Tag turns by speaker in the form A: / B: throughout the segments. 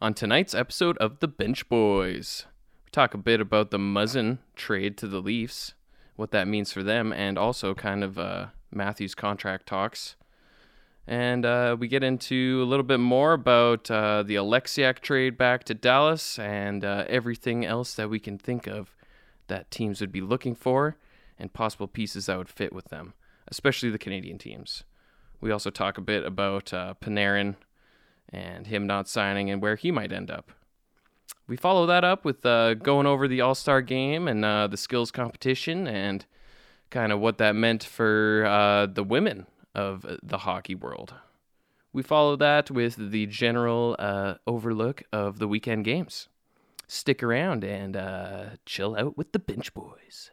A: on tonight's episode of The Bench Boys. We talk a bit about the Muzzin trade to the Leafs, what that means for them, and also kind of uh, Matthews' contract talks. And uh, we get into a little bit more about uh, the Alexiak trade back to Dallas and uh, everything else that we can think of that teams would be looking for and possible pieces that would fit with them, especially the Canadian teams. We also talk a bit about uh, Panarin and him not signing and where he might end up. We follow that up with uh, going over the All Star game and uh, the skills competition and kind of what that meant for uh, the women of the hockey world. We follow that with the general uh, overlook of the weekend games. Stick around and uh, chill out with the Bench Boys.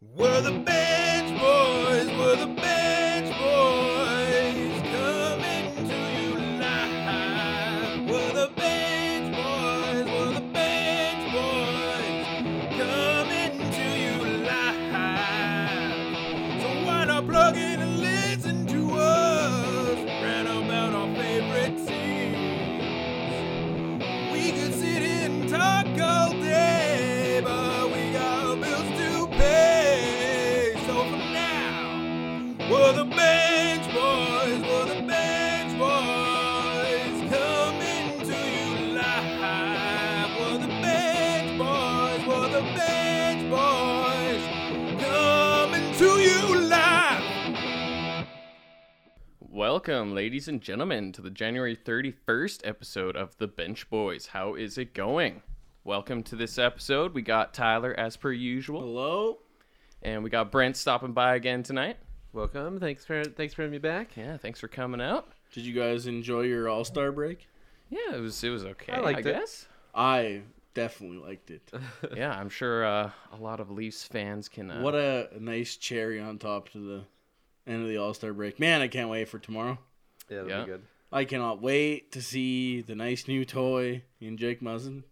B: We're the Bench Boys, we're the Bench Boys, coming to you live. We're the Bench Boys, we're the Bench Boys, coming to you live. So why not plug in and listen to us, rant about our favorite teams. We could sit and talk all day, but we got bills to pay. So for now, we're the bench boys. We're the bench boys coming to you live. We're the bench boys. We're the bench boys coming to you live.
A: Welcome, ladies and gentlemen, to the January 31st episode of The Bench Boys. How is it going? Welcome to this episode. We got Tyler as per usual.
C: Hello.
A: And we got Brent stopping by again tonight.
D: Welcome. Thanks for thanks for having me back.
A: Yeah, thanks for coming out.
C: Did you guys enjoy your All Star break?
A: Yeah, it was it was okay.
D: I liked it.
A: guess.
C: I definitely liked it.
A: yeah, I'm sure uh, a lot of Leafs fans can. Uh,
C: What a nice cherry on top to the end of the All Star break. Man, I can't wait for tomorrow.
D: Yeah, that'll
A: Yeah.
D: be good.
C: I cannot wait to see the nice new toy in Jake Muzzin.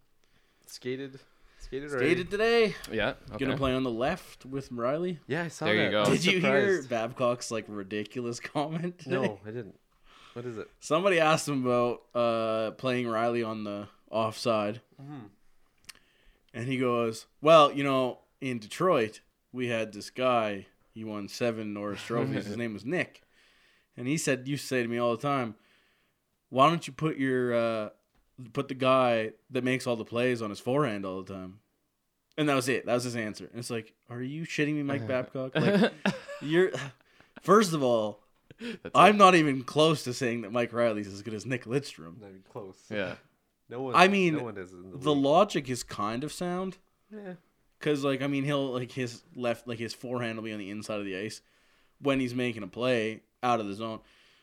D: Skated, skated, already.
C: Dated today.
A: yeah. Okay.
C: Gonna play on the left with Riley.
D: Yeah, I saw
A: There
D: that.
A: you go. I was
C: Did you hear Babcock's like ridiculous comment? today?
D: No, I didn't. What is it?
C: Somebody asked him about uh, playing Riley on the offside. And he goes, Well, you know, in Detroit, we had this guy. He won seven Norris trophies. His name was Nick. And he said, You say to me all the time, Why don't you put your, uh, put the guy that makes all the plays on his forehand all the time? And that was it. That was his answer. And it's like, Are you shitting me, Mike Babcock? Like, you're, first of all, I'm not even close to saying that Mike Riley's as good as Nick Lidstrom.
D: Not even close.
A: Yeah.
D: No one.
C: I mean,
D: no one does it in the,
C: The
D: league.
C: logic is kind of sound
D: Yeah.
C: because, like, I mean, he'll like his left, like his forehand will be on the inside of the ice when he's making a play out of the zone.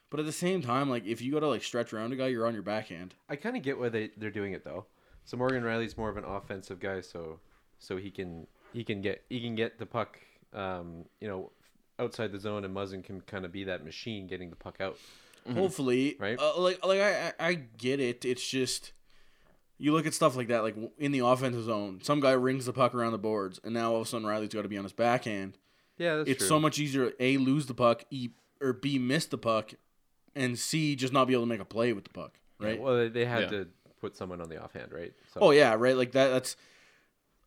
C: But at the same time, like, if you go to like stretch around a guy, you're on your backhand.
D: I kind of get why they they're doing it though. So Morgan Riley's more of an offensive guy, so so he can he can get he can get the puck, um, you know, outside the zone, and Muzzin can kind of be that machine getting the puck out.
C: Hopefully,
D: Mm-hmm. Right.
C: Uh, like, like I, I, I get it. It's just you look at stuff like that, like w- in the offensive zone, some guy rings the puck around the boards, and now all of a sudden Riley's got to be on his backhand.
D: Yeah, that's
C: it's
D: true.
C: so much easier to, a lose the puck, e or b miss the puck, and c just not be able to make a play with the puck, right?
D: Well, they, they had
A: Yeah.
D: to put someone on the offhand, right? So,
C: oh yeah, right. Like that. That's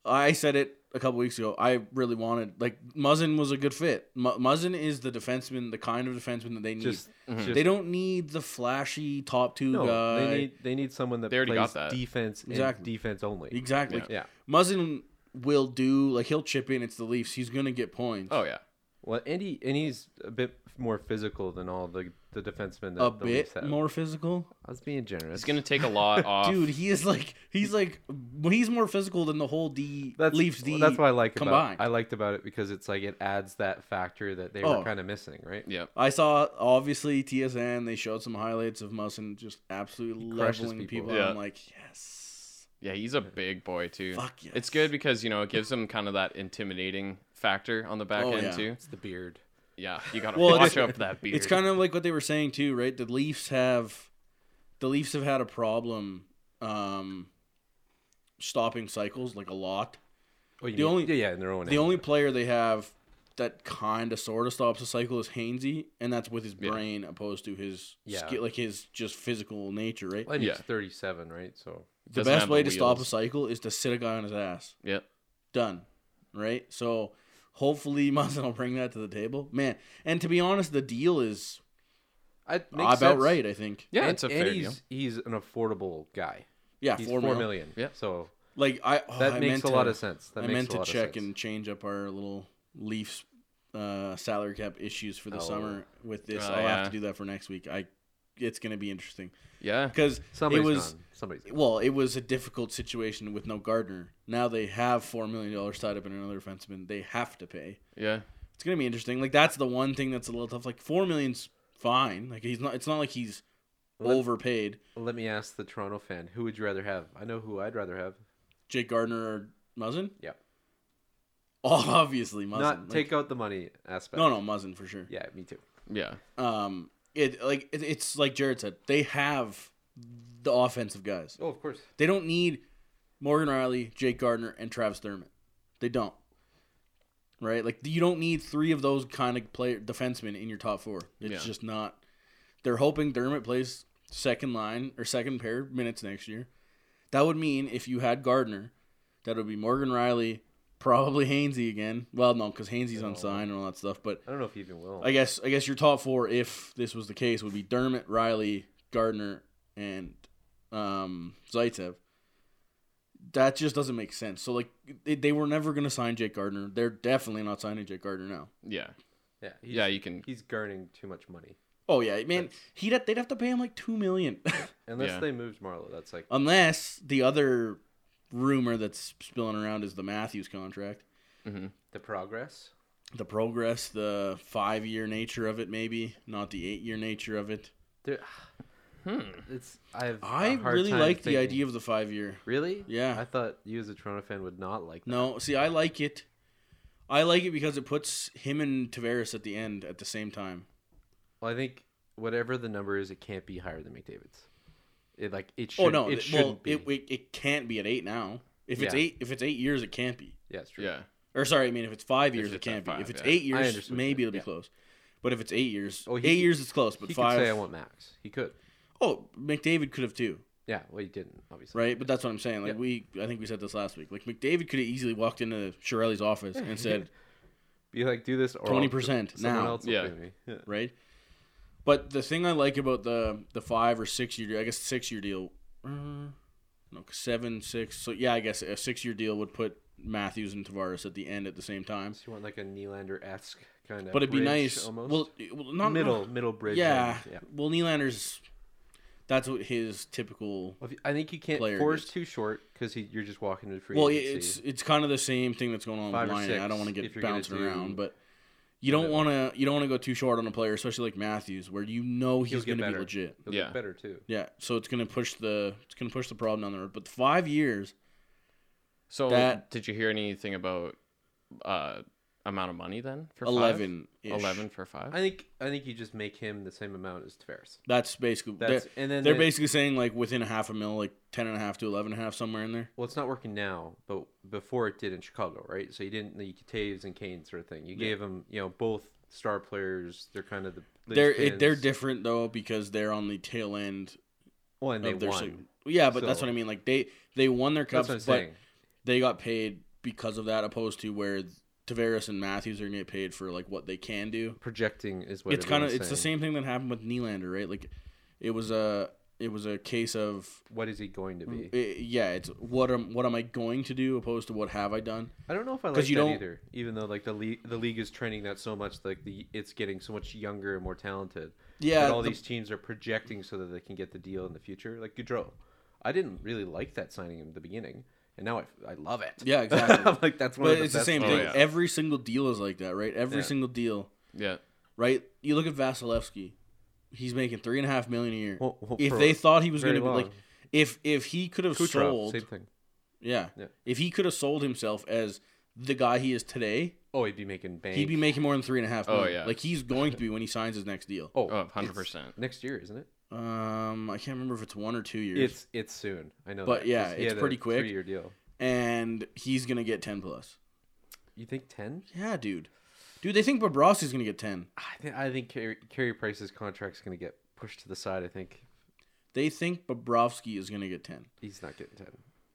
C: I said it a couple weeks ago. I really wanted like Muzzin was a good fit. Mu Muzzin is the defenseman, the kind of defenseman that they need.
D: Just,
A: Mm-hmm.
D: just
C: they don't need the flashy top two
D: No,
C: guy.
D: they need they need someone that
A: They already
D: plays
A: got that.
D: defense
C: Exactly.
D: and defense only.
C: exactly.
A: Yeah.
C: Like,
D: Yeah.
C: Muzzin will do like he'll chip in. It's the Leafs. He's gonna get points.
A: Oh yeah.
D: Well, and he and he's a bit more physical than all the the defensemen. That
C: a
D: the Leafs
C: bit
D: have.
C: more physical.
D: I was being generous.
A: It's gonna take a lot off.
C: Dude, he is like he's like he's more physical than the whole D
D: that's,
C: Leafs D.
D: that's what I like
C: combined.
D: about I liked about it because it's like it adds that factor that they
C: Oh.
D: were kind of missing, right?
A: Yeah.
C: I saw obviously TSN. They showed some highlights of Musin just absolutely
D: crushes
C: leveling people.
D: people.
C: and I'm
A: Yeah.
C: like, yes,
A: Yeah, he's a big boy too.
C: Fuck yes.
A: It's good because you know it gives him kind of that intimidating factor on the back
C: Oh,
A: end
C: yeah.
A: too.
D: It's the beard.
A: Yeah, you gotta
C: Well,
A: watch
C: it's-
A: out for that beard.
C: it's kind of like what they were saying too, right? The Leafs have the Leafs have had a problem um, stopping cycles like a lot.
D: Oh, you
C: The
D: Oh, mean-
C: only-
D: yeah, yeah, in their own
C: The
D: end.
C: only player they have that kind of sort of stops the cycle is Hainsey, and that's with his
A: Yeah.
C: brain opposed to his
D: Yeah.
C: skill, like his just physical nature, right?
D: Well, and
A: Yeah.
D: he's 37, right? So
C: the
A: Doesn't
C: best
A: have
C: way to
A: the
C: stop a
A: wheels.
C: cycle is to sit a guy on his ass.
A: Yep.
C: Done. Right? So hopefully Muzzin will bring that to the table. Man, and to be honest, the deal is
D: I makes
C: about
D: sense.
C: right, I think.
A: Yeah,
D: and,
A: it's a
D: and
A: fair
D: he's,
A: deal.
D: He's an affordable guy.
C: Yeah,
D: He's
C: four
D: four
C: mil.
D: million.
A: Yeah.
D: So
C: Like I oh,
D: that
C: I
D: makes
C: meant
D: a lot
C: to-
D: of sense. That
C: I
D: makes
C: meant
D: a
C: to
D: lot
C: check
D: of sense.
C: and change up our little Leafs uh, salary cap issues for the
D: Oh.
C: summer with this.
A: Oh,
C: I'll
A: yeah.
C: have to do that for next week. I it's going to be interesting
A: Yeah.
C: because it
D: Somebody's
C: was
D: gone. Somebody's gone.
C: well, it was a difficult situation with no Gardner. Now they have four million dollars tied up in another defenseman. They have to pay.
A: Yeah.
C: It's gonna be interesting. Like that's the one thing that's a little tough. Like four million's fine. Like he's not. It's not like he's
D: Let-
C: overpaid.
D: Let me ask the Toronto fan: Who would you rather have? I know who I'd rather have.
C: Jake Gardner or Muzzin?
D: Yeah.
C: Obviously Muzzin.
D: Not
C: Like,
D: take out the money aspect.
C: No, no Muzzin for sure.
D: Yeah, me too.
A: Yeah.
C: Um, it like it, it's like Jared said. They have the offensive guys.
D: Oh, of course.
C: They don't need Morgan Riley, Jake Gardner, and Travis Thurman. They don't. Right? Like you don't need three of those kind of player defensemen in your top four. It's
A: Yeah.
C: just not. They're hoping Dermott plays second line or second pair minutes next year. That would mean if you had Gardner, that would be Morgan Riley, probably Hainsey again. Well, no, because Hainsey's on
D: No.
C: sign and all that stuff. But
D: I don't know if he even will.
C: I guess I guess your top four, if this was the case, would be Dermot, Riley, Gardner, and um, Zaitsev. That just doesn't make sense. So like they, they were never gonna sign Jake Gardner. They're definitely not signing Jake Gardner now.
A: Yeah.
D: yeah, he's,
A: Yeah. You can.
D: he's garnering too much money.
C: Oh yeah, man, he'd have, they'd have to pay him like two million,
D: Unless
A: Yeah.
D: they moved Marlowe, that's like
C: unless the other rumor that's spilling around is the Matthews contract,
D: the progress.
C: the progress, the five year nature of it, maybe not the eight year nature of it.
D: There, It's I have. a
C: I
D: hard
C: really
D: time
C: like the
D: thinking-
C: idea of the five year.
D: Really?
C: Yeah.
D: I thought you as a Toronto fan would not like that.
C: No, see, I like it. I like it because it puts him and Tavares at the end at the same time.
D: Well, I think whatever the number is, it can't be higher than McDavid's. It like it should.
C: Oh no,
D: it
C: it
D: shouldn't
C: well,
D: be.
C: it, it it can't be at eight now. If it's
D: Yeah.
C: eight, if it's eight years, it can't be.
D: yeah, it's true.
A: Yeah.
C: Or sorry, I mean, if it's five years, it
A: it's at
C: can't be.
A: five,
C: If it's
A: yeah.
C: eight
D: I
C: years,
D: understand what
C: maybe
D: you
C: it'll be
D: mean,
C: close. But if it's eight years,
D: Oh,
C: oh,
D: he
C: eight
D: could-
C: years it's close. But
D: He
C: five,
D: could say I want max. He could.
C: oh, McDavid could have too,
D: Yeah. Well, he didn't obviously.
C: right? But that's what I'm saying. Like
D: Yeah.
C: we, I think we said this last week. Like McDavid could have easily walked into Shirelli's office and said,
D: Be like, do this or I'll-
C: 20%
D: someone
C: now.
D: Else will
A: Yeah.
D: pay me. Yeah.
C: right? But the thing I like about the the five or six year, I guess six year deal, uh, no seven six. So yeah, I guess a six year deal would put Matthews and Tavares at the end at the same time.
D: So you want like a Nylander esque kind of.
C: But it'd be nice.
D: Almost.
C: Well, it- well, not
D: middle
C: not-
D: middle bridge.
C: yeah.
D: end, yeah.
C: Well, Nylander's that's what his typical.
D: Well, if- I think you can't
C: Player
D: force
C: gets-
D: too short because you're just walking into free
C: Well, it-
D: agency.
C: it's it's kind of the same thing that's going on
D: Five
C: with
D: or
C: Lyon. I don't
D: six,
C: want to
D: if
C: get
D: you're gonna
C: bouncing
D: do
C: around, but you don't want to you don't want to go too short on a player, especially like Matthews, where you know
D: He'll
C: he's going
D: get
C: to be
D: better.
C: legit.
D: He'll
A: Yeah.
D: get better too.
C: Yeah, so it's gonna push the it's gonna push the problem down the road. But five years,
A: So
C: That-
A: did you hear anything about uh amount of money then for five?
C: eleven,
A: 11 for five.
D: I think I think you just make him the same amount as Tavares.
C: That's basically
D: That's
C: they're,
D: and then
C: they're
D: they-
C: basically saying like within a half a mil, like ten and a half to eleven and a half somewhere in there.
D: Well, it's not working now, but before it did in Chicago, right? So you didn't the Taves and Kane sort of thing. You gave them, you know, both star players. They're kind of the
C: They're it, they're
D: linchpins.
C: different though because they're on the tail end
D: Well, and they
C: of their.
D: won.
C: sig- yeah, but that's
D: So-
C: what I mean. Like they they won their
D: That's
C: cups,
D: what I'm
C: but
D: saying.
C: they got paid because of that, opposed to where Tavares and Matthews are gonna get paid for like what they can do.
D: Projecting is what
C: it's kind of
D: everyone's
C: it's the
D: saying.
C: same thing that happened with Nylander, right? Like it was a it was a case of
D: What is he going to be?
C: I- Uh, yeah, it's what am what am I going to do opposed to what have I done?
D: I don't know if I
C: 'Cause
D: like
C: you
D: that
C: don't-
D: either. Even though like the league, the league is training that so much, like the it's getting so much younger and more talented.
C: Yeah,
D: but all
C: the-
D: these teams are projecting so that they can get the deal in the future. Like Goudreau, I didn't really like that signing in the beginning, and now I, I love it.
C: Yeah, exactly.
D: I'm like that's one
C: but
D: of the
C: it's the
D: best
C: same
A: ones.
C: thing.
A: Oh, yeah.
C: Every single deal is like that, right? Every
D: Yeah.
C: single deal,
A: yeah.
C: right? You look at Vasilevsky, he's making three and a half million a year.
D: Well- well,
C: if
D: for
C: they thought he was going
D: very
C: to be like,
D: long.
C: if if he could have
D: Kucherov,
C: sold,
D: same thing.
C: yeah,
D: Yeah.
C: if he could have sold himself as the guy he is today,
D: Oh, he'd be making bank.
C: he'd be making more than three and a half
A: Oh,
C: million.
A: yeah.
C: like he's going to be when he signs his next deal.
D: oh,
A: Oh, 100%.
D: it's next year, isn't it?
C: Um, I can't remember if it's one or two years,
D: It's it's soon. I know,
C: But
D: that,
C: yeah,
D: 'cause he
C: it's
D: had a
C: pretty quick.
D: Three-year deal.
C: and he's going to get ten plus.
D: You think ten?
C: Yeah, dude. Dude, they think Bobrovsky's going to get 10.
D: I, th- I think Carey, Carey Price's contract's going to get pushed to the side. I think
C: They think Bobrovsky is going to get 10.
D: he's not getting ten.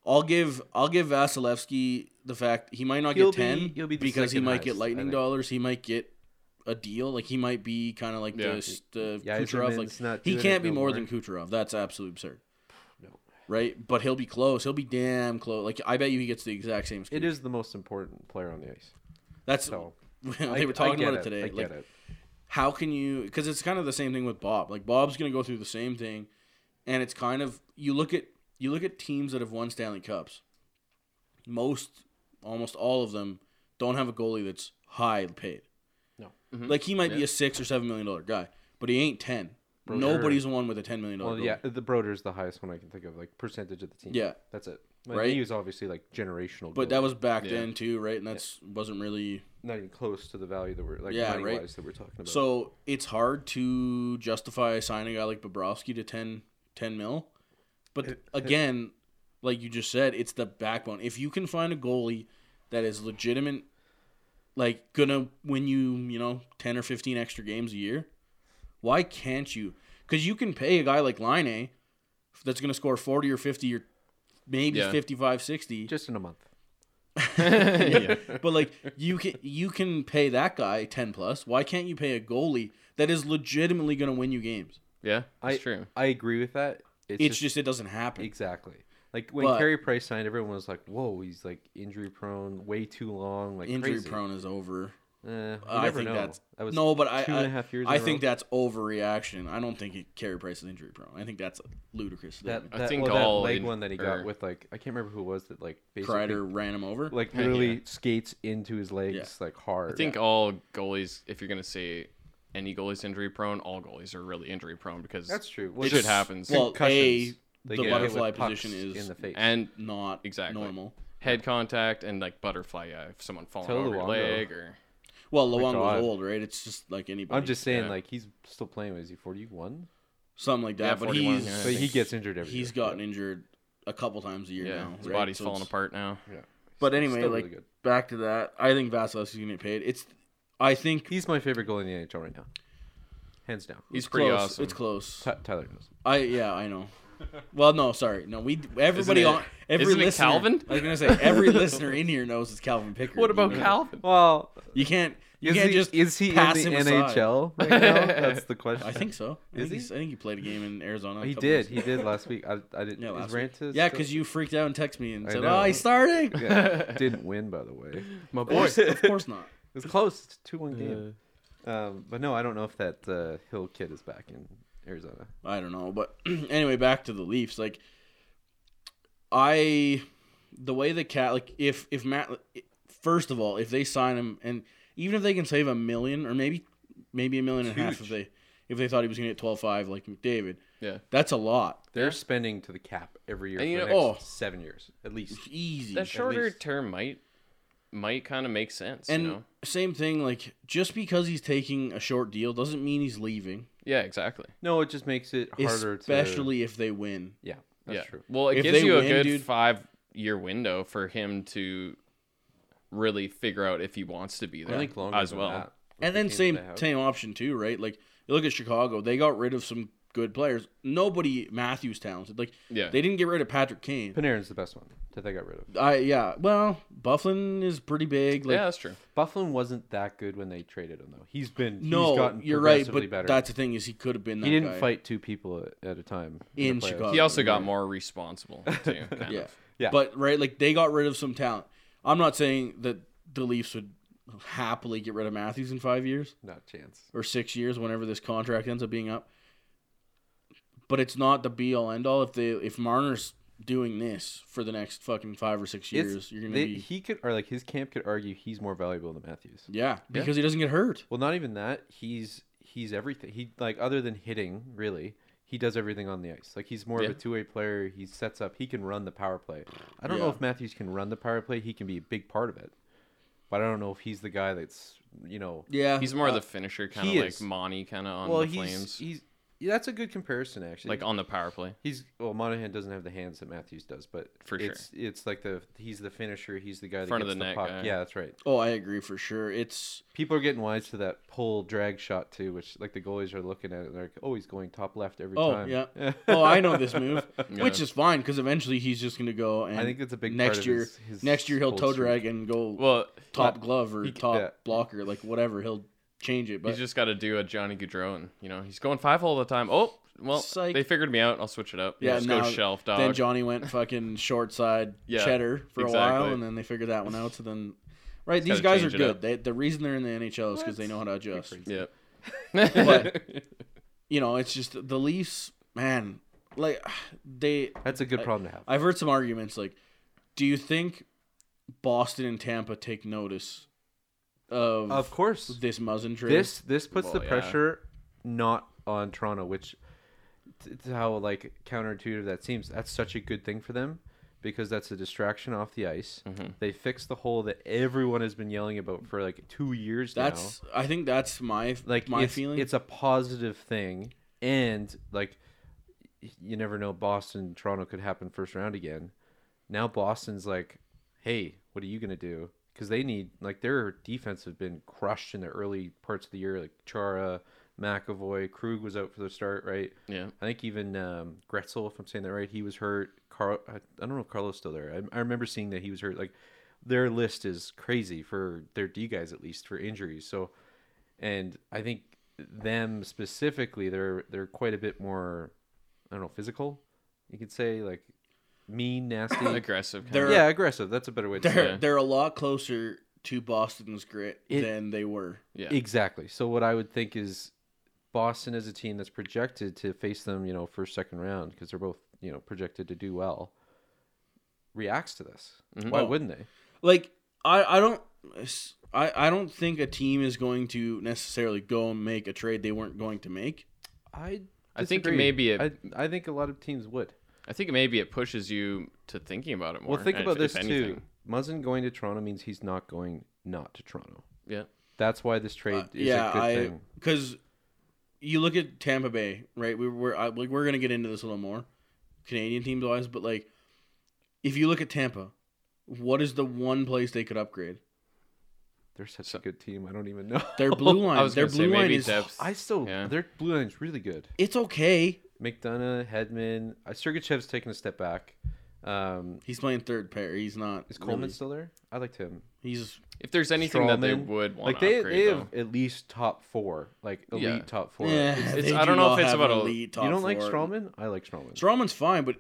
C: I'll give I'll give Vasilevsky the fact he might not
D: He'll
C: get 10
D: be- he'll be the
C: because he
D: second
C: might get
D: highest, I
C: lightning
D: think.
C: dollars, he might get a deal, like he might be kind of like
A: Yeah.
C: the, the
D: Yeah,
C: Kucherov
D: Eisenman's
C: like
D: not
C: he
D: doing
C: can't
D: it
C: be
D: no
C: more
D: more.
C: than Kucherov. That's absolutely absurd.
D: No.
C: Right? But he'll be close. He'll be damn close. Like I bet you he gets the exact same score.
D: It is the most important player on the ice.
C: That's
D: So I-
C: they were
D: I
C: talking
D: get
C: about it today.
D: I get
C: like,
D: it.
C: how can you because it's kind of the same thing with bob like bob's going to go through the same thing and it's kind of you look at you look at teams that have won stanley cups most almost all of them don't have a goalie that's high paid
D: No.
C: like he might be
A: Yeah.
C: a six or seven million dollar guy but he ain't 10
D: Bro,
C: nobody's the one with a 10 million dollar
D: Well, yeah, uh, the Broder's the highest one I can think of, like percentage of the team.
C: Yeah.
D: that's it.
C: Right?
D: right. He was obviously like generational,
C: but
D: goalie.
C: that was back
A: Yeah.
C: then too right and that's wasn't really
D: not even close to the value that we're like
C: Yeah,
D: money
C: right.
D: wise that we're talking about.
C: So it's hard to justify signing a guy like Bobrovsky to 10, 10 mil. But again, like you just said, it's the backbone. If you can find a goalie that is legitimate, like gonna win you, you know, ten or fifteen extra games a year, why can't you? Because you can pay a guy like Line that's gonna score forty or fifty or maybe
A: Yeah.
C: fifty-five, sixty. 55, 60
D: just in a month.
A: yeah.
C: but like you can you can pay that guy 10 plus why can't you pay a goalie that is legitimately going to win you games
A: Yeah. That's
D: I,
A: true.
D: I agree with that. It's,
C: it's just it doesn't happen
D: exactly like when
C: But-
D: Carey Price signed, everyone was like, "Whoa, he's like injury prone, way too long, like
C: injury
D: crazy."
C: prone is over
D: Eh, you
C: Uh, i
D: never
C: think
D: know.
C: that's
D: that was
C: no but i
D: two and
C: I-
D: a half years.
C: i
D: in a
C: think
D: row.
C: that's overreaction i don't think it carry price is injury prone i think that's a ludicrous statement.
D: that,
A: I
D: that-
A: think
D: well, that
A: all
D: leg
A: in-
D: one that he
A: or-
D: got with like I can't remember who it was that like basically
C: Kreider ran him over
D: like literally skates into his legs like hard.
A: I think all goalies, if you're gonna say any goalies injury prone, all goalies are really injury prone because
D: that's true.
A: Shit
D: just
A: happens.
C: well a
D: concussions. They
C: the
D: get hit with
C: butterfly
D: pucks
C: position is
D: in the face.
A: and
C: not
A: Exactly.
C: normal
A: head contact and like butterfly yeah, if someone falling
D: Tell
A: over your
D: Luongo.
A: leg or
C: well Luongo's
D: God.
C: old right it's just like anybody
D: oh, I'm just saying,
A: Yeah.
D: like he's still playing. Is he 41?
C: something like that
A: Yeah,
C: but
A: 41,
C: he's
A: yeah, I
D: So he
A: think-
D: gets injured every
C: he's
D: year.
C: gotten injured a couple times a year
A: yeah,
C: now
A: his
C: right?
A: body's
C: So
A: falling
C: it's-
A: apart now.
D: Yeah.
C: But
D: Still-
C: anyway,
D: still
C: like
D: really good.
C: back to that, I think Vasilevsky's gonna get paid. It's, I think
D: he's my favorite goalie in the NHL right now, hands down.
A: He's
C: it's
A: pretty
C: close.
A: awesome.
C: It's close.
D: Ty- Tyler knows.
C: I yeah, I know. Well, no, sorry, no. We everybody
A: Isn't it-
C: on every
A: isn't it
C: listener.
A: Calvin?
C: I was gonna say every listener in here knows it's Calvin Pickard.
A: What about
C: you know?
A: Calvin?
D: Well,
C: You can't. You
D: is
C: can't
D: he,
C: just
D: is he in the
C: pass him aside.
D: NHL right now? That's the question.
C: I think so. I
D: Is
C: think he's- I think he played a game in Arizona. a
D: he
C: couple
D: did.
C: weeks
D: He
C: ago.
D: did last week. I, I didn't.
C: Yeah,
D: his
C: last
D: rant
C: week.
D: is
C: Yeah,
D: still-
C: because you freaked out and texted me and
D: I
C: said,
D: know.
C: "Oh, he's starting."
D: Yeah, didn't win by the way.
A: My
C: Of course, of course not.
D: It's close. It's two one game. Um, but no, I don't know if that uh, Hill kid is back in Arizona.
C: I don't know, but anyway, back to the Leafs. Like, I, the way the cat, like, if if Matt, first of all, if they sign him, and even if they can save a million or maybe maybe a million and a half if they if they thought he was gonna get twelve five like McDavid,
A: Yeah.
C: that's a lot.
D: They're spending to the cap every year
A: And
D: for
A: you
D: the
A: know-
D: next
C: oh.
D: seven years at least.
C: Easy.
A: That shorter
D: least.
A: term might might kind of make sense.
C: and
A: you know?
C: same thing, like just because he's taking a short deal doesn't mean he's leaving.
A: yeah, exactly.
D: No, it just makes it harder to
C: especially if they win.
D: Yeah, that's
A: yeah.
D: true.
A: Well, it
C: If
A: gives
C: they
A: you a
C: win,
A: good
C: dude-
A: five year window for him to really figure out if he wants to be there
D: I think longer
A: as
D: than
A: well.
D: that.
C: and then
D: Came to
C: same
D: the house.
C: same option too, right? Like you look at Chicago, they got rid of some good players. Nobody Matthews talented. Like
A: Yeah.
C: they didn't get rid of Patrick Kane.
D: Panarin's the best one that they got rid of.
C: I yeah. Well, Bufflin is pretty big. Like
A: yeah, that's true.
D: Bufflin wasn't that good when they traded him though. He's been he's
C: no,
D: gotten
C: you're right,
D: progressively
C: but
D: better.
C: that's the thing is he could have been. That
D: he didn't
C: guy.
D: fight two people at, at a time
C: In
D: the playoffs.
C: Chicago.
A: He also got
C: yeah.
A: more responsible too. Kind
C: oh, Yeah.
A: of.
D: Yeah.
C: But right, like they got rid of some talent. I'm not saying that the Leafs would happily get rid of Matthews in five years.
D: Not a chance.
C: or six years, whenever this contract ends up being up. But it's not the be all end all. If they if Marner's doing this for the next fucking five or six years,
D: It's-
C: you're gonna
D: they-
C: be
D: He could or like his camp could argue he's more valuable than Matthews.
C: yeah because he doesn't get hurt.
D: Well, not even that. He's he's everything. He like other than hitting, really, he does everything on the ice. Like he's more
A: Yeah.
D: of a two way player. He sets up. He can run the power play. I don't know
C: Yeah.
D: if Matthews can run the power play. He can be a big part of it, but I don't know if he's the guy that's you know.
C: Yeah, Uh,
D: Uh,
A: He's more the finisher, kind of
D: he
A: like
D: is.
A: Monty, kind of on
D: well,
A: the
D: he's
A: Flames.
D: he's Yeah, that's a good comparison actually.
A: like on the power play.
D: He's well, Monahan doesn't have the hands that Matthews does, but
A: For sure.
D: it's it's like the he's the finisher. He's the guy that
A: Front of
D: gets
A: the
D: the,
A: net
D: puck.
A: guy.
D: Yeah, that's right.
C: Oh, I agree for sure. It's
D: People are getting wise to that pull drag shot too, which like the goalies are looking at it and they're like, oh, he's going top left every
C: oh
D: time.
C: yeah. oh, I know this move,
A: Yeah.
C: which is fine because eventually he's just gonna go and
D: I think that's a big part
C: next
D: of
C: year.
D: his- his
C: next year he'll
D: cold
C: toe
D: streak.
C: drag and go
A: Well,
C: top glove or
D: he-
C: top
D: yeah.
C: blocker, like whatever. He'll change it, but
A: he's just got to do a Johnny Gaudreau, and you know he's going five all the time. Oh, well,
C: Psych.
A: they figured me out. I'll switch it up.
C: Yeah,
A: Yeah, just
C: now-
A: go shelf dog.
C: Then Johnny went fucking short side
A: Yeah,
C: cheddar for a
A: exactly.
C: while, and then they figured that one out. So then, right, these
A: gotta
C: guys are
A: change it
C: good.
A: up.
C: They, the reason they're in the NHL is because they know how to adjust.
A: Yep.
C: You know, it's just the Leafs, man. Like they,
D: That's a good problem to have.
C: I've heard some arguments. Like, do you think Boston and Tampa take notice of,
D: of course,
C: this Muzzin trade?
D: this this puts the
A: Well, yeah.
D: pressure not on Toronto, which t- t- how like counterintuitive that seems. That's such a good thing for them because that's a distraction off the ice.
A: Mm-hmm.
D: They fix the hole that everyone has been yelling about for like two years now
C: that's. I think that's my
D: like
C: like my
D: it's,
C: feeling.
D: it's a positive thing and like y- you never know boston toronto could happen first round again now boston's like hey what are you gonna do because they need like their defense have been crushed in the early parts of the year like chara mcavoy krug was out for the start right
A: Yeah.
D: i think even um, gretzel if i'm saying that right he was hurt carl i, I don't know if carlos still there I, I remember seeing that he was hurt like their list is crazy for their d guys at least for injuries so and I think them specifically, they're they're quite a bit more, I don't know, physical. You could say like mean, nasty.
A: Aggressive. Kind
C: They're-
A: of.
D: yeah, aggressive. That's a better way to
C: they're
D: say it.
A: Yeah.
C: they're a lot closer to Boston's grit
D: It-
C: than they were.
A: Yeah.
D: Exactly. So what I would think is Boston is a team that's projected to face them, you know, first second round because they're both you know projected to do well. Reacts to this.
A: Mm-hmm.
D: Why
C: Oh.
D: wouldn't they?
C: like I, I don't I, I don't think a team is going to necessarily go and make a trade they weren't going to make.
D: I
A: I think
D: disagree.
A: maybe it-
D: I, I think a lot of teams would.
A: I think maybe it pushes you to thinking about it more.
D: Well, think
A: if-
D: about
A: if
D: this too.
A: anything.
D: Muzzin going to Toronto means he's not going not to Toronto.
A: Yeah.
D: That's why this trade is
C: yeah,
D: a good
C: I
D: thing.
C: because you look at Tampa Bay, right? We we're I, like we're gonna get into this a little more, Canadian teams wise, but like if you look at Tampa, what is the one place they could upgrade?
D: They're such a good team. I don't even know.
C: Their blue line,
A: I was
C: their
A: gonna say
C: blue line
A: maybe
C: is
A: depth.
D: I still
A: Yeah.
D: their blue line's really good.
C: it's okay.
D: McDonough, Hedman, uh, Sergachev's taken a step back. Um,
C: He's playing third pair. He's not.
D: is Coleman
C: really-
D: still there? I liked him.
C: he's
A: If there's anything that they
D: Strawman.
A: would want
D: like they
A: to upgrade,
D: they
A: though.
D: have at least top four, like elite
A: Yeah.
D: top four.
C: yeah.
D: It's-
A: it's-
C: they
A: I don't
C: do
A: know if
C: all
A: it's
C: have
A: about a-
C: elite top
D: you don't like
C: four.
D: Strawman? I like Strawman.
C: Strawman's fine, but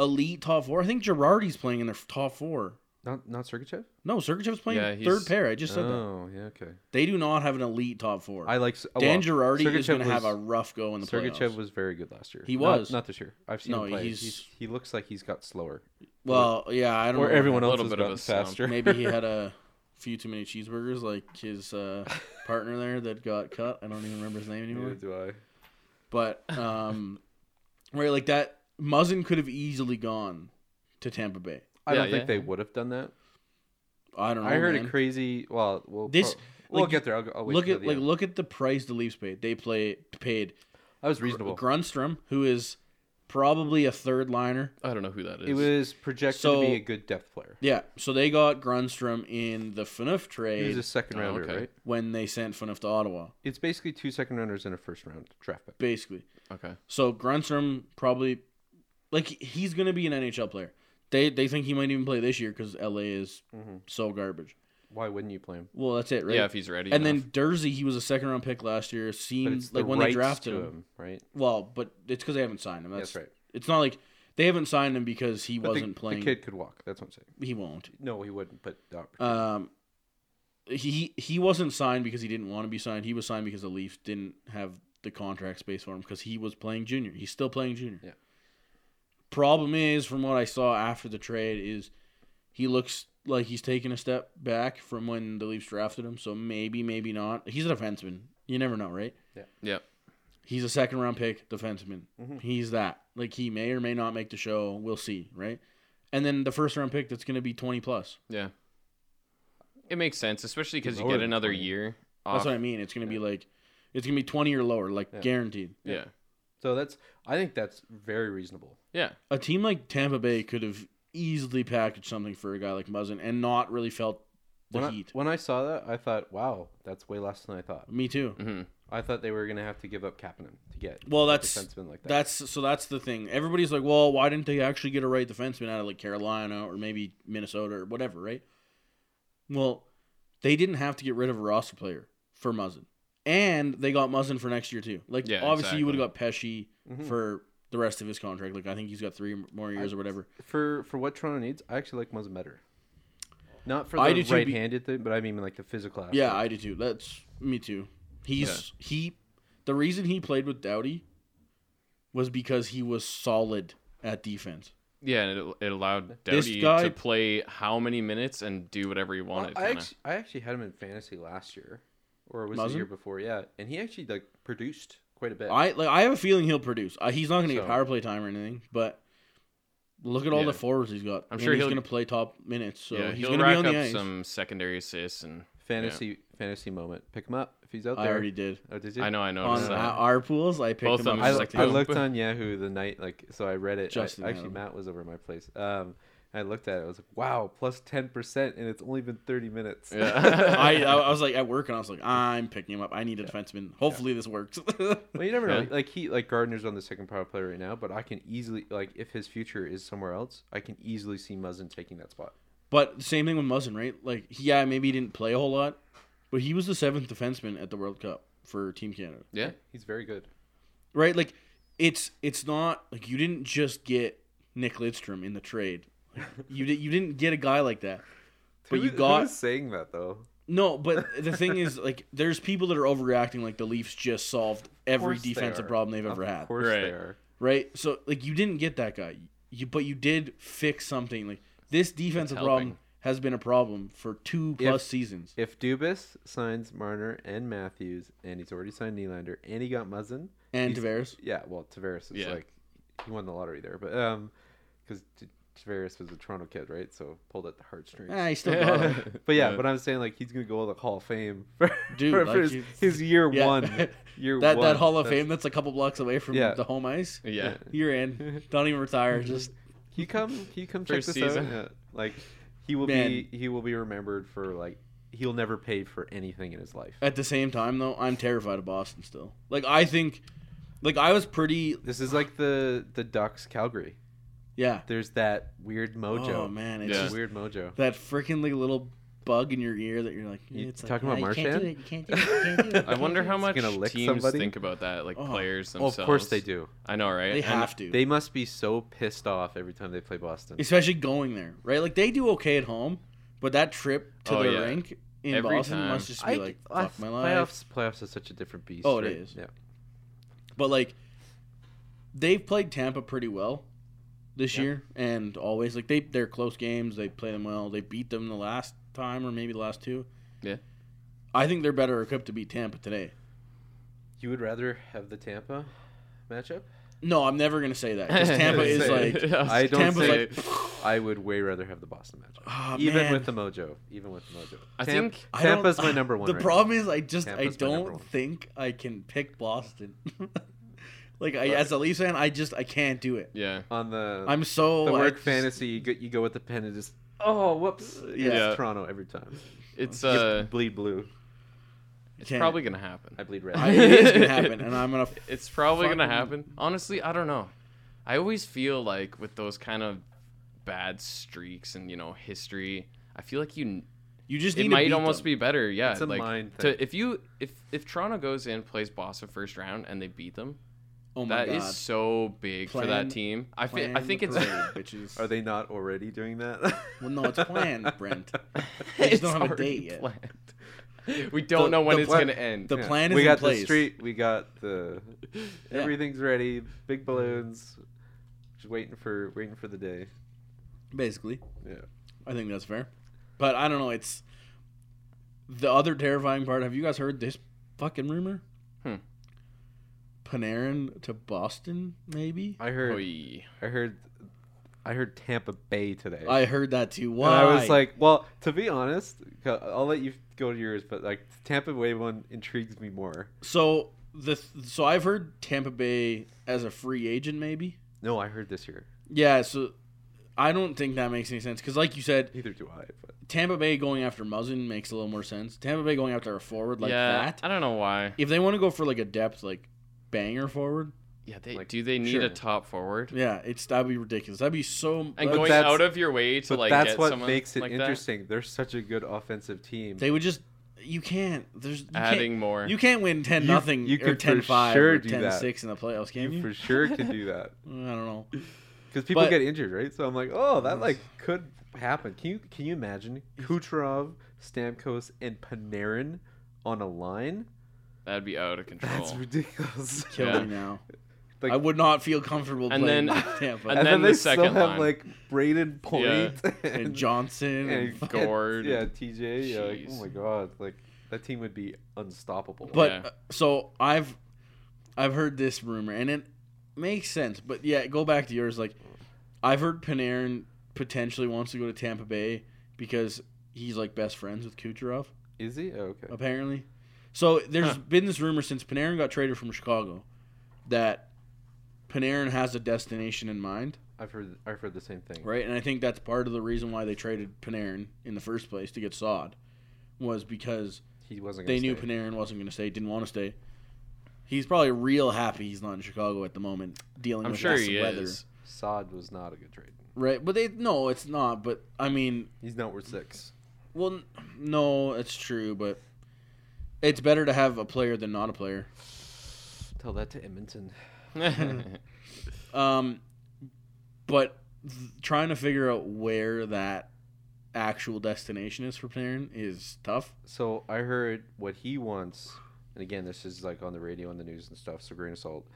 C: elite top four. I think Girardi's playing in their top four.
D: not not Sergachev.
C: No, Sergachev's playing
A: Yeah, he's-
C: third pair. I just said that.
D: Oh yeah, okay.
C: They do not have an elite top four.
D: I like S- oh,
C: Dan
D: well,
C: Girardi is
D: Sergachev
C: going to have
D: was-
C: a rough go in the
D: Sergachev
C: playoffs.
D: was very good last year.
C: He
D: Not-
C: was.
D: not, this year. I've seen
C: No,
D: him play.
C: he's-
D: He's, he looks like he's got slower,
C: well, yeah, I don't
D: or
C: know.
D: everyone
A: A
D: else
A: little
D: has
A: bit of
D: gotten
A: a slump.
D: faster.
C: Maybe he had a few too many cheeseburgers, like his uh, partner there that got cut. I don't even remember his name anymore.
D: Neither do I.
C: But um, right, like that, Muzzin could have easily gone to Tampa Bay.
D: I
A: Yeah,
D: don't think
A: yeah.
D: they would have done that.
C: I don't know.
D: I heard
C: Oh, man.
D: a crazy. Well, we'll
C: This-
D: pro- we'll
C: like,
D: get there. I'll, go- I'll wait.
C: look
D: till
C: at
D: the
C: like
D: end.
C: look at the price the Leafs paid. They play paid
D: that was reasonable.
C: Grunstrom, who is probably a third liner.
A: I don't know who that is.
D: it was projected
C: So-
D: to be a good depth player.
C: Yeah, so they got Grunstrom in the FNUF
D: He was
C: trade
D: a second
A: Oh,
D: rounder,
A: okay.
D: right?
C: when they sent FNUF to Ottawa,
D: It's basically two second rounders and a first round draft pick.
C: basically.
A: okay.
C: So Grunstrom probably, like, he's gonna be an NHL player. They they think he might even play this year because LA is
D: Mm-hmm.
C: so garbage.
D: Why wouldn't you play him?
C: Well, that's it, right?
A: Yeah, if he's ready.
C: and
A: enough.
C: then Dursey, he was a second round pick last year.
D: But
C: Seems
D: it's
C: like
D: the
C: when they
D: rights
C: drafted
D: to
C: him.
D: right?
C: Well, but it's because they haven't signed him. That's,
D: That's right.
C: It's not like they haven't signed him because he
D: But the-
C: wasn't
D: the,
C: playing.
D: kid could walk. That's what I'm saying.
C: He won't.
D: No, he wouldn't. But the opportunity-
C: Um, he he wasn't signed because he didn't want to be signed. He was signed because the Leafs didn't have the contract space for him because he was playing junior. He's still playing junior.
D: Yeah.
C: Problem is, from what I saw after the trade, is he looks like he's taking a step back from when the Leafs drafted him. So maybe, maybe not. He's a defenseman. You never know, right?
A: Yep.
C: He's a second round pick defenseman. He's that. Like he may or may not make the show. We'll see, right? And then the first round pick that's going to be twenty plus.
A: Yeah. It makes sense, especially because you
D: Lower
A: get
D: than
A: another
D: 20.
A: year. Off.
C: That's what I mean. It's gonna be like, it's gonna be twenty or lower, like guaranteed.
A: Yeah.
D: So that's I think that's very reasonable.
A: Yeah.
C: A team like Tampa Bay could have easily packaged something for a guy like Muzzin and not really felt the
D: When I,
C: heat.
D: when I saw that, I thought, wow, that's way less than I thought.
C: Me too.
A: hmm
D: I thought they were gonna have to give up Kapanen to get
C: Well,
D: a
C: that's
D: defenseman like that.
C: That's so. That's the thing. Everybody's like, "Well, why didn't they actually get a right defenseman out of like Carolina or maybe Minnesota or whatever?" Right? Well, they didn't have to get rid of a roster player for Muzzin, and they got Muzzin for next year too. Like,
A: Yeah,
C: obviously, you
A: exactly. Mm-hmm.
C: would have got Pesci
D: Mhm.
C: for the rest of his contract. Like, I think he's got three more years or whatever.
D: for for what Toronto needs. I actually like Muzzin better. Not for
C: I
D: the
C: do too, be-
D: right-handed thing, but I mean like the physical. Aspect.
C: Yeah, I do too. That's me too. He's he. The reason he played with Doughty was because he was solid at defense.
A: Yeah, and it, it allowed
C: This
A: Doughty
C: guy-
A: to play how many minutes and do whatever he
D: Well,
A: wanted.
D: I,
A: kinda.
D: actually, I actually had him in fantasy last year, or was it
C: Muzzin?
D: the year before? Yeah, and he actually like produced quite a bit.
C: I like. I have a feeling he'll produce. Uh, he's not going to
D: So-
C: get power play time or anything, but look at all
A: Yeah.
C: the forwards he's got.
A: I'm
C: And
A: sure
C: he's
A: he'll-
C: going to play top minutes, so
A: yeah,
C: he's
A: he'll
C: going to be
A: rack
C: on the
A: up
C: ice.
A: some secondary assists, and
D: fantasy fantasy moment. Pick him up if he's out there.
C: I already did
D: Oh, did you?
A: I know, I noticed
C: on
A: that.
C: our- our pools. I picked
A: Both
C: him
A: of
C: up.
A: them
D: I,
A: just like
C: as
D: I
A: boom.
D: looked on Yahoo the night, like, so I read it. I-
C: Justin
D: actually,
C: Allen.
D: Matt was over my place. Um, I looked at it. I was like, wow, plus 10%, and it's only been 30 minutes.
A: Yeah.
C: I, I I was like at work and I was like, I'm picking him up. I need a defenseman. Hopefully this works.
D: well, you never know.
A: Yeah.
D: Like, he, like, Gardner's on the second power play right now, but I can easily, like, if his future is somewhere else, I can easily see Muzzin taking that spot.
C: but same thing with Muzzin, right? Like, yeah, maybe he didn't play a whole lot, but he was the seventh defenseman at the World Cup for Team Canada.
A: yeah,
D: He's very good.
C: right? Like it's it's not like you didn't just get Nick Lidstrom in the trade. You did you didn't get a guy like that. But
D: Who
C: you
D: is-
C: got-
D: Who is saying that, though?
C: No, but the thing is, like, there's people that are overreacting. Like the Leafs just solved every
D: course they
C: defensive
D: are.
C: problem they've ever
D: Of
C: had,
D: course they
A: Right.
D: are.
C: right? So like you didn't get that guy, you but you did fix something. Like this defensive
A: helping.
C: problem has been a problem for two plus seasons.
D: If Dubas signs Marner and Matthews, and he's already signed Nylander, and he got Muzzin,
C: And
D: he's-
C: Tavares,
D: Yeah, well, Tavares is
A: Yeah.
D: like he won the lottery there, but um, because Tavares was a Toronto kid, right? So pulled at the heartstrings.
C: ah, he's still got him.
D: But yeah,
A: Yeah.
D: but I'm saying like he's gonna go to the Hall of Fame for,
C: Dude,
D: for
C: like,
D: his,
C: you-
D: his year
C: Yeah.
D: one. Year
C: that
D: one.
C: that Hall of
D: That's-
C: Fame that's a couple blocks away from
D: Yeah.
C: the home ice.
A: yeah.
C: You're in. Don't even retire. Just
D: Can you come? Can you come
A: First
D: check this
A: season.
D: out? Yeah. Like he will be he will be remembered for like he'll never pay for anything in his life.
C: At the same time, though, I'm terrified of Boston still. Like I think, like I was pretty,
D: This is like the the Ducks Calgary.
C: yeah.
D: There's that weird mojo.
C: Oh man, it's
A: Yeah.
C: just
D: Weird mojo.
C: that freaking little bug in your ear that you're like.
D: You
C: it's like,
D: talking about
C: "Nah, you can't do
D: Marchand?
C: it, You can't do it. You can't do it. you
A: I
C: can't
A: wonder
C: do
A: how
C: it."
A: much
D: gonna lick
A: teams
D: somebody?
A: think about that, like
C: Oh.
A: players
D: Oh,
A: themselves.
D: of course they do.
A: I know, right?
C: they
A: And-
C: have to,
D: They must be so pissed off every time they play Boston.
C: especially going there, right? Like they do okay at home, but that trip to
A: Oh,
C: the
A: yeah.
C: rink in
A: Every
C: Boston
A: time.
C: must just be like fuck my life.
D: Playoffs, playoffs is such a different beast.
C: Oh, it
D: right?
C: is.
D: Yeah.
C: But like, they've played Tampa pretty well this
D: Yeah.
C: year and always. Like they they're close games. They play them well. They beat them the last time or maybe the last two.
A: Yeah.
C: I think they're better equipped to beat Tampa today.
D: You would rather have the Tampa matchup?
C: No, I'm never gonna say that. 'cause Tampa is like,
D: I don't
C: Tampa's
D: say.
C: like,
D: I would way rather have the Boston matchup.
C: ah,
D: even
C: man,
D: with the mojo, even with the mojo.
A: I
D: Tam-
A: think-
C: I don't-
D: Tampa's my number one.
C: The
D: right
C: problem is, I just
D: Tampa's my
C: I
D: number
C: don't
D: one.
C: think I can pick Boston. like I, as a Leafs fan, I just I can't do it.
A: yeah.
D: now. on the
C: I'm so
D: the
C: I
D: work
C: just-
D: fantasy. You go, you go with the pen and just oh whoops, yeah,
A: Yeah.
D: It's Toronto every time.
A: It's
D: You
A: uh,
D: bleed blue.
A: it's
C: can't.
A: probably gonna happen.
D: I bleed red.
C: I- it is gonna happen, and I'm gonna f-
A: It's probably gonna
C: Fucking-
A: happen. Honestly, I don't know. I always feel like with those kind of bad streaks and you know history, I feel like you
C: you just
A: it
C: need to
A: might
C: beat
A: almost
C: them.
A: be better. Yeah,
D: It's a
A: like
D: mind thing.
A: to if you if if Toronto goes in plays Boston first round and they beat them,
C: Oh my
A: that
C: god.
A: is so big for
C: Plan-
A: that team. I
C: Plan
A: think I think
C: the
A: it's
C: parade, bitches.
D: Are they not already doing that?
C: Well, no, it's planned, Brent. They
A: it's
C: just don't have a
A: already
C: date yet.
A: planned. We don't
C: The-
A: know when
C: the
A: it's
C: plan-
A: gonna end.
C: The
D: Yeah.
C: plan is
D: we
C: in
D: got
C: place.
D: the street we got the everything's ready big balloons just waiting for waiting for the day
C: Basically,
D: yeah
C: I think that's fair. But I don't know. It's the other terrifying part. Have you guys heard this fucking rumor?
A: Hmm.
C: Panarin to Boston, maybe.
D: i
A: Oh,
D: heard
A: Oy.
D: i heard i heard tampa bay today
C: I heard that too. Why?
D: and i was like well to be honest i'll let you go to yours but like tampa bay one intrigues me more
C: so the so I've heard Tampa Bay as a free agent maybe.
D: No, I heard this year.
C: Yeah, so I don't think that makes any sense because, like you said,
D: Neither do I. But
C: Tampa Bay going after Muzzin makes a little more sense. Tampa Bay going after a forward like
A: yeah,
C: that.
A: I don't know why.
C: If they want to go for like a depth like banger forward,
A: Yeah, they
D: Like,
A: do they need a
D: sure.
A: top forward?
C: yeah, it's that'd be ridiculous. That'd be so.
A: And
C: that-
A: going
D: that's-
A: out of your way to
D: but
A: like
D: that's
A: get
D: what
A: someone
D: makes it
A: like that?
D: interesting. They're such a good offensive team.
C: they would just you can't. There's you
A: Adding
C: can't,
A: more.
C: You can't win ten
D: You-
C: nothing
D: you
C: or
D: could for
C: 10 5
D: sure
C: or
D: do
C: 10
D: that.
C: 6 in the playoffs, can you?
D: for sure can do that
C: I don't know.
D: because people
C: But-
D: get injured, right? So I'm like, oh, that like could happen. Can you can you imagine Kucherov, Stamkos, and Panarin on a line?
A: That'd be out of control.
D: That's ridiculous.
C: Kill
A: Yeah.
C: me now.
D: Like-
C: I would not feel comfortable
A: And
C: playing
A: then-
C: with Tampa
A: and
C: and,
D: And,
A: then
D: then,
A: the
D: they
A: second
D: still have
A: line.
D: like Braden Point
C: Johnson and,
D: and
A: Gord.
D: Yeah, TJ. Yeah, like,
A: Jeez.
D: oh my god, like that team would be unstoppable.
C: But
A: Yeah.
C: uh, so I've I've heard this rumor and it makes sense. But yeah, go back to yours. Like I've heard Panarin potentially wants to go to Tampa Bay because he's like best friends with Kucherov
D: is he oh, okay?
C: apparently. So there's
A: Huh.
C: been this rumor since Panarin got traded from Chicago that Panarin has a destination in mind,
D: I've heard I've heard the same thing.
C: right? And I think that's part of the reason why they traded Panarin in the first place to get Sod was because
D: He wasn't.
C: they
D: Gonna
C: knew
D: stay.
C: Panarin wasn't going to stay, didn't want to stay. He's probably real happy he's not in Chicago at the moment, dealing
A: I'm
C: with
A: sure
C: this
A: he
C: weather.
A: is.
D: Sod was not a good trade.
C: Right, but they no, it's not. But I mean,
D: He's not worth six.
C: well, n- no, it's true, but it's better to have a player than not a player.
D: Tell that to Edmonton.
C: Um, but th- trying to figure out where that actual destination is for Panarin is tough.
D: So I heard what he wants, and again, this is like on the radio and the news and stuff. So grain of salt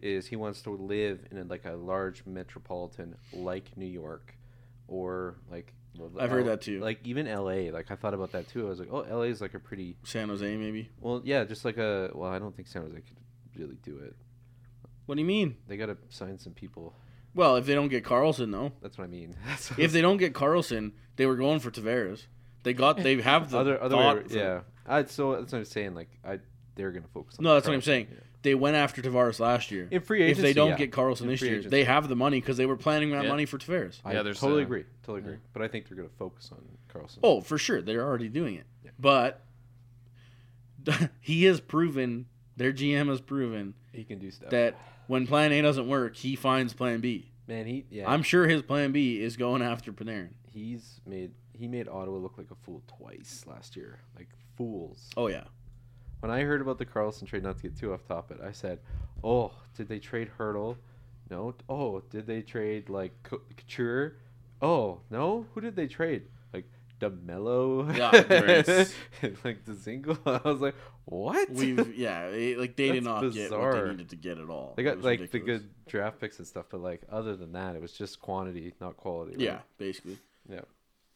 D: is he wants to live in like a large metropolitan like New York, or like well,
C: I've heard that too.
D: Like even L.A. Like I thought about that too. I was like, oh, L.A. is like a pretty
C: San Jose, maybe.
D: Well, yeah, just like a. Well, I don't think San Jose could really do it.
C: What do you mean?
D: They gotta sign some people.
C: Well, if they don't get Carlson, though.
D: That's what I mean. That's
C: if they don't get Carlson, they were going for Tavares. They got they have the
D: other other
C: thought
D: way, yeah. I so that's what I'm saying. Like I, they're gonna focus. on
C: No, that's what I'm
D: Carlson,
C: saying.
D: yeah.
C: They went after Tavares last year.
D: In free agency,
C: if they don't
D: yeah.
C: get Carlson
D: In
C: this
D: free
C: year,
D: agency.
C: they have the money because they were planning that
A: Yeah.
C: money for Tavares.
D: I
A: Yeah, there's,
D: totally
A: uh,
D: agree. Totally agree. But I think they're gonna focus on Carlson.
C: Oh, for sure, they're already doing it.
D: Yeah.
C: But he has proven their GM has proven
D: he can do stuff.
C: that when Plan A doesn't work, he finds Plan B.
D: man, he yeah.
C: am sure his Plan B is going after Panarin.
D: he's made he made Ottawa look like a fool twice last year. Like fools.
C: Oh yeah,
D: when I heard about the Carlson trade, not to get too off topic, I said, "Oh, did they trade Hurdle? No. Oh, did they trade like Co- Couture? Oh, no. Who did they trade? Like Demelo?
C: Yeah,
A: right.
D: like Dzingel. I was like, what?
C: we've yeah, it- like they did
D: That's
C: not get what
D: bizarre.
C: they needed to get at all.
D: they
C: It
D: got
C: was
D: like the
C: ridiculous.
D: good draft picks and stuff, but like other than that, it was just quantity, not quality. right?
C: yeah, basically.
D: Yeah.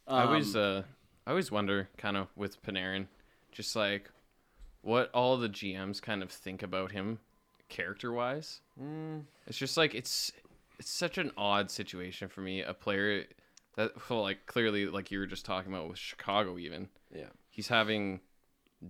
A: I
C: Um,
A: always uh I always wonder kind of with Panarin just like what all the GMs kind of think about him character wise.
D: Hmm.
A: It's just like it's it's such an odd situation for me a player that well, like clearly like you were just talking about with Chicago even.
D: Yeah.
A: He's having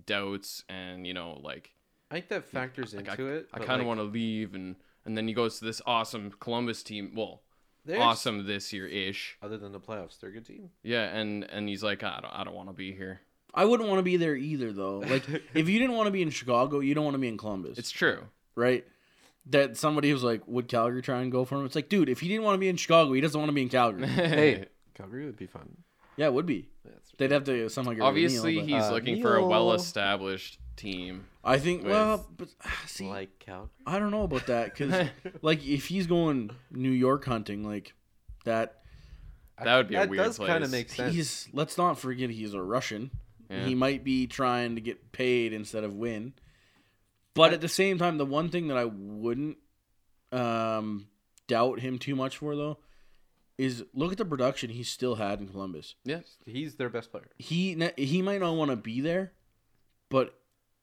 A: doubts and you know like
D: I think that factors
A: like,
D: into
A: I,
D: it.
A: I kind of want to leave and and then he goes to this awesome Columbus team. Well,
D: to
A: awesome this year ish.
D: Other than the playoffs, they're a good team.
A: Yeah, and and he's like I don't I don't want to be here.
C: I wouldn't want to be there either, though. Like, if you didn't want to be in Chicago, you don't want to be in Columbus.
A: It's true.
C: right. That somebody was like, "Would Calgary try and go for him?" It's like, dude, if he didn't want to be in Chicago, he doesn't want to be in Calgary.
D: hey, Calgary would be fun.
C: yeah, it would be.
D: That's
C: They'd have to somehow get
A: Obviously,
C: Rid of Neil,
A: he's
D: uh,
A: looking for a
D: Neil-
A: well-estabhed team.
C: but I think. Well, but ah, see,
D: like Calgary.
C: I don't know about that because, like, if he's going New York hunting, like that,
A: That would be a weird
D: does kind
A: place.
D: of make sense.
C: he's. Let's not forget he's a Russian.
A: Yeah.
C: He might be trying to get paid instead of win. But at the same time, the one thing that I wouldn't um, doubt him too much for, though, is look at the production he still had in Columbus.
A: Yeah,
D: He's their best player.
C: He ne- he might not want to be there, but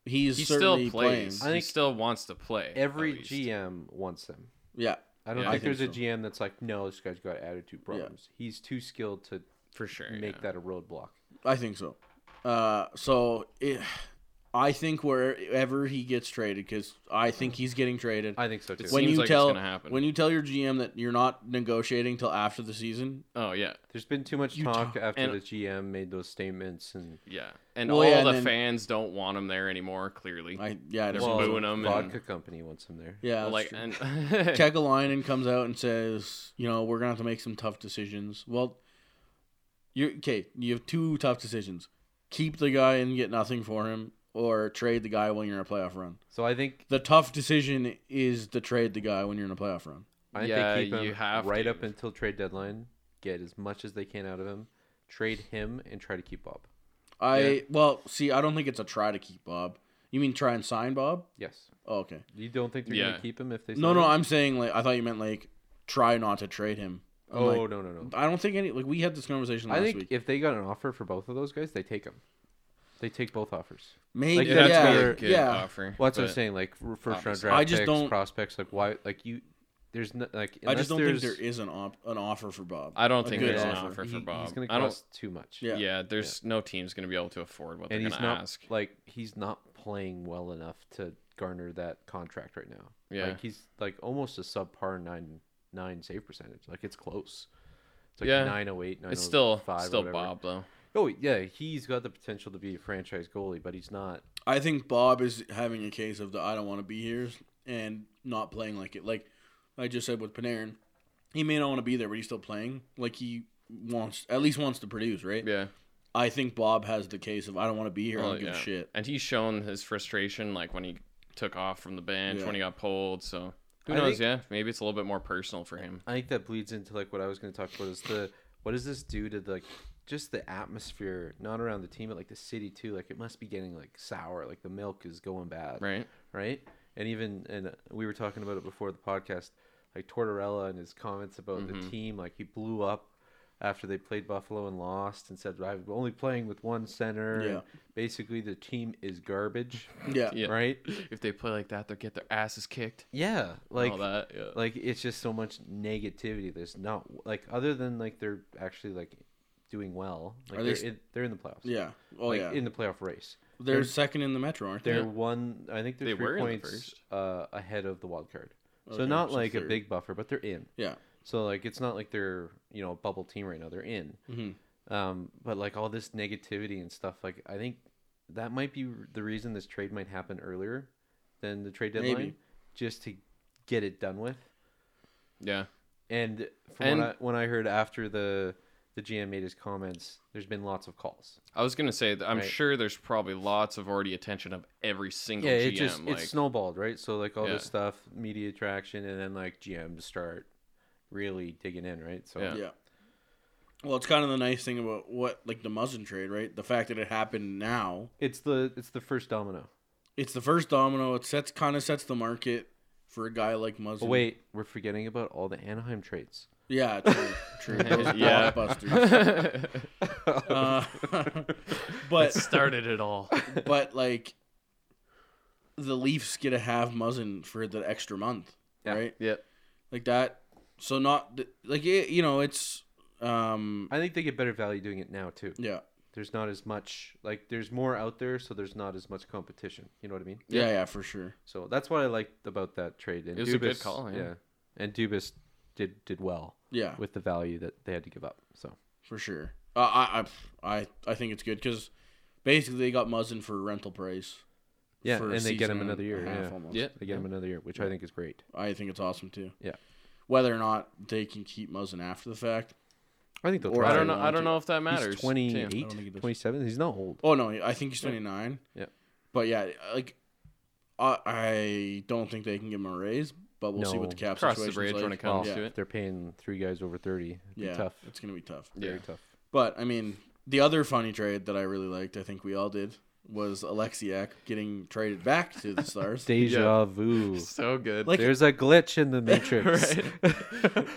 C: he's
A: he
C: certainly
A: still plays.
C: playing.
D: I
A: He
D: think
A: still wants to play.
D: Every
A: at least.
D: GM wants him.
C: Yeah,
D: I don't
A: Yeah. I
D: think,
C: think
D: there's
C: so.
D: a GM that's like, no, this guy's got attitude problems. He's too skilled to
A: for sure.
D: make
A: yeah.
D: that a roadblock.
C: I think so. Uh, so it, I think wherever he gets traded, because I think he's getting traded.
D: I think so too.
A: It's-
C: when
A: Seems
C: you
A: like it's
C: tell
A: gonna happen.
C: when you tell your GM that you're not negotiating till after the season,
A: Oh yeah,
D: There's been too much
C: You
D: talk
C: talk-
D: after
A: and-
D: the GM made those statements, and
A: yeah, and
C: Well,
A: all
C: yeah, and
A: the
C: then-
A: fans don't want him there anymore. Clearly,
C: I yeah, I
A: They're
C: don't know.
A: booing him
D: vodka
A: and
D: company wants him there.
C: yeah, that's
A: like eh.
C: true.
A: and
C: Check a line and comes out and says, you know, we're gonna have to make some tough decisions. Well, you okay? You have two tough decisions: keep the guy and get nothing for him, or trade the guy when you're in a playoff run.
D: So I think
C: The tough decision is to trade the guy when you're in a playoff run.
D: I
A: Yeah,
D: think keep him
A: you have
D: right
A: to.
D: up until trade deadline. Get as much as they can out of him. Trade him and try to keep Bob.
C: I
A: Yeah.
C: well, see, I don't think it's a try to keep Bob. You mean try and sign Bob?
D: Yes.
C: Oh, okay.
D: You don't think they're
A: Yeah.
D: gonna keep him if they?
C: No,
D: sign
C: no,
D: him?
C: I'm saying like I thought you meant like try not to trade him. I'm
D: Oh
C: like,
D: no no no.
C: I don't think any like we had this conversation last
D: I think
C: week.
D: if they got an offer for both of those guys, they take them. They take both offers.
C: Maybe
D: like,
A: it
D: Yeah,
A: has
C: yeah,
A: to be
C: yeah,
A: a good offer.
D: Well, that's what
A: but-
D: I'm saying. Like r- first round
A: Obviously.
D: draft
C: I just
D: picks,
C: don't-
D: prospects. Like why? Like you, there's no, like.
C: I just
D: unless
C: don't think
D: there's-
C: there is an op- an offer for Bob.
A: I don't
C: A
A: think
C: good
A: there's an
C: offer.
A: offer
D: he-
A: for Bob.
D: He's gonna
A: I don't.
D: cost too much.
A: Yeah,
C: Yeah.
A: there's no team's gonna be able to afford what
D: and
A: they're
D: he's
A: gonna
D: not
A: ask.
D: like he's not playing well enough to garner that contract right now.
A: Yeah.
D: like he's like almost a subpar nine nine save percentage. Like it's close. It's like
A: Yeah.
D: 908, 905
A: It's still
D: or
A: still
D: whatever.
A: Bob though.
D: Oh yeah, he's got the potential to be a franchise goalie, but he's not.
C: I think Bob is having a case of the I don't want to be here and not playing like it. Like I just said with Panarin, he may not want to be there, but he's still playing. Like he wants at least wants to produce, right?
A: Yeah.
C: I think Bob has the case of I don't want to be here. I
A: Well,
C: don't give
A: yeah.
C: a shit.
A: And he's shown his frustration like when he took off from the bench,
C: Yeah.
A: when he got pulled, so who
D: I
A: knows,
D: think-
A: yeah. Maybe it's a little bit more personal for him.
D: I think that bleeds into like what I was going to talk about is the what does this do to the like, just the atmosphere not around the team but like the city too. Like it must be getting like sour. Like the milk is going bad.
A: Right?
D: right? And even and we were talking about it before the podcast, like Tortorella and his comments about
C: Mm-hmm.
D: the team, like he blew up after they played Buffalo and lost, and said I'm only playing with one center. and
C: Yeah.
D: basically the team is garbage,
C: Yeah.
A: Yeah.
D: Uh, right?
A: If they play like that, they'll get their asses kicked.
D: Yeah, like
A: all that. Yeah.
D: like it's just so much negativity. There's not like other than like they're actually like doing well. Like
C: Are they
D: they're
C: s-
D: in, they're in the playoffs.
C: Yeah. Oh
D: like
C: yeah.
D: in the playoff race.
C: they're, second in the Metro, aren't they?
D: They're one. I think they're
A: They
D: three
A: were in the
D: points uh, ahead of the wild card. So
C: Okay,
D: not
C: so
D: like a
C: third.
D: big buffer, but they're in.
C: Yeah.
D: So like it's not like they're you know a bubble team right now. They're in.
C: Mm-hmm.
D: Um, but like all this negativity and stuff, like I think that might be the reason this trade might happen earlier than the trade deadline,
C: Maybe.
D: just to get it done with.
A: Yeah.
D: And from
A: And-
D: what I, when I heard after the the GM made his comments, there's been lots of calls.
A: I was gonna say that I'm
D: Right.
A: sure there's probably lots of already attention of every single
D: yeah,
A: GM.
D: it just
A: like,
D: it snowballed, right? So like all
A: Yeah.
D: this stuff, media attraction, and then like GMs start really digging in, right? So
A: Yeah.
C: Yeah. Well, it's kind of the nice thing about what like the Muzzin trade, right? The fact that it happened now.
D: it's the it's the first domino.
C: It's the first domino. It sets kind of sets the market for a guy like Muzzin.
D: Oh wait, we're forgetting about all the Anaheim trades.
C: Yeah, true. true. Those
A: Yeah.
C: blockbusters.
A: Um,
C: Uh, but
A: started it all.
C: but like the Leafs get to have Muzzin for the extra month,
D: Yeah.
C: right?
A: Yep.
C: Like that. So not like it, you know it's um
D: I think they get better value doing it now too.
C: yeah
D: There's not as much like there's more out there, so there's not as much competition. You know what I mean?
C: yeah yeah for sure.
D: So that's what I liked about that trade. And
A: It was a good call, yeah.
D: and Dubas did did well
C: Yeah.
D: with the value that they had to give up. So
C: for sure. Uh, I I I I think it's good because basically they got Muzzin for a rental price.
D: yeah,
C: for a
D: and they get him
C: season
D: another year.
C: and a half
D: Yeah.
C: almost.
A: Yeah.
D: They get him another year, which I think is great.
C: I think it's awesome too.
D: Yeah.
C: Whether or not they can keep Muzzin after the fact.
D: I think they'll
C: Or
D: try.
A: I
C: Right.
A: don't know I don't know if that
D: He's
A: matters. too.
D: 28,
C: I don't think he does.
D: 27. He's not old.
C: Oh no, I think he's twenty nine.
D: Yeah.
C: But yeah, like I I don't think they can give him a raise, but we'll see
D: No.
C: what the cap
A: Cross the
C: situation
A: bridge
C: like.
A: when it comes
C: yeah.
A: to it.
D: They're paying three guys over 30. It'd
C: Yeah,
D: be tough.
C: it's gonna be tough.
A: Yeah.
D: Very tough.
C: But I mean, the other funny trade that I really liked, I think we all did, was Alexiak getting traded back to the Stars.
D: Deja vu.
A: So good.
C: Like-
D: There's a glitch in the matrix.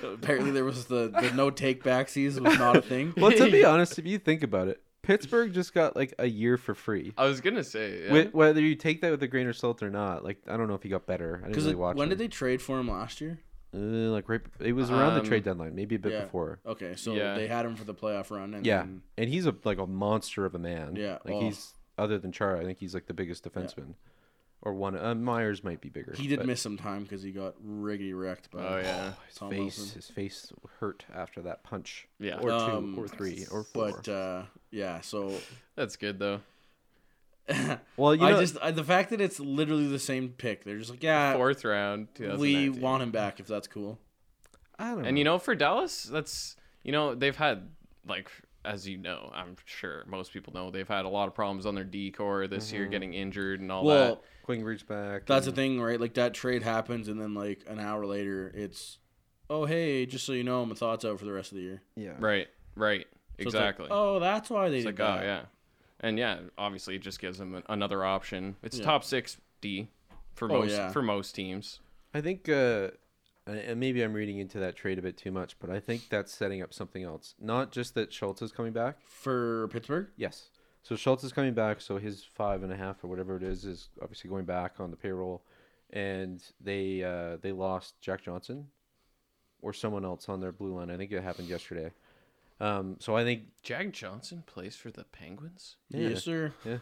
C: Apparently, there was the, the no take backsies was not a thing.
D: Well, to be honest, if you think about it, Pittsburgh just got like a year for free.
A: I was gonna say Uh, yeah.
D: Wh- Whether you take that with a grain of salt or not, like I don't know if he got better. I didn't
C: Because
D: really watch.
C: when did they trade for him last year?
D: they? Uh, like right, it was around
A: Um,
D: the trade deadline, maybe a bit
C: yeah.
D: before.
C: Okay, so
A: Yeah.
C: they had him for the playoff run, and
D: Yeah,
C: then-
D: and he's a like a monster of a man.
C: Yeah,
D: like
C: oh.
D: he's other than Chara, I think he's like the biggest defenseman, or one. Uh, Myers might be bigger.
C: He did
D: but
C: miss some time because he got riggedy wrecked by
A: Oh, yeah.
D: his
C: Tom
D: face.
C: Wilson.
D: His face hurt after that punch.
A: Yeah.
D: or two,
C: Um,
D: or three, or four.
C: But uh, yeah, so
A: That's good though.
D: well, you know,
C: I just I, the fact that it's literally the same pick. They're just like, yeah,
A: Fourth round.
C: Uh, we
A: 2019.
C: want him back if that's cool.
D: I don't know.
A: And you know, for Dallas, that's you know they've had like as you know, I'm sure most people know they've had a lot of problems on their decor this year, getting injured and all
C: Mm-hmm. well,
A: that.
D: Quinn Root's back.
C: that's the
D: and-
C: thing, right? Like that trade happens, and then like an hour later, it's, oh hey, just so you know, Mathot's out for the rest of the year.
D: yeah.
A: Right, right,
C: So it's like,
A: exactly.
C: oh, that's why they
A: it's
C: did
A: like
C: that.
A: oh yeah, and yeah, obviously it just gives them an, another option. It's
C: Yeah.
A: top six D for
C: Oh,
A: most
C: yeah.
A: for most teams.
D: I think, uh, and- and maybe I'm reading into that trade a bit too much, but I think that's setting up something else. Not just that Schultz is coming back.
C: For Pittsburgh,
D: Yes. So Schultz is coming back. So his five and a half or whatever it is is obviously going back on the payroll, and they uh, they lost Jack Johnson, or someone else on their blue line. I think it happened yesterday. Um, so I think
A: Jack Johnson plays for the Penguins.
D: Yeah.
C: yes sir.
D: Yeah.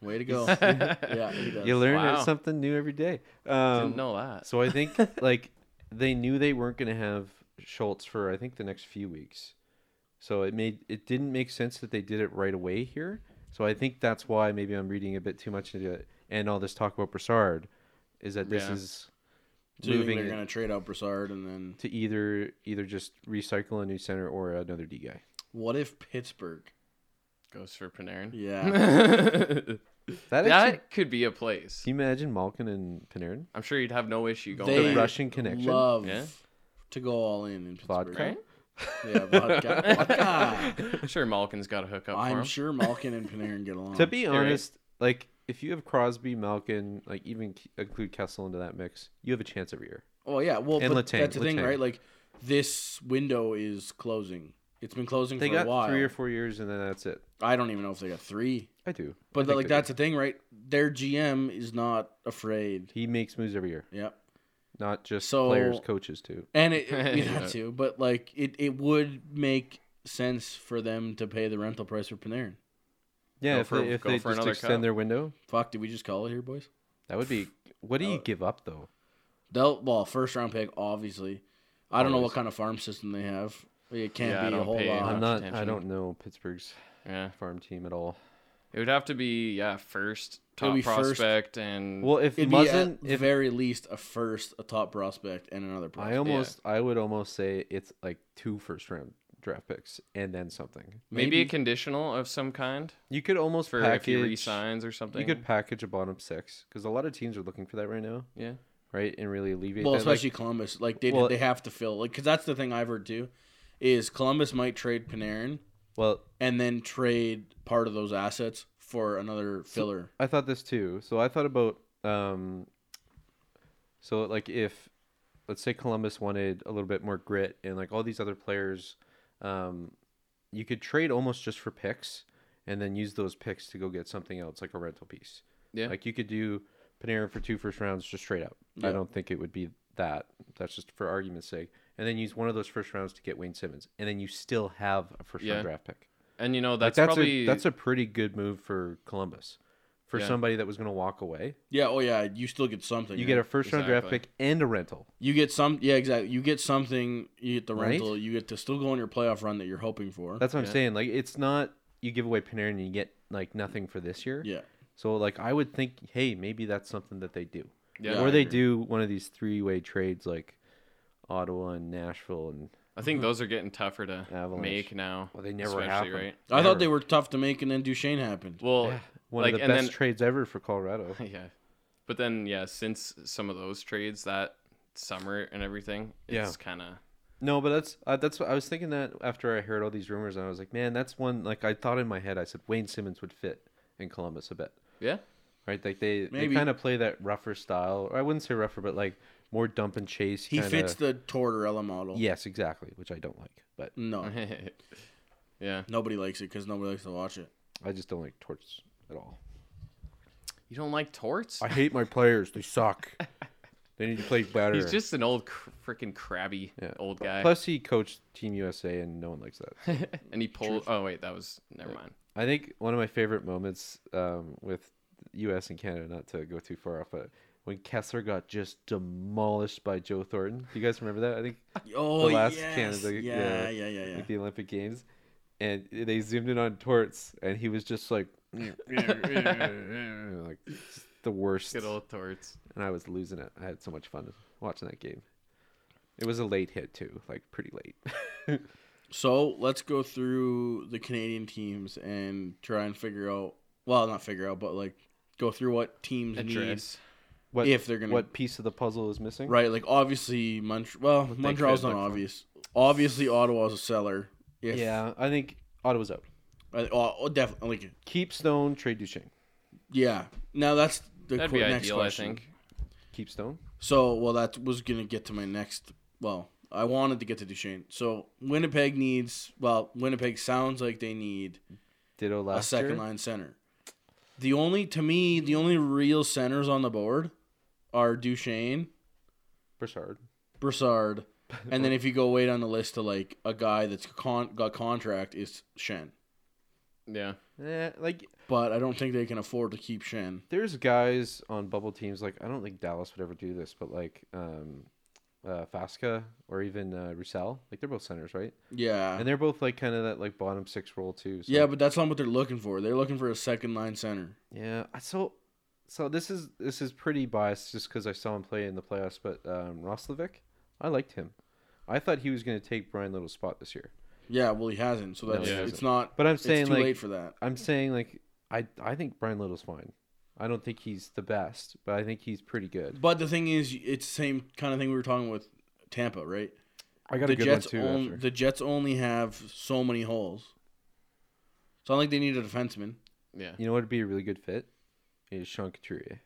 C: Way to go. yeah, he does.
D: you learn
A: Wow.
D: something new every day. Um,
A: Didn't know that.
D: So I think like they knew they weren't going to have Schultz for I think the next few weeks. So it made it didn't make sense that they did it right away here. So I think that's why maybe I'm reading a bit too much into it and all this talk about Broussard is that this
A: Yeah.
D: is
C: So you think
D: moving
C: they're gonna trade out Broussard, and then
D: to either either just recycle a new center or another D guy.
C: what if Pittsburgh?
A: Goes for Panarin.
C: Yeah.
D: That, actually,
A: that could be a place.
D: can you imagine Malkin and Panarin?
A: I'm sure you'd have no issue going.
C: They-
D: The
A: there.
D: Russian connection.
C: Love
A: Yeah.
C: to go all in in Pittsburgh.
D: Vodka.
C: Yeah, vodka. vodka.
A: I'm sure Malkin's got a hookup for
C: I'm
A: him.
C: sure Malkin and Panarin get along.
D: To be
A: right.
D: honest, like if you have Crosby, Malkin, like even K- include Kessel into that mix, you have a chance every year.
C: oh yeah, well,
D: And
C: but
D: Letang,
C: that's the thing,
D: Letang.
C: right? Like this window is closing. It's been closing
D: They
C: for
D: got
C: a while.
D: three or four years, and then that's it.
C: I don't even know if they got three.
D: I do, I
C: But
D: think
C: like
D: they do.
C: that's the thing, right? Their GM is not afraid.
D: he makes moves every year,
C: Yep.
D: not just
C: So-
D: players, coaches too.
C: And it you
A: Yeah.
C: have to, but like it, it would make sense for them to pay the rental price for Panarin.
D: Yeah,
A: Go
D: if
A: for-
D: they, if
A: go
D: they
A: for
D: just
A: another
D: extend
A: cup.
D: their window,
C: Fuck, did we just call it here, boys?
D: that would be. What do you
C: Uh,
D: give up though?
C: They'll well first round pick, obviously. I don't know
D: Always.
C: what kind of farm system they have. It
A: Yeah,
C: can't
A: I
C: be a
A: don't
C: whole
A: pay
C: lot.
A: much
D: I'm not. I
A: attention.
D: don't know Pittsburgh's
A: Yeah.
D: farm team at all.
A: It would have to be yeah first
C: It'll
A: top
C: be first.
A: prospect and
D: Well, if
C: Mm. It'd
D: Muzzin,
C: be at the
D: if
C: very least a first, a top prospect, and another prospect.
D: I almost, I would almost say it's like two first round draft picks and then something.
A: maybe, a
C: maybe-
A: conditional of some kind
D: You could almost
A: for
D: package
A: if he resigns or something.
D: You could package a bottom six because a lot of teams are looking for that right now,
A: yeah.
D: right? And really alleviate.
C: well,
D: that. Like,
C: especially Columbus. Like they
D: Well-
C: they have to fill like because that's the thing I've heard too, is Columbus might trade Panarin
D: well,
C: and then trade part of those assets for another filler.
D: I thought this too. So I thought about um so like if let's say Columbus wanted a little bit more grit and like all these other players um you could trade almost just for picks and then use those picks to go get something else like a rental piece.
A: Yeah.
D: Like you could do Panera for two first rounds just straight up. I
C: Yeah.
D: don't think it would be that. That's just for argument's sake. And then use one of those first rounds to get Wayne Simmons. And then you still have a first
A: Yeah.
D: round draft pick.
A: And you know
D: Like,
A: that's, probably
D: a, that's a pretty good move for Columbus, for
A: Yeah.
D: somebody that was going to walk away.
C: Yeah. Oh yeah. You still get something.
D: You
C: right?
D: get a first round draft
A: Exactly.
D: pick and a rental.
C: you get some. Yeah. Exactly. You get something. You get the
D: Right?
C: rental. You get to still go on your playoff run that you're hoping for.
D: That's what
A: Yeah.
D: I'm saying. Like it's not you give away Panarin and you get like nothing for this year.
C: yeah.
D: So like I would think, hey, maybe that's something that they do,
A: yeah,
D: or
A: I
D: they
A: agree.
D: do one of these three way trades like Ottawa and Nashville and
A: I think those are getting tougher to
D: Avalanche.
A: make now.
D: well they never
A: especially,
D: happen.
A: right.
C: I
D: Never.
C: thought they were tough to make, and then Duchesne happened.
A: Well,
D: Yeah. one
A: like
D: of the
A: and
D: best
A: then
D: trades ever for Colorado.
A: yeah, but then yeah, since some of those trades that summer and everything, it's
D: Yeah.
A: kind of
D: No, but that's uh, that's what I was thinking that after I heard all these rumors, and I was like, man, that's one. Like I thought in my head, I said Wayne Simmons would fit in Columbus a bit,
A: yeah.
D: right? Like they
C: Maybe.
D: they kind of play that rougher style, or I wouldn't say rougher, but like more dump and chase.
C: He
D: kinda-
C: fits the Tortorella model.
D: yes, exactly, which I don't like, but
C: No.
A: yeah,
C: Nobody likes it because nobody likes to watch it.
D: I just don't like torts at all.
A: you don't like torts?
D: I hate my players; they suck. They need to play better.
A: He's just an old, cr- freaking crabby
D: Yeah.
A: old guy.
D: Plus, he coached Team USA, and no one likes that.
A: and he pulled. Oh wait, that was never mind.
D: I think one of my favorite moments um, with U.S. and Canada, not to go too far off, but when Kessler got just demolished by Joe Thornton. Do you guys remember that? I think
C: Oh,
D: the last
C: yes.
D: Canada,
C: yeah, yeah,
D: uh,
C: yeah, yeah.
D: like the Olympic Games, and they zoomed in on Torts, and he was just like, like just the worst.
A: Good old torts.
D: And I was losing it. I had so much fun watching that game. It was a late hit too, like pretty late.
C: So let's go through the Canadian teams and try and figure out. Well, not figure out, but like go through what teams need.
A: Address.
D: what
C: If they're gonna-
D: what piece of the puzzle is missing?
C: Right, like obviously Montreal. Well, Montreal's not
D: could look for.
C: obvious. Obviously, Ottawa's a seller. If,
D: Yeah, I think Ottawa's out.
C: Uh, oh, oh, definitely. Like,
D: Keep Stone, trade Duchesne.
C: yeah. Now that's the
A: That'd
C: qu-
A: be
C: next
A: ideal,
C: question.
A: I think.
D: Keep Stone.
C: So, well, that was gonna get to my next. Well, I wanted to get to Duchesne. So Winnipeg needs. Well, Winnipeg sounds like they need
D: Ditto
C: a
D: last
C: second
D: year.
C: line center. The only to me, the only real centers on the board are Duchesne,
D: Broussard.
C: Broussard, and then if you go way down the list to like a guy that's con- got contract is Shen.
A: Yeah.
D: Eh, like
C: But I don't think they can afford to keep Shen.
D: there's guys on bubble teams like I don't think Dallas would ever do this, but like um, uh, Fasca or even uh, Roussel, like they're both centers, right?
C: Yeah.
D: And they're both like kind of that like bottom six role too. So,
C: Yeah, but that's not what they're looking for. They're looking for a second line center.
D: yeah. I- So so this is this is pretty biased just because I saw him play in the playoffs, but um, Roslovic, I liked him. I thought he was going to take Brian Little's spot this year,
C: Yeah, well he hasn't, so that's
A: he
C: it's
D: hasn't.
C: not
D: but I'm
C: it's
D: saying
C: too
D: like
C: late for that.
D: I'm saying like I I think Brian Little's fine. I don't think he's the best, but I think he's pretty good.
C: But the thing is it's the same kind of thing we were talking with Tampa, right?
D: I got
C: the
D: a good
C: Jets
D: one too.
C: on-
D: after.
C: the Jets only have so many holes. It's not like they need a defenseman.
A: Yeah.
D: You know what would be a really good fit? Is Sean Couturier.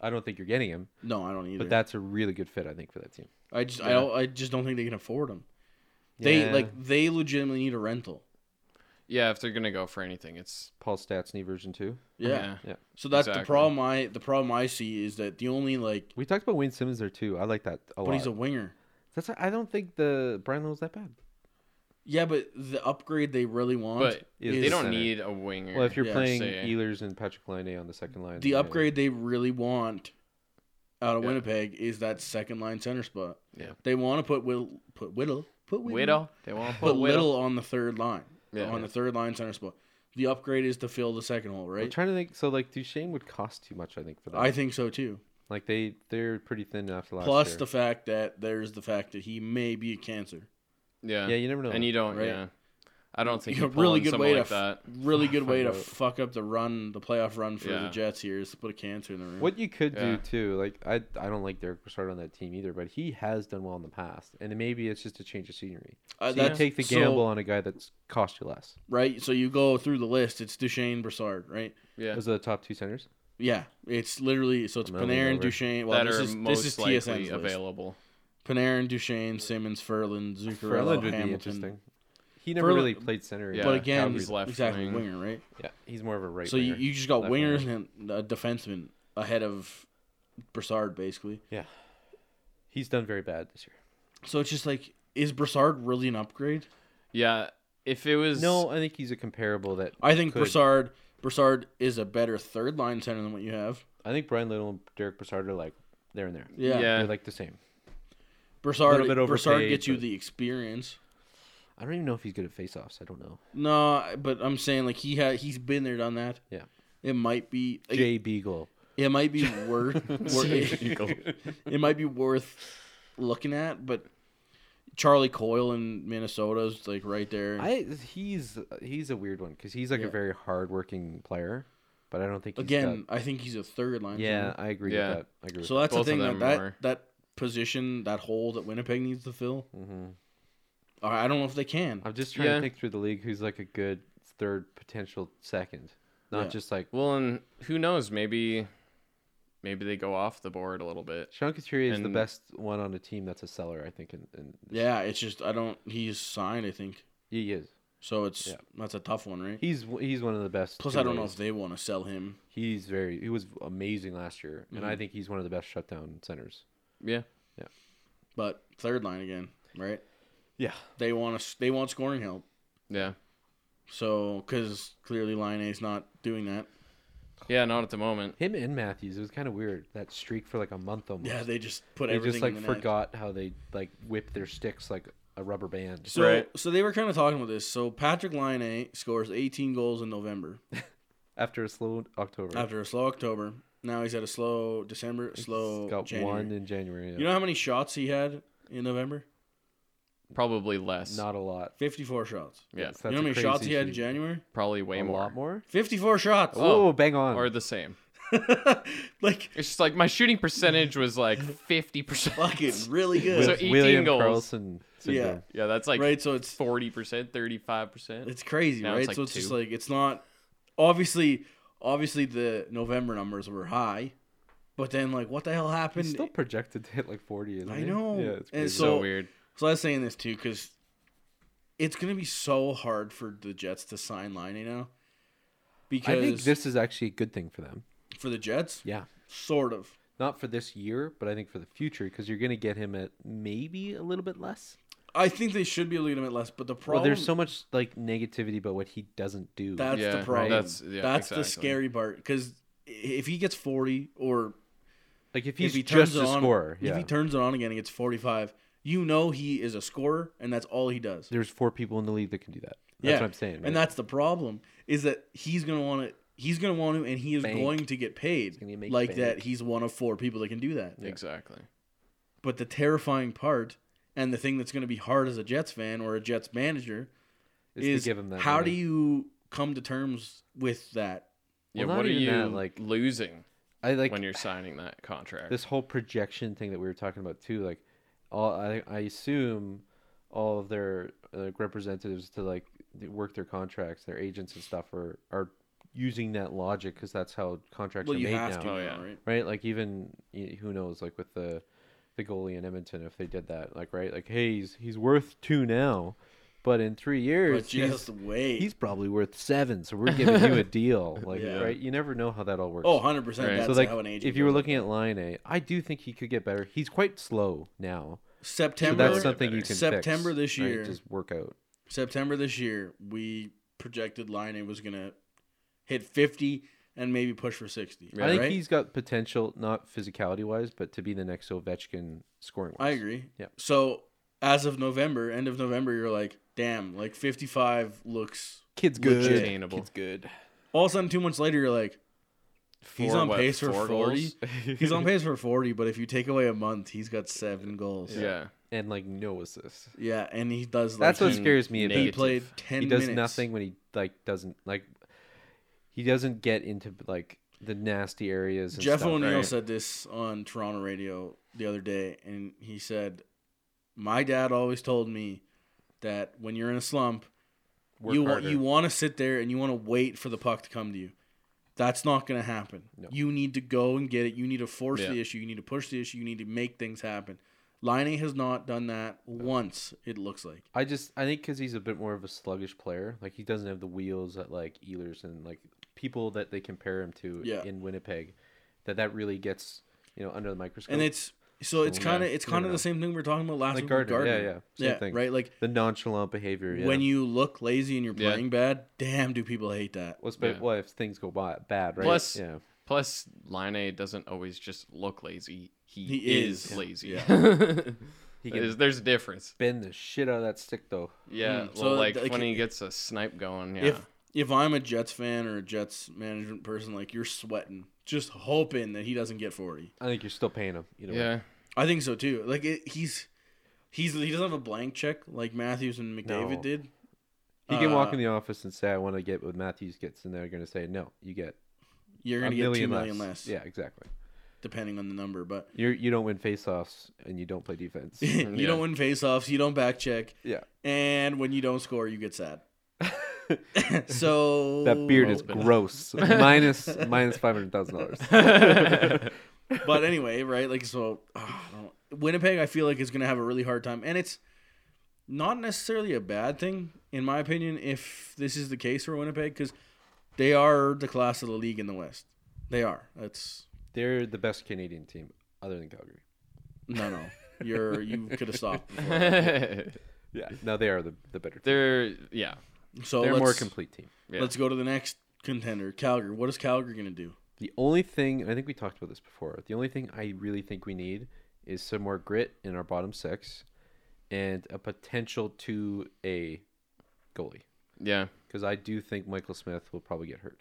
D: I don't think you're getting him,
C: No, I don't either.
D: but that's a really good fit, I think, for that team.
C: I just I
A: yeah.
C: don't, I just don't think they can afford them. They
D: Yeah.
C: like they legitimately need a rental.
A: Yeah. If they're gonna go for anything, it's
D: Paul Statsny version two.
C: Yeah.
D: Yeah.
C: So that's the
A: Exactly.
C: problem I the problem I see is that the only like
D: We talked about Wayne Simmons there too. I like that a
C: but
D: lot.
C: he's a winger.
D: That's I don't think the Brian Little's that bad.
C: Yeah, but the upgrade they really want
A: But
D: Is
A: they
D: the
C: is-
A: don't
D: center.
A: need a winger.
D: Well, if you're
C: Yeah,
D: playing
A: say-
D: Ehlers and Patrick Line on the second line,
C: the
D: yeah.
C: upgrade they really want out of
A: Yeah.
C: Winnipeg is that second line center spot.
A: Yeah.
C: They want to put Will put Whittle put Whittle,
A: Whittle, they won't
C: put
A: put Whittle.
C: Little on the third line.
A: Yeah.
C: on the third line center spot. The upgrade is to fill the second hole,
D: I'm
C: right?
D: trying to think. So like Duchesne would cost too much, I think, for that.
C: I think so too.
D: like they they're pretty thin after last
C: Plus
D: year.
C: the fact that there's the fact that he may be a cancer.
A: Yeah.
D: yeah, you never know.
A: And you don't.
C: Right.
A: Yeah. I don't think
C: a
A: you're
C: really
A: really
C: good
A: someone
C: way
A: like
C: to f-
A: that.
C: really good way to
D: Fuck out.
C: fuck up the run, the playoff run for the
A: Yeah.
C: Jets here is to put a cancer in the room.
D: What you could
A: Yeah.
D: do too, like I, I don't like Derek Broussard on that team either, but he has done well in the past, and maybe it's just a change of scenery.
C: Uh,
D: So you
C: that's-
D: take the
C: so-
D: gamble on a guy that's cost you less.
C: right? So you go through the list. It's Duchesne, Broussard, right?
A: Yeah.
D: Those are the top two centers.
C: Yeah, it's literally so it's
D: I'm gonna lean
C: Panarin,
D: over.
C: Duchesne. Well,
A: that
C: this
A: are
C: is
A: most
C: this is
A: likely
C: TSN's list.
A: available.
C: Panarin, Duchesne, Simmons, Furland,
D: Ferland
C: Zuccarello,
D: would be
C: Hamilton.
D: interesting. He never
C: Ferland-
D: really played center. in
A: Yeah,
C: but again,
A: Calgary's left
C: exactly
A: wing.
C: winger, right?
D: yeah, he's more of a right.
C: So you,
D: winger.
C: you just got
D: Left winger.
C: wingers and a defenseman ahead of Broussard, basically.
D: yeah, he's done very bad this year.
C: So it's just like, is Broussard really an upgrade?
A: Yeah. If it was
D: No, I think he's a comparable that
C: I think
D: Could.
C: Broussard Broussard is a better third line center than what you have.
D: I think Brian Little and Derek Broussard are like there and there.
C: Yeah,
A: Yeah.
D: They're like the same.
C: Broussard
D: Little bit
C: Broussard
D: overpaid,
C: gets you
D: but-
C: the experience.
D: I don't even know if he's good at faceoffs. I don't know.
C: No, but I'm saying like he had he's been there, done that.
D: Yeah.
C: It might be it,
D: Jay Beagle.
C: might be worth wor- it, might be worth looking at, but Charlie Coyle in Minnesota is like right there.
D: I he's he's a weird one because he's like
C: Yeah.
D: a very hardworking player, but I don't think he's
C: Again, I think he's a third line.
D: Got, yeah,
C: center.
D: I agree
A: Yeah.
D: with that. I agree.
C: So
D: with
C: that's the
A: Both of
C: thing that
A: them
C: that,
A: are-
C: that position, that hole that Winnipeg needs to fill.
D: that. Mhm.
C: I I don't know if they can.
D: I'm just trying
A: Yeah.
D: to think through the league who's like a good third potential second, not
C: Yeah.
D: just like
A: well, and who knows? Maybe, maybe they go off the board a little bit.
D: Sean Couturier is the
A: And-
D: best one on a team that's a seller. I think, and, and
C: Yeah, it's just I don't. He's signed, I think.
D: he is.
C: So it's
D: Yeah.
C: that's a tough one, right?
D: He's he's one of the best.
C: Plus,
D: two
C: I don't know
D: ways.
C: if they want to sell him. Mm-hmm.
D: he's very he was amazing last year, and I think he's one of the best shutdown centers.
A: Yeah.
C: But third line again, right?
D: Yeah.
C: They want to. They want scoring help.
A: Yeah.
C: So because clearly line A's not doing that.
A: Yeah, not at the moment.
D: Him and Matthews, it was kind of weird that streak for like a month almost.
C: Yeah, they just put
D: they
C: everything.
D: just like
C: in the net.
D: forgot how they like whip their sticks like a rubber band.
C: So
A: Right.
C: so they were kind of talking about this. So Patrick Line A scores 18 goals in November
D: After a slow October,
C: after a slow October. Now he's at a slow December,
D: He's
C: slow
D: got
C: January.
D: one in January. yeah.
C: You know how many shots he had in November?
A: Probably less.
D: not a lot.
C: 54 shots.
A: yeah,
D: That's-
C: You
D: that's
C: know how
D: a
C: many shots he
D: crazy
C: had in
D: streak.
C: January?
A: probably way
D: a
A: more.
D: lot more.
C: 54 shots.
A: Oh.
D: Oh, bang on.
A: Or the same.
C: like
A: It's just like my shooting percentage was like 50%.
C: fucking really good.
A: So
D: Wil-
A: 18
D: William
A: goals.
D: Carlson syndrome.
C: yeah.
A: yeah, that's like
C: right, so it's
A: 40%, 35%.
C: it's crazy,
A: Now
C: right?
A: it's like
C: so it's just
A: two.
C: like it's not obviously obviously the November numbers were high, but then like what the hell happened?
D: He's still projected to hit like 40, isn't
C: I
D: he?
C: know.
D: Yeah, it's
C: And
D: crazy.
A: so
C: so-
A: weird.
C: So I was saying this too because it's gonna be so hard for the Jets to sign Line now
D: I think
C: because
D: this is actually a good thing for them.
C: for the Jets,
D: Yeah.
C: sort of.
D: Not for this year, but I think for the future because you're going to get him at maybe a little bit less.
C: I think they should be a little bit less, but the problem
D: Well, there's so much like negativity about what he doesn't do.
C: that's
A: Yeah,
C: the
A: right.
C: problem. That's,
A: That's- yeah,
C: the
A: exactly.
C: scary part because if he gets forty or
D: like if he's
C: if he turns
D: just
C: it
D: a
C: on,
D: scorer, yeah.
C: if he turns it on again and gets forty five, you know he is a scorer and that's all he does.
D: there's four people in the league that can do that. That's what I'm saying.
C: and that's the problem is that he's gonna want to. He's gonna want to, and he is
D: Bank.
C: going to get paid
D: gonna make
C: like
D: bank.
C: that. He's one of four people that can do that.
A: Exactly.
C: But the terrifying part and the thing that's going to be hard as a Jets fan or a Jets manager
D: is,
C: is
D: to give him that.
C: how do
D: money.
C: you come to terms with that?
A: Yeah,
D: Well, not
A: what are
D: even
A: you
D: that, like-
A: losing
D: I like
A: when you're signing that contract?
D: this whole projection thing that we were talking about too like all i, I assume all of their like, representatives to like th- work their contracts their agents and stuff are are using that logic because that's how contracts
C: Well,
D: are
C: you
D: made
C: have
D: now
C: to,
A: Oh,
C: now,
A: yeah.
C: right?
D: right like even y- who knows like with the the goalie in edmonton if they did that like right like hey he's, he's worth two now but in three years
C: But
D: he's-
C: just wait.
D: he's probably worth seven so we're giving you a deal like
C: Yeah.
D: right you never know how that all works
C: oh, 100 percent.
A: Right.
C: That's
D: so like
C: how an agent.
D: if you were
C: goes.
D: looking at line A, I do think he could get better. He's quite slow now. So
C: September,
D: that's something you can
C: September
D: fix,
C: this
D: right?
C: year.
D: Just work out.
C: September this year, we projected Line was going to hit 50 and maybe push for 60.
A: Yeah,
D: I think
C: right?
D: he's got potential, not physicality wise, but to be the next Ovechkin scoring wise.
C: I agree.
D: Yeah.
C: So as of November, end of November, you're like, damn, like 55 looks.
D: Kid's
C: Legit.
D: good.
A: Attainable.
D: Kid's good.
C: All of a sudden, two months later, you're like, he's
A: Four,
C: on
A: what,
C: pace for
A: four
C: 40?
A: goals?
C: He's on pace for 40, but if you take away a month, he's got seven goals.
A: Yeah.
D: And like no assists.
C: Yeah, and he does. Like,
D: That's what
A: he-
D: scares me.
C: he
D: About.
A: Negative.
C: played ten.
D: He does
C: minutes.
D: nothing when he like doesn't like. He doesn't get into like the nasty areas. And
C: Jeff
D: stuff,
C: O'Neill
D: right?
C: said this on Toronto radio the other day, and he said, "My dad always told me that when you're in a slump,
D: Work
C: you want
D: harder.
C: you want to sit there and you want to wait for the puck to come to you. That's not going to happen.
D: No.
C: You need to go and get it. You need to force
A: Yeah.
C: the issue. You need to push the issue. You need to make things happen." Liney has not done that once. It looks like.
D: I just I think because he's a bit more of a sluggish player, like he doesn't have the wheels that like Ehlers and like people that they compare him to
C: Yeah.
D: in Winnipeg, that that really gets you know under the microscope.
C: and it's so it's
D: yeah,
C: kind of it's
D: you never
C: kind of
D: know.
C: the same thing we were talking about last
D: Like
C: week with
D: Gardner, yeah,
C: Gardner.
D: yeah, same thing.
C: right. Like
D: the nonchalant behavior. Yeah.
C: when you look lazy and you're
A: Yeah.
C: playing bad, damn, do people hate that?
D: what's bad?
A: Yeah.
D: Well, if things go by, bad, right?
A: Plus-
D: yeah,
A: Plus, Line doesn't always just look lazy. He,
C: He
A: is,
C: is. Yeah.
A: lazy.
C: Yeah.
D: he can
A: there's, there's a difference.
D: bend the shit out of that stick though.
A: Yeah.
C: Mm,
A: well,
C: so,
A: like,
C: like,
A: when he gets a snipe going, yeah.
C: If if I'm a Jets fan or a Jets management person, like you're sweating, just hoping that he doesn't get forty.
D: I think you're still paying him. You know,
A: yeah.
C: I think so too. Like it, he's he's he doesn't have a blank check like Matthews and McDavid
D: No.
C: did.
D: he can walk
C: Uh,
D: in the office and say, "I want to get what Matthews gets," and they're going to say, "No, you get
C: You're
D: a
C: gonna get two
D: million
C: million less.
D: less." Yeah, exactly.
C: depending on the number, but.
D: You you don't win faceoffs and you don't play defense.
C: you
A: Yeah.
C: don't win faceoffs. You don't back check.
D: yeah.
C: And when you don't score, you get sad. so
D: That beard is
A: Open.
D: gross. minus minus five hundred thousand dollars.
C: but anyway, right? Like so, ah, I don't- Winnipeg, I feel like is going to have a really hard time, and it's not necessarily a bad thing, in my opinion, if this is the case for Winnipeg, because they are the class of the league in the West. They are. That's
D: They're the best Canadian team other than Calgary.
C: No, no. You're you could have stopped. Before.
A: They're
D: Yeah. No, they are the, the better team.
A: yeah.
C: So
D: They're
C: let's,
D: more complete team.
A: yeah.
C: Let's go to the next contender, Calgary. What is Calgary going to do?
D: The only thing, and I think we talked about this before, the only thing I really think we need is some more grit in our bottom six and a potential 2A goalie.
A: Yeah.
D: Because I do think Michael Smith will probably get hurt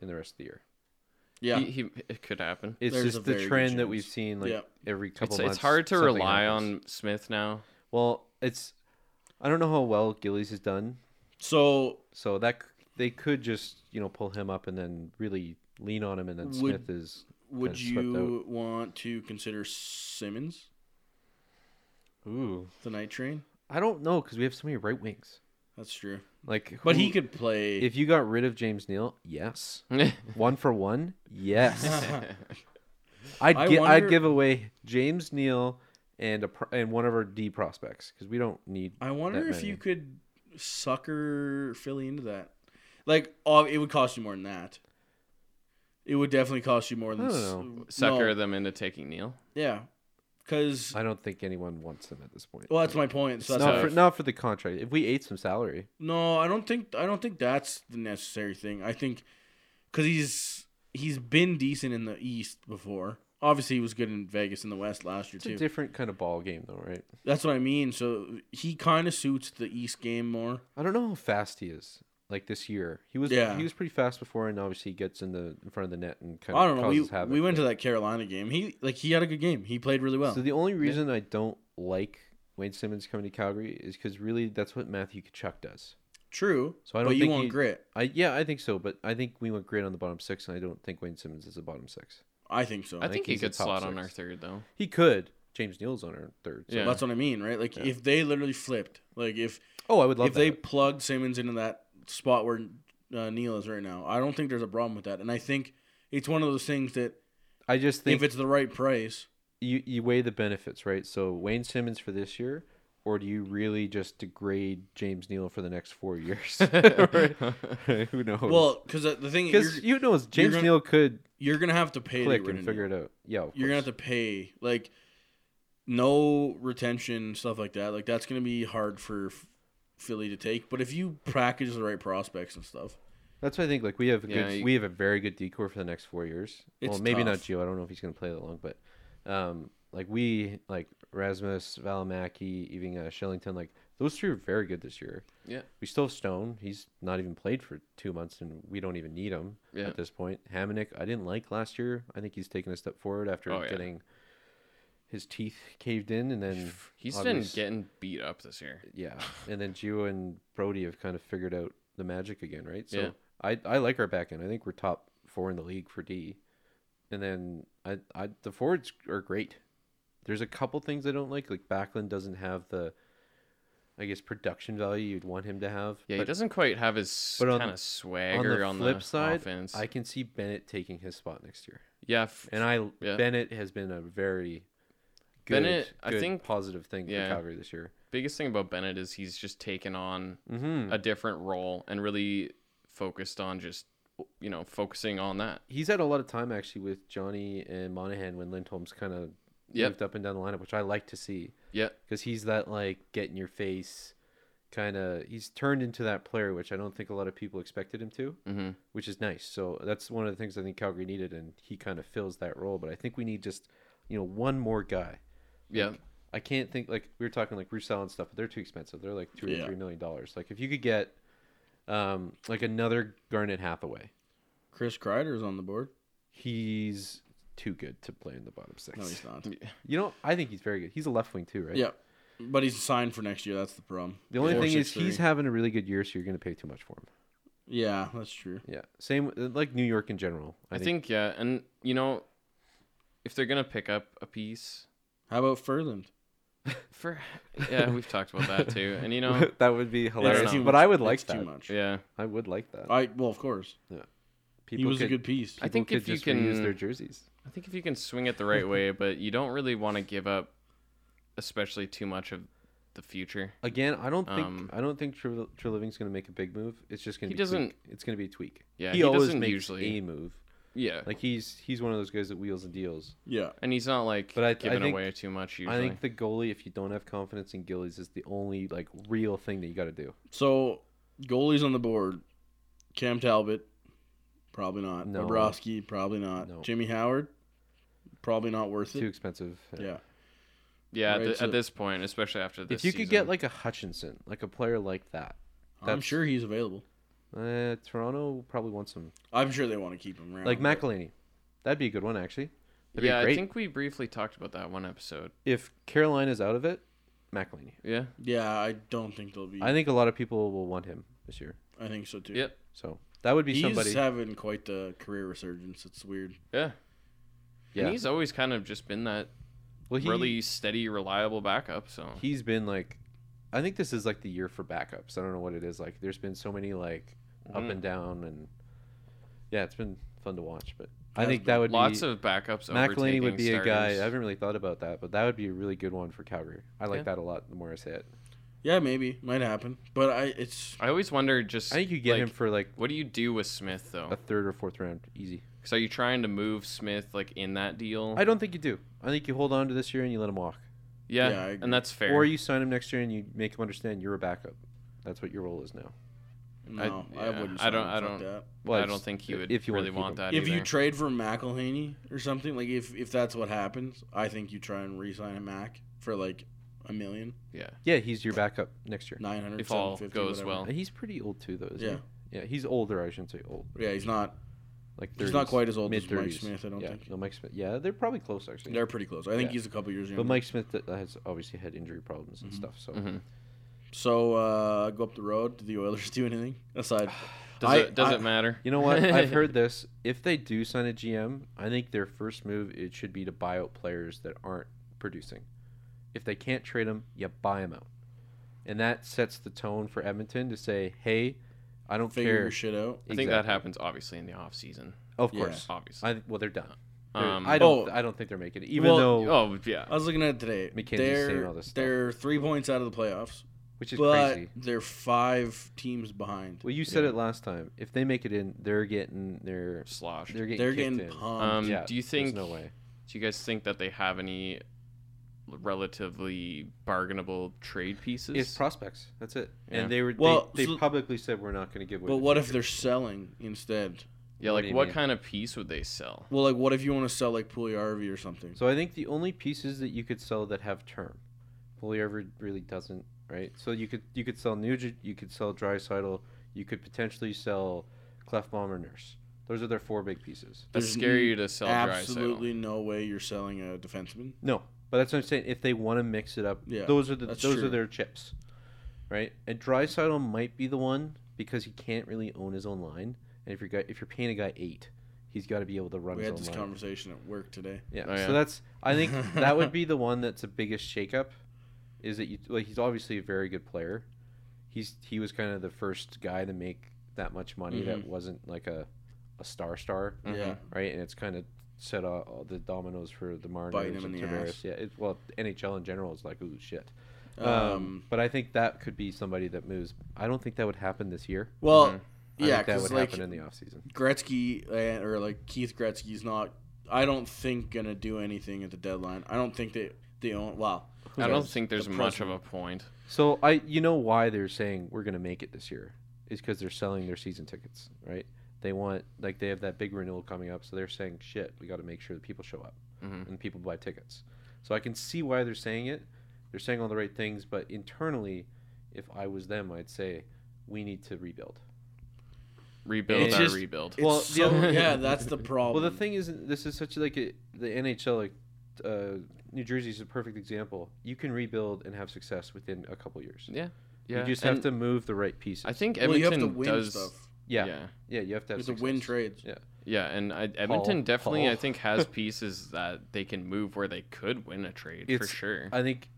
D: in the rest of the year.
C: Yeah,
A: He, he, it could happen.
D: It's
C: There's a
D: just
C: very
D: the
C: good
D: trend that
C: chance.
D: we've seen like
C: Yeah.
D: every couple
A: It's,
D: months.
A: it's hard to
D: something
A: rely
D: happens.
A: on Smith now.
D: Well, it's I don't know how well Gillies has done,
C: so
D: so that c- they could just you know pull him up and then really lean on him, and then
C: Would-
D: Smith is
C: would
D: kinda swept
C: you want to consider Simmons
D: out. Ooh,
C: the night train?
D: I don't know because we have so many right wings.
C: That's true.
D: Like,
C: But he
D: who-
C: could play.
D: If you got rid of James Neal, yes, one for one, yes. I'd
C: I
D: gi-
C: wonder-
D: I'd give away James Neal and a pro- and one of our D prospects because we don't need.
C: I wonder
D: that
C: if
D: many.
C: you could sucker Philly into that. Like, oh, it would cost you more than that. It would definitely cost you more than
D: I don't
C: s-
D: know.
A: Sucker
C: no,
A: them into taking Neil.
C: Yeah, because
D: I don't think anyone wants him at this point.
C: well, that's my point. So
D: Not
C: that's
A: not
C: why-
D: for, not for the contract. If we ate some salary,
C: No, I don't think I don't think that's the necessary thing. I think because he's he's been decent in the East before. Obviously, he was good in Vegas in the West last year
D: it's a
C: too.
D: different kind of ball game, though, right?
C: that's what I mean. So he kind of suits the East game more.
D: I don't know how fast he is. Like this year, he was
C: Yeah.
D: he was pretty fast before, and obviously he gets in the in front of the net and kind of
C: I don't know. We
D: causes havoc.
C: we went to that Carolina game. He like he had a good game. He played really well.
D: So the only reason I don't like Wayne Simmons coming to Calgary is because really that's what Matthew Kachuk does.
C: True.
D: So I
C: but
D: don't
C: you
D: think
C: want
D: he-
C: grit.
D: I yeah, I think so, but I think we went great on the bottom six, and I don't think Wayne Simmons is a bottom six.
C: I think so.
A: I, think,
D: think
A: he
D: he's a
A: could
D: top
A: slot on
D: six.
A: our third though.
D: He could. James Neal's on our third. So.
A: Yeah.
C: That's what I mean, right? Like if they literally flipped, like if
D: Oh, I would love
C: if they
D: that.
C: plugged Simmons into that spot where uh, Neil is right now, I don't think there's a problem with that. And I think it's one of those things that
D: I just think
C: if it's the right price,
D: you you weigh the benefits, right? So Wayne Simmons for this year, or do you really just degrade James Neal for the next four years? Who knows?
C: well, because the thing is,
D: because
C: you're,
D: you know, it's James
C: gonna
D: Neal could
C: you're gonna have to pay.
D: click
C: to get rid
D: and
C: of
D: figure
C: Neil.
D: it out. Yeah, of
C: You're gonna have
D: course.
C: to pay like no retention stuff like that. Like that's gonna be hard for F- Philly to take. But if you package the right prospects and stuff,
D: That's what I think. Like we have a
A: Yeah,
D: good,
A: you-
D: we have a very good decor for the next four years.
C: It's
D: well, maybe not
C: tough.
D: Gio. I don't know if he's gonna play that long, but um, like we like Rasmus, Valimaki, even uh, Shellington. Like those three are very good this year.
A: Yeah.
D: We still have Stone. He's not even played for two months, and we don't even need him
A: Yeah.
D: at this point. Hamannik, I didn't like last year. I think he's taken a step forward after
A: Oh, yeah.
D: getting his teeth caved in, and then
A: He's
D: obvious-
A: been getting beat up this year.
D: yeah, and then Gio and Brody have kind of figured out the magic again, right? So
A: Yeah.
D: I I like our back end. I think we're top four in the league for D, and then I I the forwards are great. There's a couple things I don't like. Like Backlund doesn't have the, I guess production value you'd want him to have.
A: Yeah, he
D: but
A: doesn't quite have his
D: but on-
A: kind
D: on
A: of swagger on the,
D: flip side,
A: offense.
D: I can see Bennett taking his spot next year,
A: yeah, f-
D: and I
A: Yeah.
D: Bennett has been a very good,
A: Bennett, I
D: good
A: think-
D: positive thing
A: yeah.
D: for Calgary this year.
A: biggest thing about Bennett is he's just taken on
D: Mm-hmm.
A: a different role and really focused on just you know focusing on that.
D: he's had a lot of time actually with Johnny and Monahan when Lindholm's kind of
A: Yep.
D: moved up and down the lineup, which I like to see
A: Yeah,
D: because he's that like get in your face kind of. He's turned into that player, which I don't think a lot of people expected him to,
A: Mhm.
D: which is nice. So that's one of the things I think Calgary needed, and he kind of fills that role. But I think we need just you know one more guy.
A: yeah,
D: I can't think like we were talking like Roussel and stuff, but they're too expensive. They're like two or
C: Yeah.
D: three million dollars. Like if you could get um like another Garnet Hathaway.
C: Chris Kreider's on the board.
D: He's too good to play in the bottom six.
C: No, he's not.
D: You know, I think he's very good. He's a left wing too, right?
C: Yeah, but he's signed for next year. That's the problem.
D: The only
C: Four,
D: thing
C: six,
D: is he's
C: three.
D: having a really good year, so you're going to pay too much for him.
C: yeah, that's true.
D: Yeah. Same uh, like New York in general.
A: I, think, yeah, and you know if they're gonna pick up a piece
C: How about Furland?
A: for yeah, we've talked about that too, and you know
D: that would be hilarious.
C: too
D: But
C: much.
D: I would like
C: It's
D: that.
C: too much.
A: yeah,
D: I would like that.
C: I well, of course,
D: People
C: he was
D: could,
C: a good piece.
A: I think
D: people
A: if
D: could
A: you
D: just reuse
A: can-
D: their jerseys.
A: I think if you can swing it the right way, but you don't really want to give up, especially too much of the future.
D: Again, I don't think
A: Um,
D: I don't think True Living's going to make a big move. It's just going
A: He
D: to be
A: doesn't-
D: tweak. it's going to be a tweak.
A: Yeah,
D: he,
A: he
D: always
A: doesn't
D: makes
A: usually.
D: a move.
A: Yeah.
D: Like he's he's one of those guys that wheels and deals.
C: Yeah.
A: and he's not like
D: But I- I
A: giving
D: think-
A: away too much usually.
D: I think the goalie, if you don't have confidence in Gillies, is the only like real thing that you got to do.
C: So goalies on the board. Cam Talbot, probably not.
D: No.
C: Bobrovsky, probably not.
D: No.
C: Jimmy Howard, probably not worth
D: Too
C: it.
D: expensive.
C: Yeah.
A: yeah, at,
C: right,
A: th-
C: so-
A: at this point, especially after this.
D: If you could get
A: season.
D: like a Hutchinson, like a player like that,
C: I'm
D: That's-
C: sure he's available.
D: uh, Toronto probably wants him.
C: I'm sure they want to keep him around.
D: Like
C: but-
D: McElhaney, that'd be a good one actually. That'd
A: yeah,
D: be great.
A: I think we briefly talked about that one episode.
D: if Carolina's out of it, McElhaney.
A: Yeah.
C: Yeah, I don't think they'll be.
D: I think a lot of people will want him this year.
C: I think so too.
A: Yep.
D: So that would be
C: He's
D: somebody.
C: having quite the career resurgence. It's weird.
A: Yeah.
D: yeah.
A: And he's always kind of just been that
D: well, he,
A: really steady, reliable backup. So
D: he's been like, I think this is like the year for backups. I don't know what it is. Like, there's been so many like up
A: Mhm.
D: and down, and yeah, it's been fun to watch. But I
C: Has
D: think
C: been.
D: that would
A: lots
D: be,
A: of backups.
D: McElhaney
A: overtaking
D: would be a guy. I
A: starters.
D: haven't really thought about that, but that would be a really good one for Calgary. I like
A: Yeah.
D: that a lot. The more I say it,
C: Yeah, maybe might happen, but I it's
A: I always wonder just
D: I think you get
A: like, Oh.
D: him for like
A: What do you do with Smith
D: a
A: though?
D: third or fourth round, easy.
A: Because are you trying to move Smith like in that deal?
D: I don't think you do. I think you hold on to this year and you let him walk,
A: yeah,
C: Yeah, I agree.
A: and that's fair.
D: or you sign him next year and you make him understand you're a backup. That's what your role is now.
C: no, I,
A: yeah,
C: wouldn't.
A: I don't- I
C: sign him, fuck
A: don't-
C: that.
A: I
D: it's-
A: don't think he would
D: if you wanna
A: really
D: keep
A: want
D: him.
A: that.
C: If you
A: either.
C: trade for McElhaney or something, like if if that's what happens, I think you try and re-sign a Mac for like a million,
A: yeah,
D: Yeah, he's your backup next year.
C: nine hundred,
A: If all goes well.
D: And He's pretty old too, though. Isn't
C: Yeah.
D: He? Yeah, he's older. I shouldn't say old.
C: Yeah, he's not.
D: Like 30s,
C: He's not quite as old as Mike
D: mid-thirties.
C: Smith. I don't
D: yeah.
C: think
D: No, Mike Smith. Yeah, they're probably close actually.
C: they're pretty close. I think
D: Yeah.
C: he's a couple years younger. Mm-hmm.
D: but Mike Smith th- has obviously had injury problems and stuff. So
A: Mhm.
C: So uh, go up the road. Do the Oilers do anything aside?
A: does
C: I-
A: it does
C: I-
A: it matter?
D: you know what? I've heard this. If they do sign a GM, I think their first move it should be to buy out players that aren't producing. If they can't trade them, you buy them out, and that sets the tone for Edmonton to say, "Hey, I don't
C: Figure
D: care."
C: your shit out.
A: I think that
D: Exactly.
A: happens obviously in the off season.
D: Of
C: Yeah.
D: course.
A: Obviously.
D: I well, they're done. They're-
A: um,
D: I don't.
C: Oh.
D: I don't think they're making it. Even
C: Well,
D: though,
A: oh yeah.
C: I was looking at it today.
D: McKenzie's saying
C: they're
D: all this stuff.
C: they're three points out of the playoffs,
D: which is
C: but
D: crazy.
C: they're five teams behind.
D: Well, you said
C: Yeah.
D: it last time. If they make it in, they're getting their
A: sloshed.
D: they're getting
C: They're
D: kicked
C: getting
D: in.
C: pumped.
A: Um,
D: yeah,
A: do you
D: there's
A: think?
D: no way.
A: Do you guys think that they have any relatively bargainable trade pieces?
D: It's prospects. That's it.
A: Yeah.
D: And they were
C: Well,
D: they, they
C: so-
D: publicly said we're not going to give away.
C: but
D: the
C: what if
D: future."
C: they're selling instead?
A: yeah,
D: what
A: like
D: do
A: what,
D: you mean?
A: kind of piece would they sell?
C: Well, like, what if you want to sell like Puliarvi or something?
D: So I think the only pieces that you could sell that have term, Polyever really doesn't, right? So you could you could sell Nugent, you could sell Drysidle, you could potentially sell Clefbaum or Nurse. Those are their four big pieces.
A: That's
C: There's
A: scary to sell
C: Absolutely no way you're selling a defenseman.
D: No, but that's what I'm saying. If they want to mix it up,
C: Yeah,
D: those are the
C: that's
D: those are
C: true.
D: their chips, right? And Drysaddle might be the one because he can't really own his own line. And if you're guy, if you're paying a guy eight, he's got to be able to run
C: We
D: his
C: had
D: own
C: this
D: line.
C: conversation at work today.
D: yeah.
A: Oh, yeah.
D: So that's I think that would be the one that's the biggest shakeup, is that you like he's obviously a very good player. He's he was kind of the first guy to make that much money that
C: Mm-hmm.
D: wasn't like a a star star
C: Yeah,
D: right? And it's kind of set all, all the dominoes for the Mariners
C: Biting him
D: and
C: in the
D: Tavares.
C: ass.
D: Yeah, it, well, NHL in general is like, ooh, shit. Um,
C: Um,
D: but I think that could be somebody that moves. I don't think that would happen this year.
C: Well,
A: Mhm.
D: mm-hmm. I
C: yeah,
D: think that
C: because
D: would
C: like
D: happen in the offseason.
C: Gretzky uh, or like Keith Gretzky's not. I don't think gonna do anything at the deadline. I don't think they they own. Wow,
A: I don't think there's
C: The
A: much of
C: present.
A: a point.
D: So I, you know, why they're saying we're gonna make it this year is because they're selling their season tickets, right? They want like they have that big renewal coming up, so they're saying, shit, we got to make sure that people show up
A: Mhm.
D: and people buy tickets. So I can see why they're saying it. They're saying all the right things, but internally, if I was them, I'd say we need to rebuild.
A: Rebuild
C: It's
A: our
C: just-
A: rebuild.
C: It's
D: Well, the
C: so,
D: other-
C: yeah, that's the
D: Well,
C: problem.
A: Um,
D: the thing is, this is such like a, the NHL, like uh, New Jersey is a perfect example. You can rebuild and have success within a couple years.
A: yeah, yeah.
D: You just
A: and
D: have to move the right pieces.
A: I think
C: well,
A: Edmonton
C: you have to win
A: does.
C: stuff.
D: yeah, yeah,
A: yeah,
D: you have to
C: You have
D: have
C: to
D: success.
C: win trades.
D: Yeah.
A: yeah, and I, Edmonton
D: Paul-
A: definitely,
D: Paul.
A: I think, has pieces that they can move where they could win a trade for
D: It's-
A: sure.
D: I think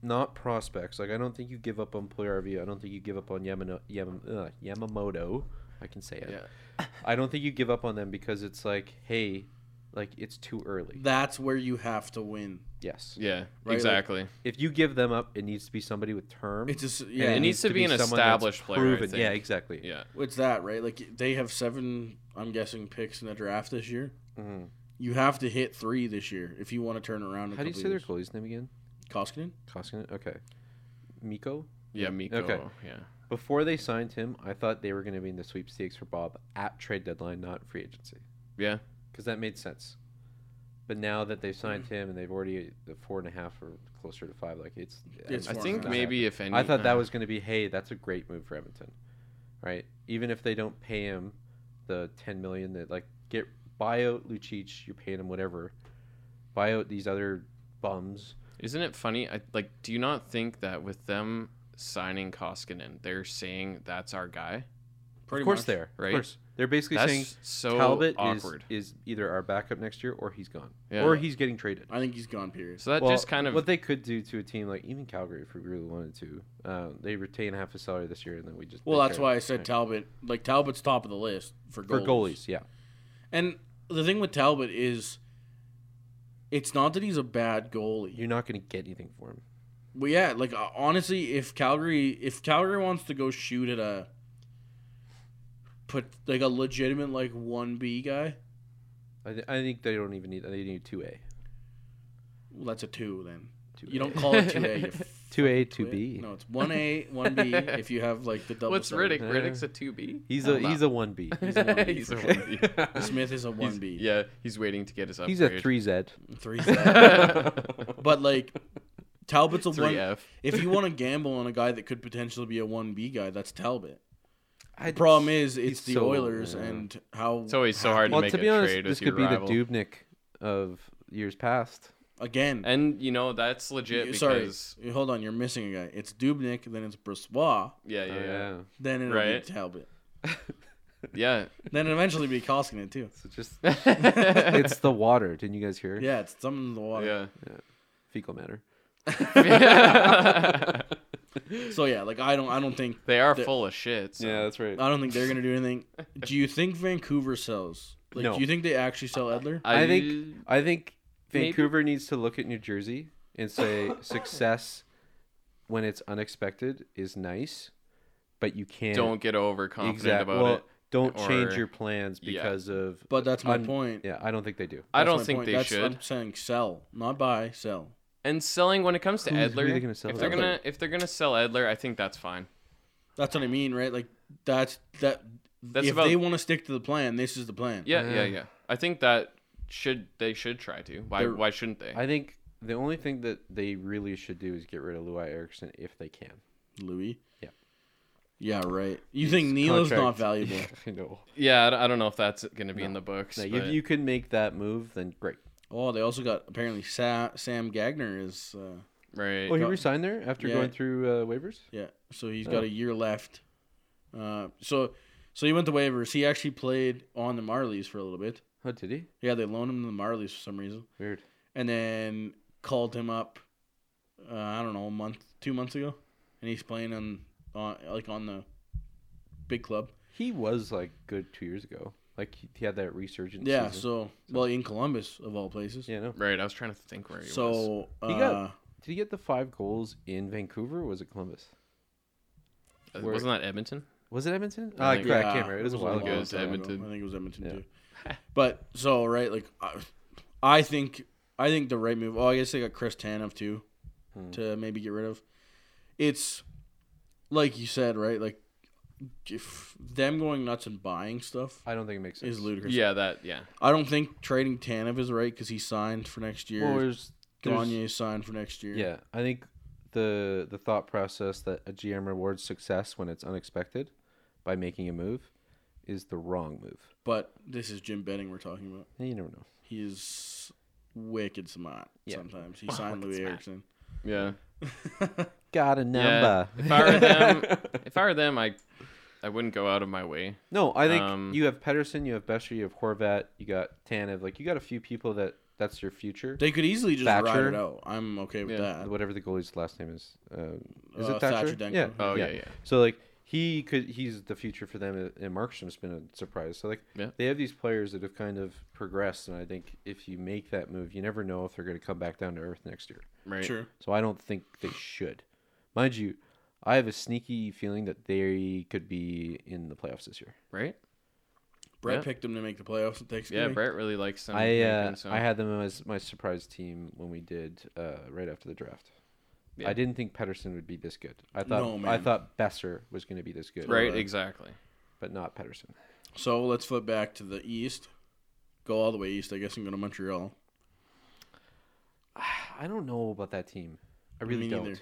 D: not prospects. Like I don't think you give up on Puljujarvi. I don't think you give up on Yamano, Yam, uh, Yamamoto. I can say it.
A: Yeah.
D: I don't think you give up on them because it's like, hey, Like it's too early.
C: That's where you have to win.
D: Yes.
A: Yeah,
C: like-
A: exactly.
D: If you give them up, it needs to be somebody with term.
C: It's just
D: and
C: yeah,
A: it needs to be an
D: someone that's
A: established player, I
D: proven. Yeah,
A: think.
D: exactly.
A: yeah.
C: it's that right. Like they have seven, I'm guessing, picks in the draft this year.
D: Mhm.
C: You have to hit three this year if you want to turn around. in a
D: How do you
C: couple
D: say their
C: years.
D: goalie's name again?
C: Koskinen?
D: Koskinen. Okay. Miko.
A: Yeah, Miko.
D: Okay.
A: Yeah.
D: Before they signed him, I thought they were going to be in the sweepstakes for Bob at trade deadline, not free agency,
A: Yeah.
D: because that made sense. But now that they've
A: Mm.
D: signed him and they've already the four and a half or closer to five, like it's.
C: It's
A: I
C: more
A: think
C: than
A: maybe if any
D: I thought that
A: uh,
D: was going to be, hey, that's a great move for Edmonton, right? Even if they don't pay him the ten million that like get buy out Lucic, you're paying him whatever, buy out these other bums.
A: Isn't it funny? I like do you not think that with them signing Koskinen, they're saying that's our guy?
C: Pretty
D: of course
C: much.
D: they are.
A: right?
D: Of course, they're basically
A: That's
D: saying
A: so
D: Talbot
A: awkward.
D: Is, is either our backup next year or he's gone
A: Yeah.
D: or he's getting traded.
C: I think he's gone. Period.
A: so that
D: Well,
A: just kind of
D: what they could do to a team like even Calgary, if we really wanted to, uh, they retain half a salary this year and then we just
C: Well,
D: they
C: that's
D: trade.
C: why I said Talbot. Like Talbot's top of the list for
D: for
C: goals.
D: goalies, yeah,
C: And the thing with Talbot is, it's not that he's a bad goalie.
D: you're not going to get anything for him.
C: Well, yeah, like uh, honestly, if Calgary if Calgary wants to go shoot at a put like a legitimate like one B guy,
D: I, th- I think they don't even need. They need two A,
C: well, that's a two then.
D: Two
C: You don't call it two A.
D: two A, two B.
C: No, it's one A, one B. If you have like the double.
A: What's Riddick?
C: sided.
D: Yeah.
A: Riddick's a two B.
D: He's a he's a one B.
A: he's a one B. he's, a one B.
C: Smith is a one B.
A: yeah, he's waiting to get his upgrade.
D: He's a three Z.
C: Three.
A: three
C: But like Talbot's a one.
A: F.
C: If you want to gamble on a guy that could potentially be a one B guy, that's Talbot.
D: I
C: The problem is it's
D: he's
C: the
D: so-
C: Oilers
D: yeah.
C: and how
A: It's always so hard to
D: well,
A: make
D: to
A: a
D: be honest,
A: trade
D: this
A: with your
D: could be
A: rival.
D: the Dubnik of years past.
C: again.
A: And you know that's legit
C: You-
A: because
C: Sorry, hold on. You're missing a guy. It's Dubnik, then it's Brisbois,
A: yeah, yeah,
D: Oh,
A: yeah,
C: then it'll
A: Right.
C: be Talbot,
A: yeah.
C: then it'll eventually be Koskinen too.
D: So just
A: yeah.
D: it's the water. Didn't you guys hear?
C: Yeah, it's something in the water.
D: Fecal matter.
C: So yeah, like I don't, I don't think,
A: they are
C: The-
A: full of shit. So.
D: that's right.
C: I don't think they're gonna do anything. Do you think Vancouver sells? Like,
D: No.
C: do you think they actually sell Edler?
D: I think I think
A: Maybe.
D: Vancouver needs to look at New Jersey and say success when it's unexpected is nice, but you can't
A: don't get overconfident
D: exact-
A: about
D: well,
A: it.
D: Don't change
A: or-
D: your plans
A: yeah.
D: because of.
C: But that's my
D: un-
C: point.
D: Yeah, I don't think they do.
A: I
C: That's
A: don't
C: my
A: think
C: point.
A: they
C: That's-
A: should.
C: I'm saying sell, not buy, sell.
A: And selling when it comes to
D: Who- who are
A: Edler,
D: they gonna sell
A: if they're
D: Edler?
A: gonna if they're gonna sell Edler, I think that's fine.
C: That's what I mean, right? Like that's that.
A: That's
C: if
A: about-
C: they want to stick to the plan, this is the plan.
A: Yeah, yeah,
D: Yeah.
A: yeah. I think that should they should try to. Why
C: They're-
A: why shouldn't they?
D: I think the only thing that they really should do is get rid of Louis Erickson if they can.
C: Louis.
D: Yeah.
C: Yeah, right. You
D: His
C: think Neil's not
D: contract-
C: valuable?
D: I know.
A: yeah, I don't- I don't know if that's gonna be in
D: No.
A: the books.
D: Like,
A: but
D: If you can make that move, then great.
C: Oh, they also got apparently Sa- Sam Gagner is uh,
A: right.
D: Oh, he
C: got-
D: resigned there after
C: Yeah.
D: going through uh, waivers.
C: yeah, so he's got a year left. Uh, so so he went to waivers. He actually played on the Marlies for a little bit.
D: Oh, did he?
C: Yeah, they loaned him to the Marlies for some reason,
D: Weird.
C: and then called him up. Uh, I don't know, a month, two months ago, and he's playing on, on like on the big club.
D: He was like good two years ago. Like he, he had that resurgence.
C: Yeah,
D: season.
C: so well in Columbus of all places.
D: yeah, no.
A: Right. I was trying to think where he was.
C: So uh,
D: He got- Did he get the five goals in Vancouver? or Was it Columbus?
A: Uh,
D: where-
A: Wasn't that Edmonton?
D: Was it Edmonton?
A: I
D: I,
A: think-
D: crap, I can't remember. It was, a while
A: while
D: ago.
A: ago. It was
C: time
A: Edmonton.
C: I think it was Edmonton
D: Yeah.
C: too. But so right, like I, I think I think the right move. Oh, I guess they got Chris Tanev too
D: Hmm.
C: to maybe get rid of. It's like you said, right? Like if them going nuts and buying stuff
D: I don't think it makes sense.
C: is ludicrous.
A: Yeah, that yeah.
C: I don't think trading Tanev is right because he signed for next year.
D: Well, there's, there's-
C: Gagne signed for next year.
D: yeah, I think the the thought process that a GM rewards success when it's unexpected by making a move is the wrong move.
C: but this is Jim Benning we're talking about.
D: And you never know.
C: He is wicked smart.
D: Yeah.
C: Sometimes he signed Louis Erickson.
A: Yeah.
D: Got a number.
A: If I were them if I were them I I wouldn't go out of my way.
D: No, I think
A: Um,
D: you have Pedersen, you have Besher, you have Horvat, you got Tanev. Like you got a few people that that's your future.
C: They could easily just ride
D: Thatcher.
C: it out. I'm okay with
A: Yeah.
C: that.
D: Whatever the goalie's last name is, uh, is
C: Uh,
D: it Thatcher?
C: Thatcher Demko.
D: yeah.
A: Oh yeah, yeah.
D: So like he could he's the future for them, and Markstrom's been a surprise. So like
A: Yeah.
D: they have these players that have kind of progressed, and I think if you make that move, you never know if they're going to come back down to earth next year.
A: Right.
C: Sure.
D: So I don't think they should. Mind you, I have a sneaky feeling that they could be in the playoffs this year.
A: Right.
C: Brett
A: Yeah.
C: picked him to make the playoffs at
A: Yeah,
C: Thanksgiving.
A: Brett really likes them.
D: I uh,
A: making some.
D: I had them as my surprise team when we did uh, right after the draft.
A: Yeah.
D: I didn't think Pedersen would be this good. I thought
C: No,
D: I
C: man.
D: thought Besser was going to be this good,
A: right.
D: but-
A: Exactly.
D: But not Pedersen.
C: So let's flip back to the East. Go all the way east, I guess, and go to Montreal.
D: I don't know about that team. I really
C: Me
D: don't.
C: neither.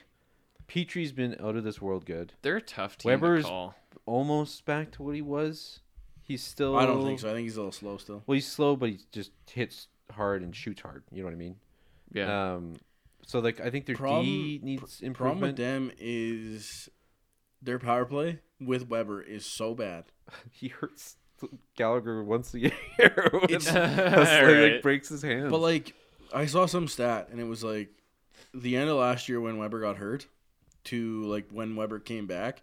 D: Petrie's been out of this world good.
A: They're a tough team
D: Weber's-
A: to call.
D: Almost back to what he was. He's still.
C: I don't think so. I think he's a little slow still.
D: Well, he's slow, but he just hits hard and shoots hard. You know what I mean?
A: Yeah.
D: Um, so like I think their D
C: Problem-
D: needs
C: Problem with
D: improvement.
C: them is their power play with Weber is so bad.
D: he hurts Gallagher once a year. with-
C: It's-
D: like,
A: Right.
D: like breaks his
A: Hmm.
D: hand.
C: But like, I saw some stat, and it was like the end of last year when Weber got hurt to like when Weber came back,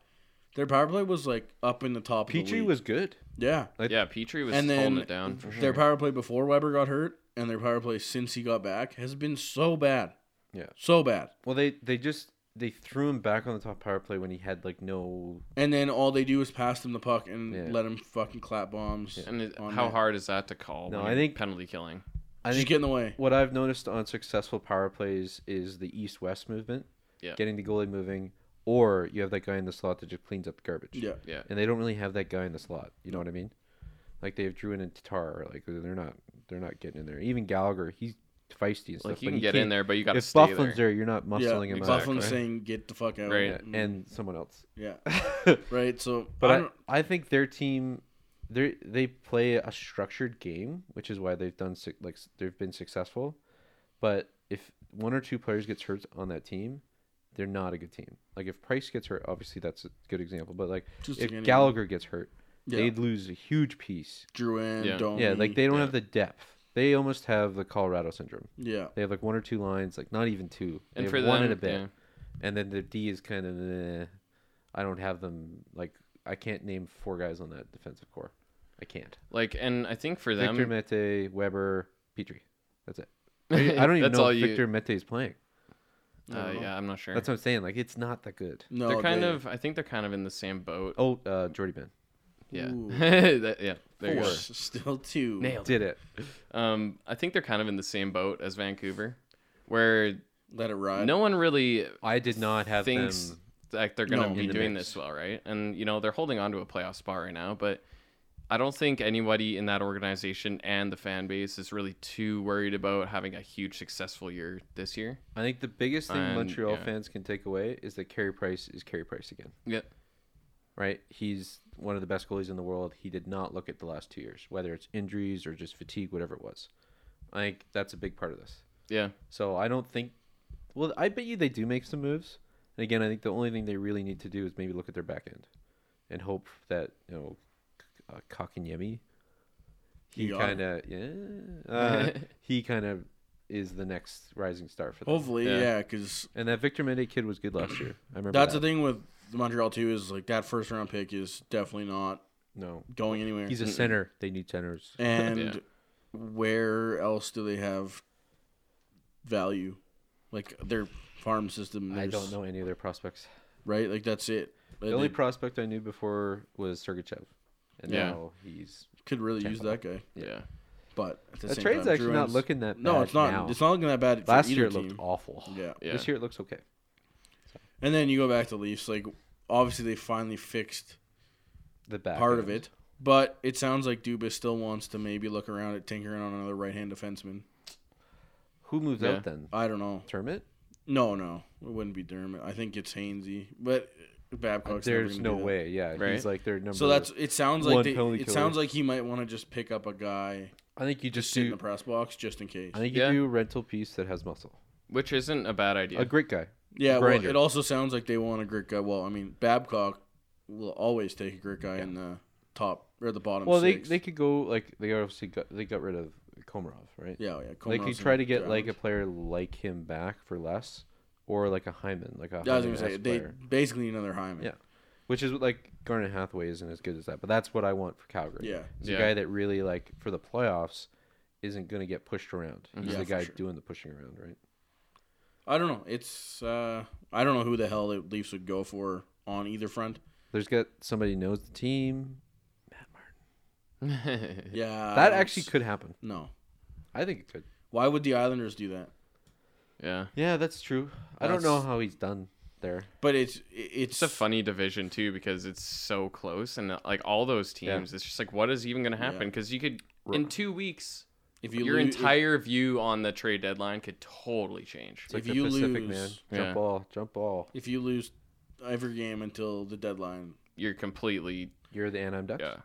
C: their power play was like up in the top. of the
D: Petrie
C: league.
D: was good.
C: yeah,
D: uh,
A: yeah. Petrie was
C: and then
A: holding it down for sure.
C: their power play before Weber got hurt and their power play since he got back has been so bad.
D: Yeah.
C: so bad.
D: Well, they they just they threw him back on the top power play when he had like no.
C: And then all they do is pass them the puck and
D: Yeah.
C: let him fucking clap bombs.
A: And it,
C: on
A: how
C: net.
A: hard is that to call?
D: No,
A: when
D: I
A: you're
D: think-
A: penalty killing.
D: I
C: Just
D: think
C: get in the way.
D: what I've noticed on successful power plays is the east west movement,
A: Yeah.
D: getting the goalie moving, or you have that guy in the slot that just cleans up garbage.
C: Yeah.
A: Yeah.
D: and they don't really have that guy in the slot. You know what I mean? Like they have Druin and Tatar. Like they're not they're not getting in there. Even Gallagher, he's feisty and stuff.
A: Like you
D: but
A: can
D: he
A: get
D: can't-
A: in there, but you got to
D: If
A: stay
D: Bufflin's
A: there.
D: there, you're not
C: Yeah,
D: muscling him
A: exactly.
D: out.
C: Bufflin's saying get the fuck out. Mm,
A: Right.
D: Yeah, and someone else.
C: Yeah.
D: but
C: Right. So, I
D: I,
C: don't-
D: I think their team, they they play a structured game, which is why they've done suc- like they've been successful. But if one or two players gets hurt on that team, they're not a good team. Like if Price gets hurt, obviously that's a good example. But like
C: Just
D: if
C: like anyone.
D: Gallagher gets hurt,
C: Yeah.
D: they'd lose a huge piece.
C: Drew in,
A: Yeah.
C: Domi.
D: Yeah, like they don't
A: Yeah.
D: have the depth. They almost have the Colorado syndrome.
C: Yeah.
D: They have like one or two lines, like not even two.
A: And
D: They have
A: for
D: one
A: them,
D: and a bit.
A: yeah.
D: And then the D is kind of, eh, I don't have them. Like I can't name four guys on that defensive core. I can't.
A: Like, and I think for them,
D: Victor Mete, Weber, Petrie. That's it. I I don't even
A: That's
D: know
A: all
D: if
A: you-
D: Victor Mete is playing.
A: uh, yeah, I'm not sure.
D: That's what I'm saying. Like it's not that good.
C: No,
A: they're kind
C: they-
A: of. I think they're kind of in the same boat.
D: Oh, uh, Jordy Ben
A: yeah.
C: Ooh.
A: That- yeah. There you
C: Four.
A: go.
C: Still two.
D: did it.
A: Um, I think they're kind of in the same boat as Vancouver, where
C: Let it ride.
A: no one really
D: I did not have
A: thinks
D: them.
A: like they're going to
C: No.
A: be
D: In the
A: doing
D: mix.
A: this well, right? And you know they're holding on to a playoff spot right now, but I don't think anybody in that organization and the fan base is really too worried about having a huge successful year this year.
D: I think the biggest thing
A: And,
D: Montreal
A: yeah.
D: fans can take away is that Carey Price is Carey Price again.
A: Yeah.
D: right? He's one of the best goalies in the world. He did not look at the last two years, whether it's injuries or just fatigue, whatever it was. I think that's a big part of this.
A: Yeah.
D: So I don't think. Well, I bet you they do make some moves. And again, I think the only thing they really need to do is maybe look at their back end, and hope that you know, uh, Kakanyemi. He
C: You are.
D: kind of yeah. Uh, he kind of is the next rising star for them.
C: Hopefully,
A: Yeah.
C: yeah, because
D: And that Victor Mende kid was good last year. I remember.
C: that's
D: that.
C: the thing with Montreal too is like that first round pick is definitely not
D: No,
C: going anywhere.
D: he's a center. They need centers.
C: and
A: Yeah.
C: where else do they have value? Like their farm system.
D: I
C: there's-
D: don't know any of their prospects.
C: Right, like that's it. Like,
D: The only
C: they
D: prospect I knew before was Sergachev, and
A: Yeah.
D: now he's
C: could really use that guy,
A: Yeah.
C: but at the
D: the
C: same
D: trade's
C: time,
D: actually not
C: Drouin's-
D: looking that.
C: No,
D: bad
C: it's not.
D: now.
C: It's not looking that bad. For
D: Last
C: either
D: year it
C: team.
D: looked awful.
C: Yeah,
A: Yeah.
D: This year it looks okay.
C: and then you go back to Leafs. Like obviously they finally fixed
D: The back
C: part of
D: end.
C: it, but it sounds like Dubas still wants to maybe look around at tinkering on another right-hand defenseman.
D: Who moves
A: Yeah.
D: out then?
C: I don't know.
D: Termit.
C: No, no, it wouldn't be Dermot. I think it's Hainsey, but Babcock's Oh, never
D: There's
C: gonna
D: no
C: do that.
D: way. Yeah,
A: Right.
D: he's like their number.
C: So that's it. Sounds
D: One
C: like they,
D: penalty
C: it
D: killer.
C: sounds like he might want to just pick up a guy
D: I think you just
C: sit in the
D: do.
C: press box just in case.
D: I think you
A: Yeah.
D: do a rental piece that has muscle.
A: Which isn't a bad idea.
D: A great guy.
C: Yeah, well,
D: Grinder.
C: it also sounds like they want a grit guy. Well, I mean, Babcock will always take a grit guy in the top or the bottom.
D: Well, they
C: six.
D: they could go like they obviously got they got rid of Komarov, right?
C: yeah oh, yeah.
D: they
C: Komarov's
D: could try
C: in the
D: to get like a
C: round.
D: player like him back for less, or like a Hyman, like a.
C: Yeah, I was gonna
D: Hyman-esque
C: say they
D: player.
C: basically another Hyman.
D: Yeah. which is like Garnet Hathaway isn't as good as that, but that's what I want for Calgary.
C: Yeah.
D: it's
A: Yeah.
D: a guy that really like for the playoffs isn't going to get pushed around. He's
A: Mm-hmm.
C: Yeah,
D: the
C: for
D: guy
C: sure.
D: doing the pushing around, right?
C: I don't know. It's uh, I don't know who the hell the Leafs would go for on either front.
D: There's got somebody who knows the team.
C: Yeah, I
D: That
C: don't
D: actually
C: s-
D: could happen.
C: no.
D: I think it could.
C: Why would the Islanders do that?
A: yeah.
D: Yeah, that's true. I don't know
C: That's-
D: how he's done there.
C: But it's it- it's
A: It's a funny division too because it's so close and uh, like all those teams, it's just like what is even going to happen? Because you could in two weeks,
C: if you
A: your
C: loo-
A: entire view on the trade deadline could totally change.
D: It's like
C: If
D: the
C: you
D: Pacific
C: lose-
D: man.
A: Yeah.
D: Jump ball, jump ball.
C: if, if you lose every game until the deadline.
A: You're completely
D: You're the Anaheim Ducks.
A: yeah.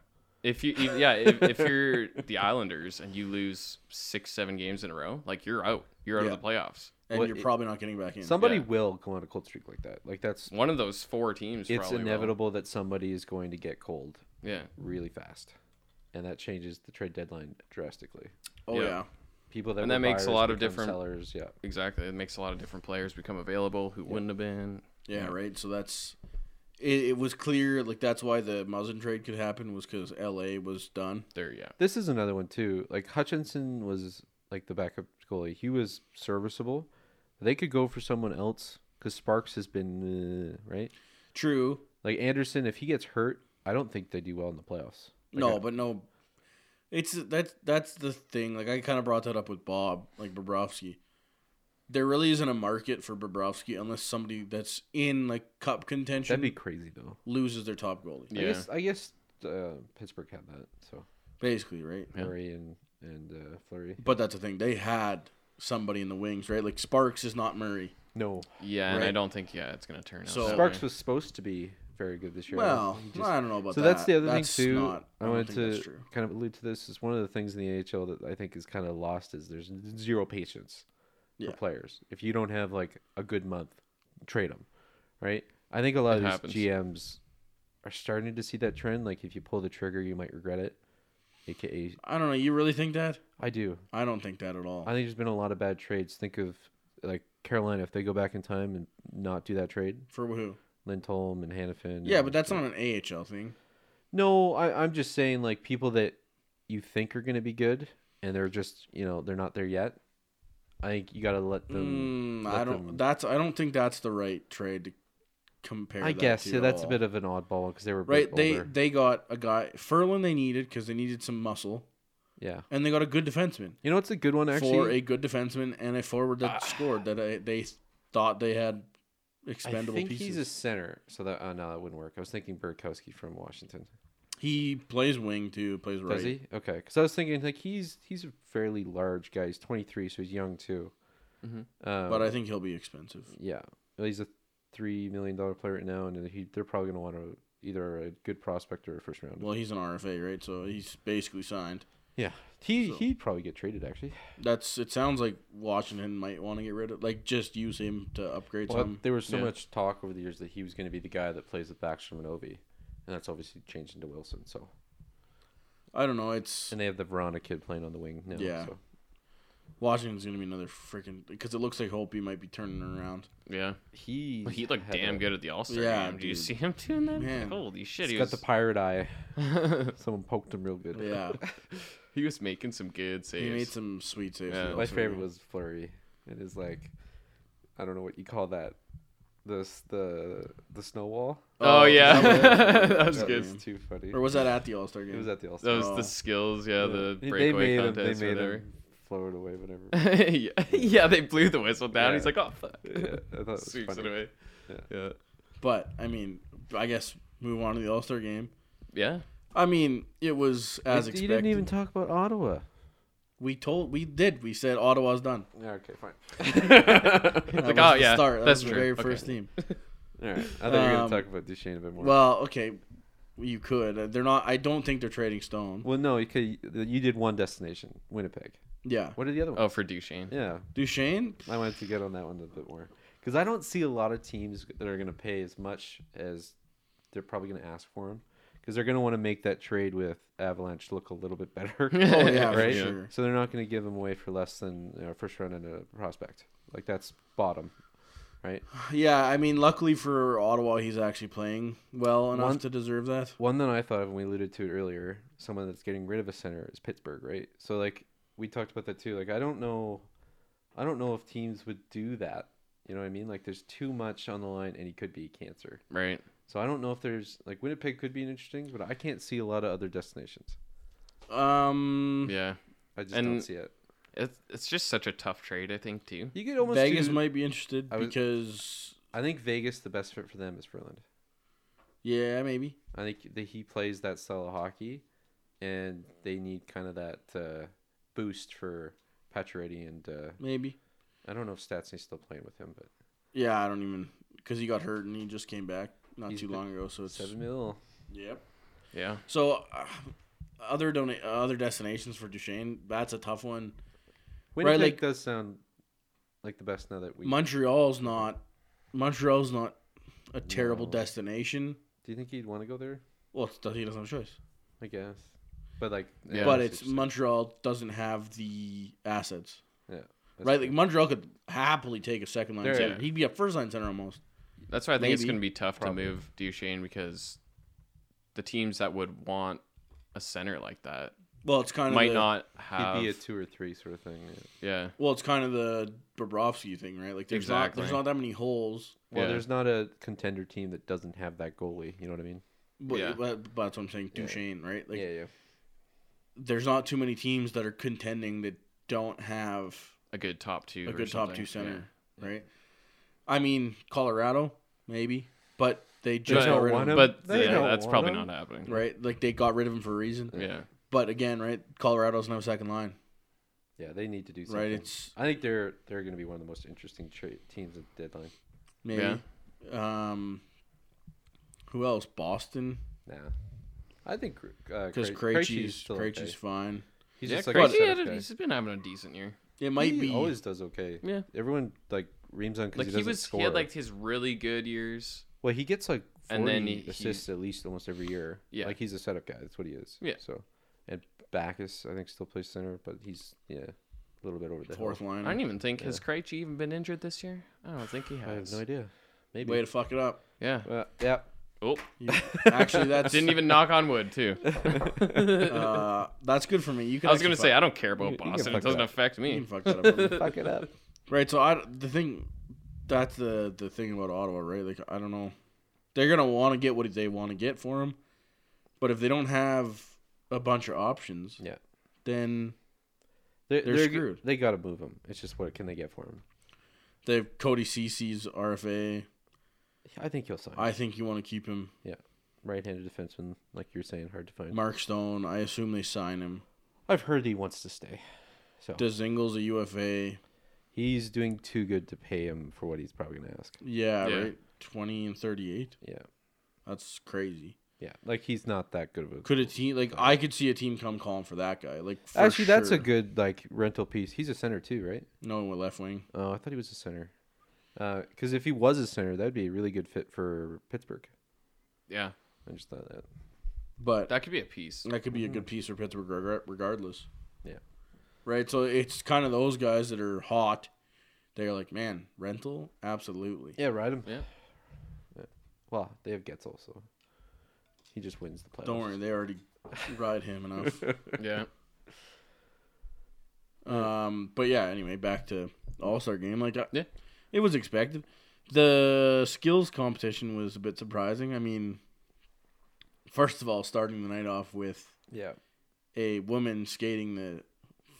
A: If you if- yeah, if, if you're the Islanders and you lose six seven games in a row, like you're out. You're out
C: Yeah.
A: of the playoffs.
C: And
D: What-
C: you're probably not getting back in.
D: Somebody
A: Yeah.
D: will go on a cold streak like that. Like that's
A: One of those four teams.
D: it's
A: probably will.
D: inevitable that somebody is going to get cold
A: Yeah.
D: really fast, and that changes the trade deadline drastically.
A: yeah.
C: oh yeah.
D: People that
A: And that
D: were
A: makes a
D: buyers
A: lot of
D: become
A: different-
D: sellers. Yeah,
A: Exactly. It makes a lot of different players become available who wouldn't have been.
C: Yeah, right. So that's it, it was clear like that's why the Muzzin trade could happen was because LA was done.
A: There, yeah.
D: this is another one too. Like Hutchinson was like the backup goalie. He was serviceable. They could go for someone else because Sparks has been uh, right.
C: True.
D: Like Anderson, if he gets hurt, I don't think they do well in the playoffs. Like,
C: no,
D: I-
C: but no. It's that's that's the thing. Like I kind of brought that up with Bob, like Bobrovsky. There really isn't a market for Bobrovsky unless somebody that's in like cup contention
D: that'd be crazy though.
C: loses their top goalie.
A: Yeah.
D: I guess I guess uh, Pittsburgh had that. So
C: Basically, right?
A: Yeah.
D: Murray and and uh, Flurry.
C: But that's the thing. They had somebody in the wings, right? Like Sparks is not Murray.
D: No,
A: Yeah, and I
C: Right.
A: don't think yeah, it's gonna turn out.
C: So-
A: that
D: Sparks
A: way.
D: was supposed to be very good this year.
C: Well,
D: He just-
C: I don't know about
D: so
C: that.
D: that's the other
C: That's
D: thing too.
C: not-
D: I,
C: don't
D: wanted
C: think that's
D: to
C: true.
D: kind of allude to this. Is one of the things in the AHL that I think is kind of lost is there's zero patience
C: Yeah.
D: for players. If you don't have like a good month, trade them, right? I think a lot
A: It
D: of these
A: happens.
D: GMs are starting to see that trend. Like if you pull the trigger, you might regret it. AKA,
C: I don't know. You really think that?
D: I do.
C: I don't think that at all.
D: I think there's been a lot of bad trades. Think of like Carolina if they go back in time and not do that trade,
C: For who?
D: Lindholm and Hannafin.
C: Yeah,
D: and-
C: but that's not an AHL thing.
D: No, I, I'm just saying like people that you think are going to be good and they're just you know they're not there yet. I think you got to let them.
C: Mm,
D: let
C: I don't.
D: them-
C: That's. I don't think that's the right trade to compare.
D: I
C: that
D: guess
C: to
D: yeah,
C: at
D: that's
C: all.
D: a bit of an oddball because they were a bit
C: right. They
D: older.
C: they got a guy Furlan they needed because they needed some muscle,
D: Yeah,
C: and they got a good defenseman
D: you know it's a good one
C: for a
D: actually. ah.
C: good defenseman and a forward that scored that I, they thought they had
D: I
C: expendable
D: think
C: pieces.
D: he's a center, so that oh, no, that wouldn't work. I was thinking Burkowski from Washington.
C: He plays wing too. Plays right.
D: Does he? Okay, because I was thinking like he's he's a fairly large guy. He's 23, so he's young too.
A: Mhm.
D: Um,
C: Mm-hmm. But I think he'll be expensive.
D: yeah, Well, he's a three million dollar player right now, and he, they're probably going to want to either a good prospect or a first round.
C: Well, he's an RFA, right? So he's basically signed.
D: Yeah, he
C: So-
D: he'd probably get traded actually.
C: That's. It sounds like Washington might want to get rid of, like, just use him to upgrade
D: Well,
C: some.
D: there was so
A: yeah.
D: much talk over the years that he was going to be the guy that plays the Backstrom and Ovi, and that's obviously changed into Wilson. So
C: I don't know. It's
D: and they have the Verona kid playing on the wing now.
C: Yeah.
D: so.
C: Washington's gonna be another freaking because it looks like Holpe might be turning around.
A: yeah,
D: he
A: he looked
D: had
A: damn
D: a-
A: good at the All Star
C: Yeah,
A: game. Do you
C: dude.
A: see him doing that?
C: Man.
A: Holy shit,
D: He's
A: he
D: got
A: was
D: the pirate eye. Someone poked him real good.
C: Yeah,
A: he was making some good saves.
C: he made some sweet saves.
A: Yeah.
C: though,
D: My
C: so-
D: favorite was Flurry. It is like, I don't know what you call that. This the the snow wall.
A: Oh, yeah,
C: that
A: that was
D: That
A: good.
D: was too funny.
C: or was that at the All Star game?
D: It was at the All
A: That
D: Star.
A: was
C: Oh.
A: the skills. Yeah, the
D: They-
A: breakaway
D: him-
A: contest.
D: They made
A: whatever.
D: him flow it away. Whatever.
A: yeah, yeah, they blew the whistle down.
D: Yeah.
A: He's like, oh fuck,
D: yeah, I thought it was
A: sweeps it
D: funny.
A: away.
D: Yeah.
A: yeah,
C: But I mean, I guess move on to the All Star game.
A: yeah.
C: I mean, it was as
D: you,
C: expected.
D: you didn't even talk about Ottawa.
C: we told, we did. We said Ottawa's done.
D: Yeah, okay, fine.
C: That
A: Like,
C: was
A: oh,
C: the
A: yeah,
C: start. That
A: that's
C: was the
A: true.
C: very
A: Okay.
C: first team.
D: All right, I thought you were
C: Um,
D: gonna talk about Duchesne a bit more. Well,
C: Well, okay, you could. Uh, They're not. I don't think they're trading Stone.
D: no, you, could, you did one destination, Winnipeg.
C: Yeah,
D: What are the other ones?
A: Oh, for Duchesne.
D: Yeah,
C: Duchesne.
D: I wanted to get on that one a bit more because I don't see a lot of teams that are gonna pay as much as they're probably gonna ask for him because they're gonna want to make that trade with Avalanche look a little bit better.
C: Oh yeah, for
D: right?
C: sure.
D: So they're not going to give him away for less than you know, first round and a prospect. Like that's bottom, right?
C: Yeah, I mean, luckily for Ottawa, he's actually playing well enough
D: One-
C: to deserve that.
D: One that I thought of, and we alluded to it earlier, someone that's getting rid of a center is Pittsburgh, right? So like we talked about that too. Like I don't know, I don't know if teams would do that. You know what I mean? Like there's too much on the line, and he could be cancer.
A: right?
D: So I don't know if there's like Winnipeg could be an interesting, but I can't see a lot of other destinations.
C: Um,
A: Yeah,
D: I just don't
A: And-
D: see it.
A: it's it's just such a tough trade, I think, too.
D: You could almost
C: Vegas
D: do-
C: might be interested
D: I was-
C: because
D: I think Vegas the best fit for them is Furland.
C: yeah, maybe.
D: I think that he plays that style of hockey, and they need kind of that uh, boost for Pacioretty and uh,
C: Maybe.
D: I don't know if Statsny's still playing with him, but
C: Yeah, I don't even because he got hurt and he just came back not
D: He's
C: too
D: been-
C: long ago. So it's
D: seven mil.
C: Yep.
A: Yeah,
C: So uh, other dona- uh, other destinations for Duchesne, that's a tough one.
D: Winnipeg
C: like-
D: does sound like the best now that we.
C: Montreal's not Montreal's not a terrible
D: No.
C: destination.
D: Do you think he'd want to go there?
C: Well, it's, he doesn't have a choice.
D: I guess, but like,
A: Yeah,
C: but
D: that's
C: it's
D: interesting.
C: Montreal doesn't have the assets.
D: That's
C: right,
D: cool.
C: like Montreal could happily take a second line
D: There-
C: center. He'd be a first line center almost.
A: that's why I think it's
C: Maybe.
A: going to be tough
D: Probably.
A: to move Duchesne because the teams that would want a center like that
C: Well, it's kind of
A: might
C: the,
A: not have.
D: he'd be a two or three sort of thing. Yeah.
A: yeah,
C: Well, it's kind of the Bobrovsky thing, right? Like there's not
A: Exactly.
C: there's not that many holes.
D: Well,
A: Yeah.
D: there's not a contender team that doesn't have that goalie. You know what I mean?
C: But,
A: Yeah.
C: but, but that's what I'm saying, Duchesne, right? Like
D: yeah.
C: there's not too many teams that are contending that don't have
A: a good top two,
C: a
A: or
C: good top
A: something.
C: two
A: Yeah.
C: center, right? I mean, Colorado maybe, but they
A: But-
C: just got rid of
D: want
C: him,
D: him.
A: But
D: They
A: yeah,
D: don't
A: that's
D: want
A: probably
D: him.
A: not happening.
C: right? Like they got rid of him for a reason.
A: Yeah,
C: But again, right? Colorado doesn't have a second line,
D: Yeah, they need to do something.
C: right? It's
D: I think they're they're going to be one of the most interesting tra- teams at deadline.
C: Maybe. Um, who else? Boston,
D: Nah, I think
C: because
D: because uh, Krejci- Krejci's
C: Krejci's
D: still
C: Krejci's
D: okay.
C: fine.
D: He's
A: yeah,
D: just like a
A: Krejci
D: setup
A: had a-
D: guy.
A: he's been having a decent year.
C: It might
D: he
C: be.
D: always does okay.
A: Yeah.
D: everyone like reams on because
A: Like
D: he
A: he,
D: doesn't
A: was,
D: score.
A: he had like his really good years.
D: well, he gets like forty
A: and then he-
D: assists at least almost every year.
A: Yeah.
D: like he's a setup guy. That's what he is.
A: Yeah.
D: So, and Backus I think still plays center, but he's yeah a little bit over the hill.
C: fourth
A: I
C: line.
A: don't even think has Krejci even been injured this year. I don't think he
D: Mm. I have
A: has.
D: no idea. Maybe.
C: Way to fuck it up.
A: Yeah.
D: Uh, yeah.
A: Oh,
C: You- actually, that's
A: didn't even knock on wood too.
C: uh, that's good for me. You can.
A: I was
C: actually
A: gonna say I don't care about
D: you can
A: Boston.
D: fuck
A: It doesn't
D: that.
A: affect
C: fuck- you
A: me.
C: can fuck that up. buddy.
D: Fuck it up.
C: right. So I the thing that's the the thing about Ottawa, right? Like I don't know, they're gonna want to get what they want to get for him, but if they don't have a bunch of options,
D: Yeah.
C: then
D: They're,
C: They're
D: they're-
C: screwed.
D: They gotta move him. It's just what can they get for him?
C: they have Cody Cece's RFA.
D: I think he'll sign.
C: I think you want to keep him.
D: Right-handed defenseman, like you're saying, hard to find.
C: Mark Stone. I assume they sign him.
D: I've heard he wants to stay.
C: Does Ingles a UFA?
D: He's doing too good to pay him for what he's probably gonna ask.
C: Yeah,
A: Yeah.
C: right. Twenty and thirty-eight.
D: Yeah,
C: That's crazy.
D: yeah. Like he's not that good of a.
C: Could a team like I could see a team come calling for that guy? Like for
D: Actually, that's a
C: sure.
D: good like rental piece. He's a center too, right?
C: no one with left wing.
D: Oh, I thought he was a center. Because if he was a center, that'd be a really good fit for Pittsburgh.
A: Yeah,
D: I just thought that.
C: But
A: that could be a piece.
C: that could be a good piece for Pittsburgh regar- regardless.
D: Mm-hmm. Yeah.
C: Right. So it's kind of those guys that are hot. They're like, man, rental, absolutely.
D: Yeah, ride him.
A: Yeah.
D: Yeah. Well, they have Getzel, so he just wins the playoffs.
C: Don't worry, they already ride him enough.
A: Yeah,
C: Um, but yeah, anyway, back to All Star game. Like, I,
A: Yeah.
C: it was expected. The skills competition was a bit surprising. I mean, first of all, starting the night off with
D: Yeah,
C: a woman skating the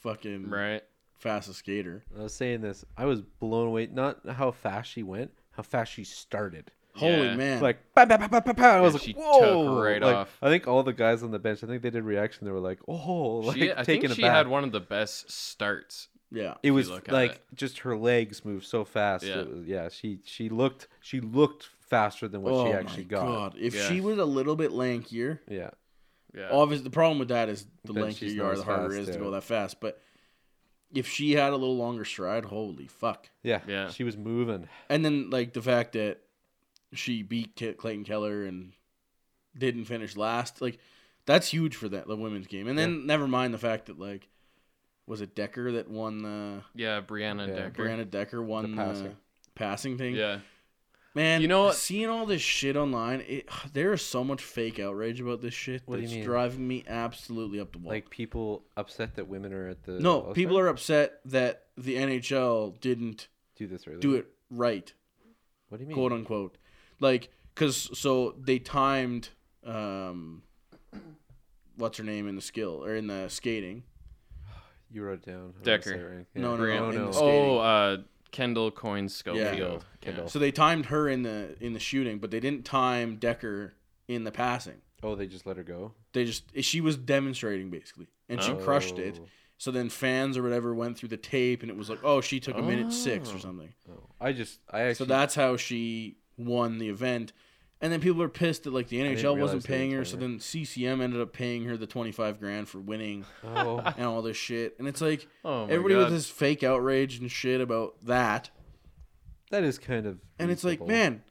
C: fucking
A: right.
C: fastest skater.
D: I was saying this. I was blown away. Not how fast she went, how fast she started.
C: Holy
A: Yeah.
C: man!
D: like bah, bah, bah, bah, bah, bah. I was
A: Yeah,
D: like,
A: she took
D: whoa!
A: right
D: Like,
A: off.
D: I think all the guys on the bench, I think they did reaction. They were like, oh, like
A: she, I
D: taken
A: think she
D: aback.
A: had one of the best starts.
C: yeah,
D: it was
A: look at
D: like
A: it.
D: just her legs moved so fast.
A: Yeah.
D: It was- yeah, she she looked she looked faster than what
C: oh
D: she
C: my
D: actually got.
C: god! If
A: Yeah.
C: she was a little bit lankier,
D: Yeah,
A: Yeah,
C: obviously the problem with that is the
D: Then
C: lankier
D: she's
C: you
D: not
C: are,
D: as
C: the harder it
D: fast,
C: is to
D: yeah.
C: go that fast. But if she had a little longer stride, holy fuck!
D: yeah,
A: Yeah.
D: She was moving.
C: And then like the fact that she beat Ke- Clayton Keller and didn't finish last, like that's huge for that the women's game. And then never mind the fact that like was it Decker that won the
A: yeah. Brianna
D: Yeah,
A: Decker.
C: Brianna Decker won the,
D: The passing.
C: passing thing.
A: Yeah.
C: Man,
A: You know what?
C: Seeing all this shit online, it, there is so much fake outrage about this shit
D: What do you
C: that's
D: mean?
C: driving me absolutely up the wall.
D: Like people upset that women are at the
C: no, people are upset that the NHL didn't
D: do this early.
C: do it right,
D: What do you mean?
C: quote unquote. Like, cause so they timed, um, what's her name in the skill or in the skating?
D: You wrote it down. I wanna
A: Decker.
D: say it right.
C: No, no,
D: Yeah.
C: no,
D: Oh,
C: in the
D: no.
C: state.
A: Oh, uh, Kendall Coyne Schofield. Yeah.
D: Kendall.
C: So they timed her in the in the shooting, but they didn't time Decker in the passing.
D: Oh, they just let her go.
C: They just she was demonstrating basically, and she crushed it.
D: Oh.
C: So then fans or whatever went through the tape, and it was like, oh, she took a minute six
A: Oh.
C: or something.
D: Oh. I just I actually
C: So that's how she won the event. And then people are pissed that like the
D: didn't
C: NHL
D: realize
C: wasn't
D: they
C: paying her,
D: didn't
C: so
D: pay
C: then CCM ended up paying her the twenty five grand for winning
D: Oh,
C: and all this shit. And it's like
A: Oh my
C: everybody
A: God.
C: with this fake outrage and shit about that.
D: that is kind of.
C: And it's like,
D: reasonable.
C: man,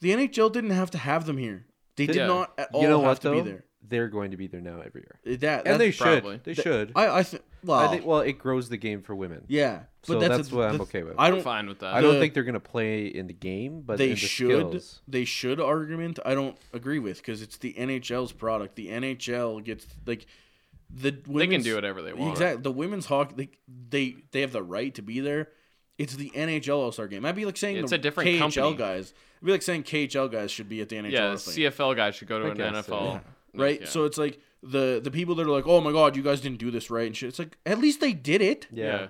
C: the NHL didn't have to have them here. They did
A: Yeah.
C: not at all
D: you know
C: have
D: what
C: to
D: though?
C: be there.
D: They're going to be there now every year,
C: It- That
D: and they
C: that's-
D: should.
A: probably.
D: They
C: that-
D: should.
C: I I think well,
D: I think. Well, it grows the game for women.
C: yeah, but
D: So
C: that's,
D: that's
C: a-
D: what I'm
C: that's-
D: okay with.
C: I
A: I'm
C: don't
A: fine with that.
D: I don't
C: the-
D: think they're gonna play in the game, but in
C: they
D: the
C: should
D: skills.
C: they should argument i don't agree with because it's the nhl's product the nhl gets like the
A: they
C: women's,
A: can do whatever they want.
C: exactly the women's hockey they, they they have the right to be there it's the nhl all-star game i'd be like saying
A: It's
C: the
A: a different
C: khl
A: company.
C: guys it'd be like saying khl guys should be at the nhl
A: Yeah,
C: thing,
A: CFL guy should go to
D: I
A: an
D: guess
A: NFL.
D: so. Yeah.
C: right
A: yeah.
C: so it's like the the people that are like oh my god you guys didn't do this right and shit it's like at least they did it
D: Yeah.
A: Yeah.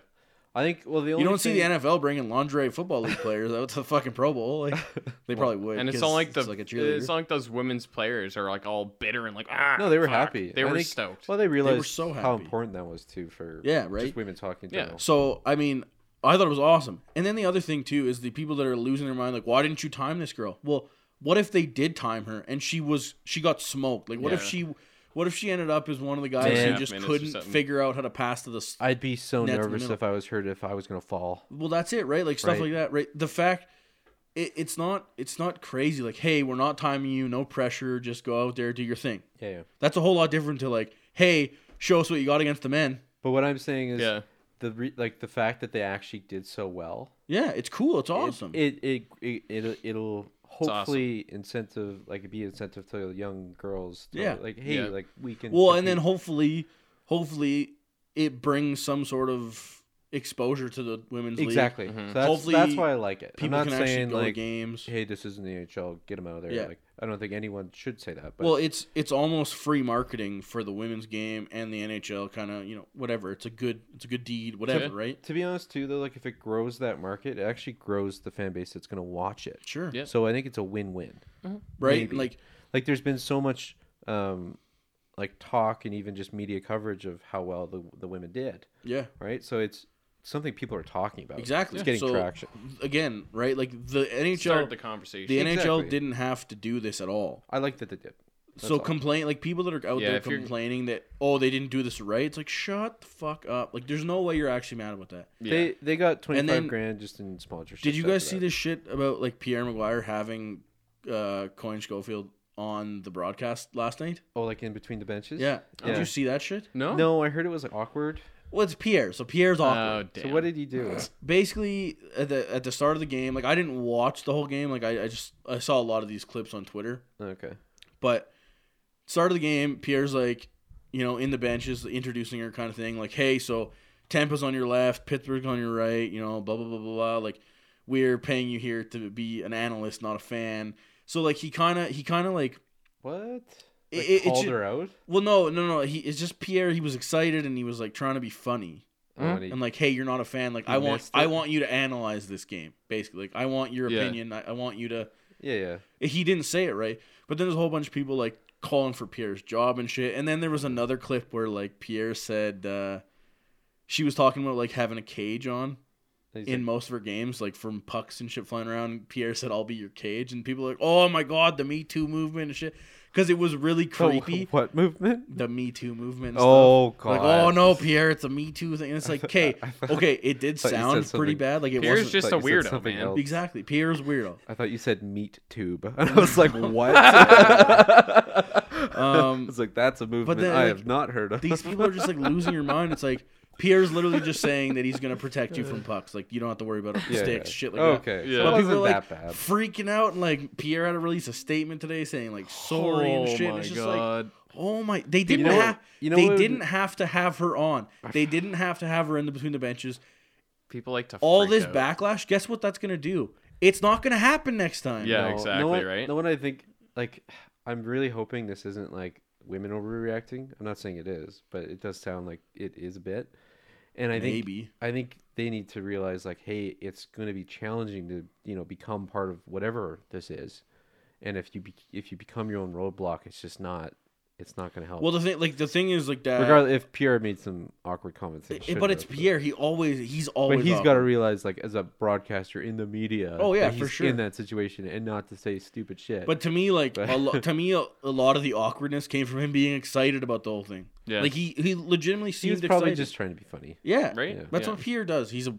D: I think. Well, the only
C: you don't see the
D: thing-
C: NFL bringing lingerie football league players out to the fucking Pro Bowl. Like, they probably would.
A: and it's
C: 'cause
A: not like the
C: it's a
A: it's
C: cheerleader.
A: not like those women's players are like all bitter and like ah.
D: No, they were
A: fuck."
D: happy.
A: They
D: I
A: were
D: think-
A: stoked.
D: Well, they realized
C: so
D: how
C: happy.
D: important that was too for
C: Yeah,
D: just
C: right?
D: women talking.
A: Yeah.
D: general.
C: So I mean, I thought it was awesome. And then the other thing too is the people that are losing their mind, like, why didn't you time this girl? Well, what if they did time her and she was she got smoked? Like, what if
A: Yeah.
C: she, what if she ended up as one of the guys
D: Yeah.
C: who just
A: Minutes or
C: couldn't
A: something.
C: figure out how to pass to the? s-
D: I'd be so
C: That's in the
D: nervous
C: middle.
D: if I was hurt if I was gonna fall.
C: Well, that's it, right? Like stuff
D: Right.
C: like that, right? The fact. It, it's not it's not crazy like hey we're not timing you no pressure just go out there do your thing
D: Yeah. yeah.
C: that's a whole lot different to like hey show us what you got against the men
D: But what I'm saying is
A: Yeah.
D: the re- like the fact that they actually did so well.
C: yeah it's cool it's awesome
D: It it it, it it'll
A: awesome.
D: hopefully incentive like be incentive to young girls. To,
C: Yeah.
D: Like hey,
A: Yeah.
D: like we can.
C: Well, and then
D: compete.
C: hopefully, hopefully, it brings some sort of exposure to the women's league.
D: exactly.
A: Mhm.
D: So that's,
C: Hopefully
D: that's why I like it. I'm
C: People
D: not
C: can actually
D: saying
C: go to
D: like
C: games.
D: hey, this isn't the NHL. Get them out of there.
C: Yeah.
D: Like I don't think anyone should say that. But
C: Well, it's it's almost free marketing for the women's game and the NHL. Kind of, you know, whatever. It's a good it's a good deed, whatever,
A: Yeah.
C: right?
D: to be honest too though like if it grows that market it actually grows the fan base that's going to watch it
C: Sure.
A: Yeah.
D: so i think it's a win-win
C: Right.
D: Maybe.
C: Like
D: like there's been so much um like talk and even just media coverage of how well the, the women did
C: yeah.
D: right so it's something people are talking about
C: Exactly.
D: it's getting
C: So,
D: traction
C: Again, right? Like the
A: Start
C: NHL,
A: the conversation.
C: the NHL
D: Exactly.
C: didn't have to do this at all.
D: i like that they did That's
C: so
D: all.
C: complain like people that are out
A: Yeah,
C: there
A: if you're-
C: complaining that oh they didn't do this right. It's like shut the fuck up. Like there's no way you're actually mad about that.
A: yeah.
D: they they got 25
C: then-
D: grand just in sponsorship
C: Did you guys see this shit about like Pierre Maguire having uh Coin Schofield on the broadcast last night?
D: oh like in between the benches
C: Yeah. Did
D: Yeah.
C: you see that shit?
A: no.
D: no i heard it was like awkward
C: Well, it's Pierre, so Pierre's
A: Oh
C: awkward.
A: damn.
D: so what did he do
C: Basically, at the at the start of the game, like I didn't watch the whole game. Like I, I just I saw a lot of these clips on Twitter.
D: okay
C: But start of the game, Pierre's like, you know, in the benches, introducing her kind of thing. Like, hey, so Tampa's on your left, Pittsburgh's on your right. You know, blah blah blah blah blah. Like, we're paying you here to be an analyst, not a fan. So like he kind of he kind of like
D: what like
C: It- it- it's
D: called
C: ju-
D: her out
C: well no no no he it's just Pierre he was excited and he was like trying to be funny
D: Oh,
A: Mm.
D: and he-
C: and like hey you're not a fan like
D: He
C: I want
D: missed
C: I
D: it.
C: want you to analyze this game basically like I want your
A: Yeah.
C: opinion I, I want you to
D: yeah yeah
C: he didn't say it right, but then there's a whole bunch of people like calling for Pierre's job and shit. And then there was another clip where like Pierre said uh, she was talking about like having a cage on
D: He's
C: in
D: like,
C: most of her games, like from pucks and shit flying around. Pierre said, "I'll be your cage," and people are like, "Oh my god, the Me Too movement and shit," because it was really
D: "Oh,
C: creepy.
D: what movement
C: the Me Too movement. and
D: Oh,
C: stuff. Like,
D: God.
C: oh no, Pierre, it's a Me Too thing. And it's like, okay, okay, it did
D: thought you said
C: sound pretty
D: something-
C: bad. Like it
A: Pierre's
C: wasn't
A: just
D: Thought
A: a
D: you said
A: weirdo,
D: something
A: man.
D: else.
C: exactly. Pierre's weirdo.
D: I thought you said meat tube. And I was like, what? I
C: Um,
D: was like, that's a movement
C: then,
D: I
C: like,
D: have not heard of.
C: these people are just like losing your mind. It's like Pierre's literally just saying that he's going to protect you from pucks. Like you don't have to worry about sticks, shit like that.
D: okay.
A: Yeah.
D: So
A: But
D: it
C: But
D: wasn't
C: people are like
D: that bad.
C: freaking out, and like Pierre had to release a statement today saying like sorry and
A: Oh
C: shit. and it's just like, oh my, they didn't
D: know what-
C: have,
D: you know
C: they
D: what would-
C: didn't have to have her on. They didn't have to have her in the between the benches.
A: People like to
C: All
A: freak
C: this
A: out.
C: backlash. Guess what? That's going to do. It's not going to happen next time.
A: Yeah,
D: No,
A: exactly,
D: No one,
A: right?
D: No one I think like I'm really hoping this isn't like women overreacting. I'm not saying it is, but it does sound like it is a bit. And I think
C: Maybe.
D: I think they need to realize like, hey, it's going to be challenging to you know become part of whatever this is, and if you be, if you become your own roadblock, it's just not it's not going to help.
C: Well, the thing, like the thing is, like that.
D: regardless, if Pierre made some awkward comments, they
C: it-
D: shouldn't
C: but it's
D: have, but-
C: Pierre. He always, he's always.
D: But he's
C: awkward.
D: got to realize, like, as a broadcaster in the media,
C: Oh, yeah,
D: that
C: for
D: he's
C: sure.
D: in that situation, and not to say stupid shit.
C: But to me, like a lo- to me, a, a lot of the awkwardness came from him being excited about the whole thing.
A: Yeah.
C: like he he legitimately
D: he
C: seemed
D: was probably
C: excited.
D: just trying to be funny.
C: yeah,
A: Right?
D: Yeah.
C: That's
A: Yeah.
C: what Pierre does. He's a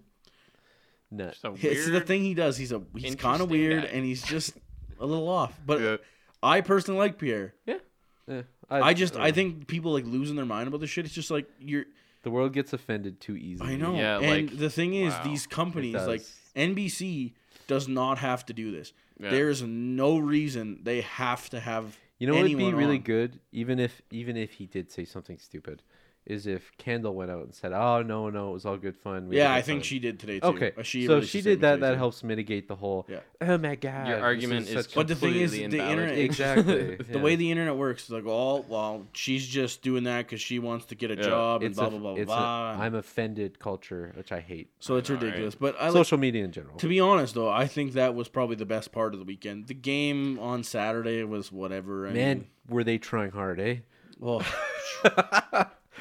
D: Nah.
A: Just a
C: it's the
A: weird-
C: thing he does. He's a he's kind
A: interesting
C: of weird
A: guy.
C: and he's just a little off. But
A: Yeah.
C: I personally like Pierre.
D: Eh,
C: I just I
D: dunno.
C: think people like losing their mind about this shit. It's just like you're.
D: the world gets offended too easily.
C: I know.
A: Yeah,
C: and
A: like,
C: the thing is,
A: wow.
C: these companies
D: does.
C: like NBC does not have to do this.
A: Yeah.
C: There is no reason they have to have.
D: You know what would be
C: anyone
D: really
C: on.
D: good, even if even if he did say something stupid, is if Kendall went out and said, "Oh no, no, it was all good fun." we had a
C: Yeah, I
D: good
C: think
D: time."
C: she did today too.
D: Okay,
C: Uh, She
D: so
C: released
D: if she
C: a
D: did
C: statement
D: that.
C: today,
D: That
C: too.
D: helps mitigate the whole.
C: Yeah.
D: Oh my god.
A: Your
D: this
A: argument is,
D: such a-"
C: But the thing is,
A: completely
C: the
A: invalid.
C: internet-
D: exactly
C: The way the internet works, like, oh, well, she's just doing that because she wants to get a
A: Yeah.
C: job and
D: it's
C: blah,
D: a-
C: blah, blah,
D: it's a
C: blah.
D: I'm offended culture, which I hate.
C: so it's
A: I know, right?
C: ridiculous. But I like,
D: Social media in general.
C: to be honest, though, I think that was probably the best part of the weekend. The game on Saturday was whatever. I
D: Man,
C: mean,
D: were they trying hard, eh?
C: well,
D: when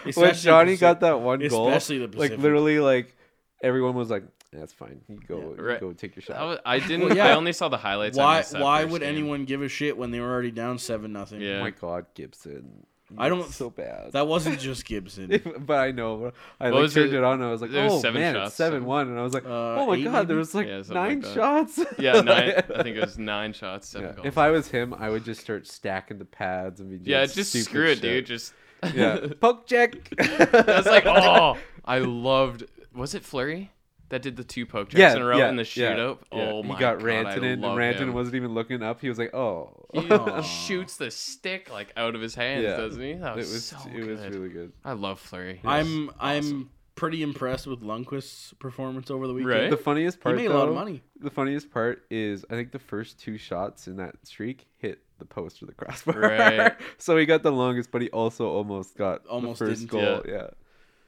C: especially
D: Johnny
C: Pacific-
D: got that one goal,
C: especially the
D: like
C: Pacific.
D: literally, like everyone was like, "That's fine. You go, you
A: Right.
D: go take your
A: That
D: shot."
A: was- I didn't.
C: Well, yeah.
A: I only saw the highlights. I
C: Why?
A: missed that
C: Why
A: first
C: would
A: game.
C: anyone give a shit when they were already down seven nothing?
A: Yeah.
D: oh my god, Gibson! you
C: I
D: look
C: don't-
D: so bad.
C: that wasn't just Gibson.
D: but I know. I
A: What
D: like,
A: was
D: turned
A: it?
D: it on. and I was like,
A: It was
D: "Oh
A: seven
D: man,
A: shots, Uh,
D: it's seven one," and I was like, "Oh my
C: eight
D: god, there
C: maybe?
D: was like
A: Yeah, something
D: nine
A: like
D: shots."
A: Yeah, nine,
D: Like-
A: I think it was nine shots, seven
D: Yeah,
A: goals.
D: If I was him, I would just start stacking the pads and be doing
A: yeah, just
D: stupid
A: screw it,
D: shit.
A: dude. Just
D: Yeah, poke check.
A: I was like, oh, I loved. Was it Flurry that did the two poke checks
D: Yeah,
A: in a row
D: yeah,
A: in the
D: yeah,
A: shootout?
D: yeah.
A: Oh my
D: he got
A: god, I
D: Rantanen, and
A: love
D: Rantanen
A: him.
D: wasn't even looking up. He was like, "Oh."
A: He shoots the stick like out of his hands,
D: Yeah.
A: doesn't he? That
D: it
A: was,
D: was
A: so
D: it
A: good.
D: was really good.
A: I love Flurry.
C: I'm I'm pretty impressed with Lundqvist's performance over the weekend.
A: Right?
D: The funniest part
C: Eh? made a lot of
D: though-
C: money.
D: The funniest part is I think the first two shots in that streak hit the post or the crossbar.
A: Right.
D: so he got the longest, but he also almost got
C: Almost
D: the 1st
C: didn't.
D: goal. Yeah.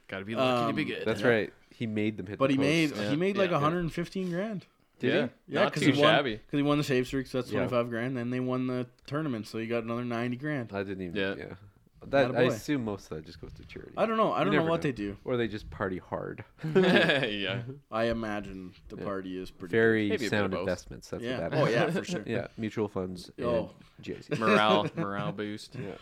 A: Gotta be lucky to be
C: Um,
A: good.
D: That's right. He made them hit
C: But
D: the
C: he made
D: post.
C: he made like
A: Yeah.
C: 115 grand.
A: yeah,
D: Did he?
C: Yeah,
A: not
C: because
A: too
C: he won.
A: shabby.
C: Because he won the save streak, so that's
D: Yeah.
C: 25 grand. Then they won the tournament, so he got another 90 grand.
D: I didn't even
A: Yeah.
D: yeah. That I
C: Attaboy.
D: assume most of that just goes to charity.
C: I don't know. I don't know
D: never
C: what
D: know.
C: they do.
D: or they just party hard.
A: yeah,
C: I imagine the party is pretty.
D: Very
A: Maybe a bit of
D: sound
A: both.
D: investments. That's
C: Yeah.
D: what that
C: Oh
D: is.
C: yeah, for sure.
D: yeah. Mutual funds and
C: Oh.
D: GIC.
A: morale, morale boost.
D: Yeah.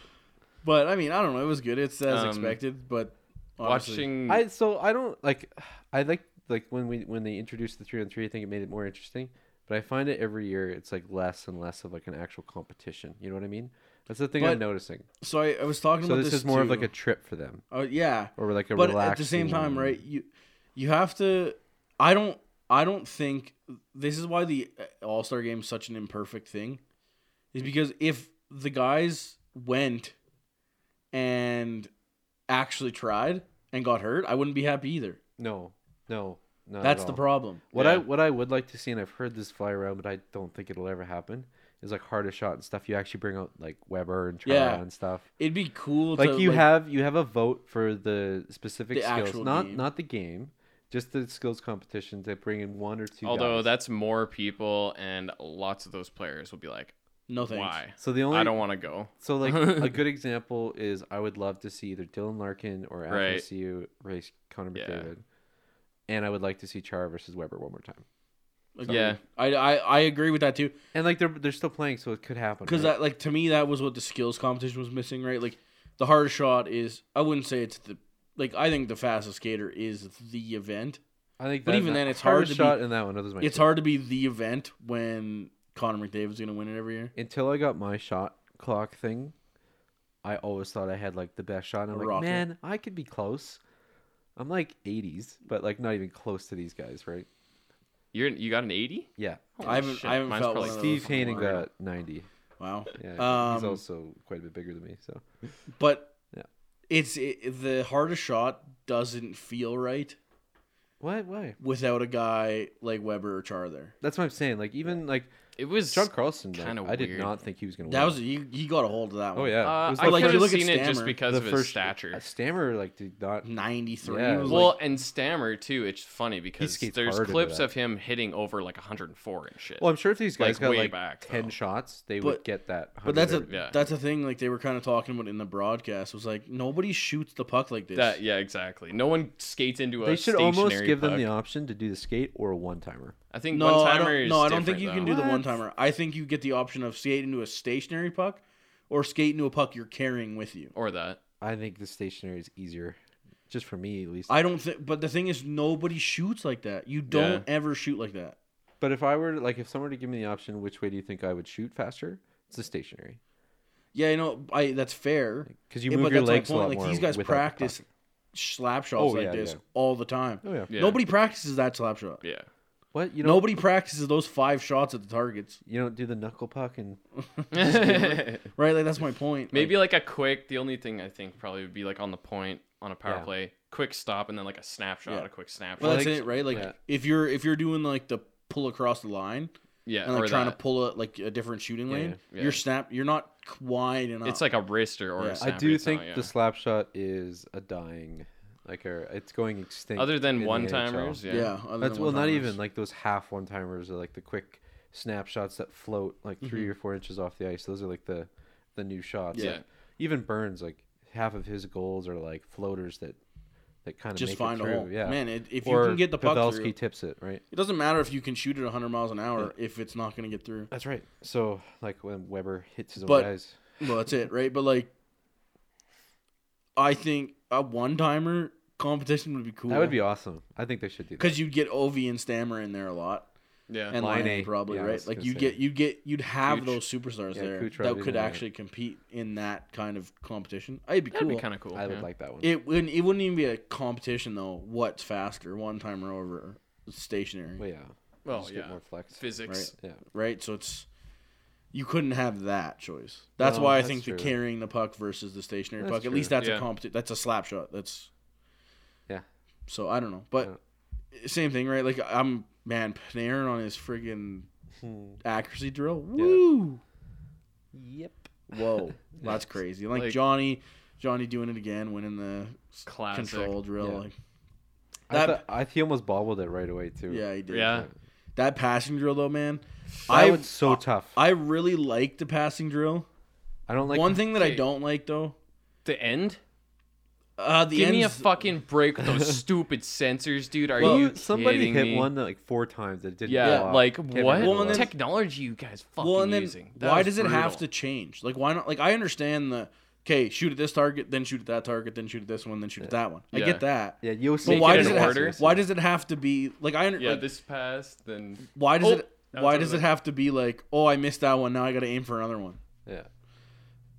C: But I mean, I don't know. It was good. It's as
A: Um,
C: expected. But obviously-
A: Watching
D: I so I don't like I like like when we when they introduced the three on three, I think it made it more interesting. But I find it every year it's like less and less of like an actual competition. You know what I mean? That's the thing
C: But-
D: I'm noticing.
C: So I, I was talking
D: So
C: about
D: this, is more of like
C: too.
D: a trip for them,
C: Oh yeah,
D: or like a
C: but
D: relaxing.
C: at the same time, right? You you have to. I don't. I don't think this is why the All Star game is such an imperfect thing, is because if the guys went and actually tried and got hurt, I wouldn't be happy either.
D: No, no, no.
C: That's the problem.
D: What I
A: Yeah.
D: what I would like to see, and I've heard this fly around, but I don't think it'll ever happen. Is like harder shot and stuff. You actually bring out like Weber and Chara
C: Yeah.
D: and stuff.
C: It'd be cool.
D: like
C: to,
D: you have you have a vote for the specific
C: The actual
D: skills not
C: game.
D: not the game just the skills competition to bring in one or two
A: Although
D: guys.
A: that's more people, and lots of those players will be like,
C: no thanks.
A: "Why?
D: so the only
A: I don't want to go."
D: so like a good example is i would love to see either dylan larkin or
A: Right.
D: FSU race connor
A: Yeah.
D: mcdavid and i would like to see chara versus weber one more time
C: Agreed.
A: Yeah.
C: I, I I agree with that too.
D: and like they're they're still playing so it could happen
C: Because
D: right?
C: that, like, to me, that was what the skills competition was missing, right? Like, the hardest shot is I wouldn't say it's the like I think the fastest skater is the event.
D: i think
C: but
D: that-
C: even
D: that
C: then, it's
D: hard
C: hard to
D: shot
C: be-
D: in that one others might
C: It's
D: say.
C: hard to be the event when Connor McDavid's gonna win it every year.
D: until i got my shot clock thing i always thought i had like the best shot and i'm like
C: rocket.
D: man i could be close I'm like 80s, but like not even close to these guys, right?
A: You're you got an 80?
D: Yeah.
A: Holy
C: haven't-
A: shit,
C: I haven't
A: mine's
C: felt
A: probably
C: one of those.
D: Steve Haney got 90.
C: Wow.
D: Yeah, he's
C: Um,
D: also quite a bit bigger than me. So
C: But
D: Yeah.
C: it's it, the hardest shot doesn't feel right
D: what? Why?
C: without a guy like Weber or Char there.
D: That's what I'm saying. Like even like
A: It was
D: John Carlson, like,
A: kinda
D: I did
A: weird.
D: not think he was gonna.
C: That
D: win.
C: was you. You got a hold of that
D: Oh
C: one.
D: yeah.
A: Uh,
D: it was
A: I could
C: like- Like, you
A: have
C: look at
A: seen it just
C: Stammer,
A: because
D: the
A: of his stature.
D: uh, Stammer like did not.
C: ninety three.
D: Yeah, it was
A: Well, and Stammer too. It's funny because
D: skates
A: there's
D: hard into
A: clips
D: that.
A: of him hitting over like 104 and shit.
D: Well, I'm sure if these guys
A: Like,
D: got
A: way
D: like
A: back,
D: ten
A: though.
D: shots, they would
C: But-
D: get that.
C: but that's a
D: 100.
A: yeah.
C: that's a thing. Like they were kind of talking about in the broadcast. Was like nobody shoots the puck like this.
A: that yeah, exactly. No one skates into a
D: They should almost
A: stationary
D: give them the
A: puck.
D: option to do the skate or a one timer.
A: I think
C: no,
A: one
C: I
A: timer
C: don't.
A: is
C: No, I don't think you
A: different,
C: can
A: though.
C: do the one timer. I think you get the option of skate into a stationary puck, or skate into a puck you're carrying with you.
A: or that.
D: I think the stationary is easier, just for me at least.
C: I don't think. But the thing is, nobody shoots like that. You don't ever shoot like that.
D: But if I were to- like, if someone were to give me the option, which way do you think I would shoot faster? It's the stationary
C: Yeah, you know, I that's fair.
D: because you
C: Yeah,
D: move
C: but
D: your
C: that's my
D: legs a
C: point,
D: lot
C: like,
D: more.
C: these guys
D: without the puck.
C: practice slap shots
D: Oh,
C: like
D: yeah,
C: this
D: yeah.
C: all the time.
D: Oh yeah.
A: Yeah.
C: Nobody practices that slap shot.
A: Yeah.
D: What you know?
C: Nobody practices those five shots at the targets,
D: You don't do the knuckle puck and
C: right? Like that's my point.
A: Maybe like a quick. The only thing I think probably would be like on the point on a power
D: Yeah.
A: play, quick stop, and then like a snapshot,
C: Yeah.
A: a quick snapshot.
C: Well, that's
D: Like-
C: it, right? Like
D: yeah.
C: if you're if you're doing like the pull across the line
A: yeah,
C: and like
A: or
C: trying
A: that.
C: to pull a like a different shooting
D: Yeah,
C: lane,
A: yeah.
C: you're snap. You're not wide enough.
A: It's like a wrister or
C: Yeah. I
A: a
D: I
A: snapper.
D: do
A: it's
D: think
A: not, yeah.
D: the slap shot is a dying, like, or it's going extinct.
A: other
D: in
A: than
D: the
A: one
D: NHL.
A: timers.
C: yeah.
A: Yeah.
C: other
D: That's
C: than
D: well, not
C: one-timers.
D: even like those half one timers or like the quick snapshots that float like 3
C: Mm-hmm.
D: or four inches off the ice. Those are like the the new shots.
A: Yeah.
D: Like, even Burns, like half of his goals are like floaters that that kind of
C: Just
D: make
C: find
D: it
C: a
D: through.
C: hole.
D: Yeah,
C: Man, it, if
D: Or
C: you can get the puck
D: Pavelski
C: through,
D: tips it right.
C: it doesn't matter if you can shoot it 100 miles an hour if it's not going to get through.
D: That's right. So like when Weber hits his own
C: But-
D: guys,
C: Well, that's it, right? But like, I think a one timer competition would be cool.
D: that would be awesome. I think they should do that.
C: because you'd get Ovi and Stammer in there a lot,
A: Yeah.
C: and
D: Line
C: Line
D: A.
C: probably
D: Yeah, I
C: right.
D: was
C: Like
D: gonna
C: you
D: say.
C: get you get you'd have
A: Kuch.
C: those superstars
D: Yeah,
C: there that
D: Kuch probably
C: could
D: did that.
C: actually compete in that kind of competition. It'd be
A: That'd
C: cool.
A: be kind of cool.
D: I would
A: yeah.
D: like that one.
C: it wouldn't it wouldn't even be a competition though. What's faster, one timer over stationary,
D: Well, yeah.
A: Well,
D: Just
A: yeah.
D: get more flex.
A: Physics.
D: Yeah.
C: right? So it's you couldn't have that choice. That's
D: No,
C: why I
D: that's
C: think
D: true.
C: the carrying the puck versus the stationary
D: That's
C: puck.
D: true.
C: At least that's
A: Yeah.
C: a competition. That's a slap shot. That's
D: Yeah.
C: So I don't know, but same thing, right? Like I'm man Panarin on his friggin' Hmm. accuracy drill. Woo!
D: Yep.
C: Whoa, that's crazy. Like,
A: Like-
C: Johnny, Johnny doing it again, winning the s-
A: Classic.
C: control drill.
D: Yeah.
C: Like
D: I
C: That-
D: thought, I he almost bobbled it right away too.
C: yeah, he did.
A: Yeah.
C: that passing drill though, man.
D: That
C: I
D: was so tough.
C: I really like the passing drill.
D: I don't like
C: One thing that I
A: okay.
C: don't like though,
A: The end?
C: uh, the
A: Give me a
C: ends-
A: fucking break with those stupid sensors, dude. Are
C: Well,
A: you
D: Somebody
A: kidding
D: hit
A: me?
D: one that, like four times. It didn't.
A: Yeah,
D: go off.
A: like
D: Can't
A: what
D: remember
C: Well, and
D: the
C: then-
D: last-
A: technology you guys fucking
C: well, and then
A: using? That
C: why
A: was
C: does it have to
A: brutal.
C: change? Like, why not? Like, I understand the okay, shoot at this target, then shoot at that target, then shoot at this one, then shoot at that one. I
A: Yeah.
C: get that.
D: Yeah, you
C: But
A: Make
C: why
A: it
C: does
A: in
C: it have,
A: order.
C: why does it have to be like I under-
A: Yeah,
C: like,
A: this pass, then
C: why does
A: Oh,
C: it
A: that
C: why
A: was
C: does
A: over
C: it have to be like oh I missed that one now I got to aim for another one.
D: Yeah.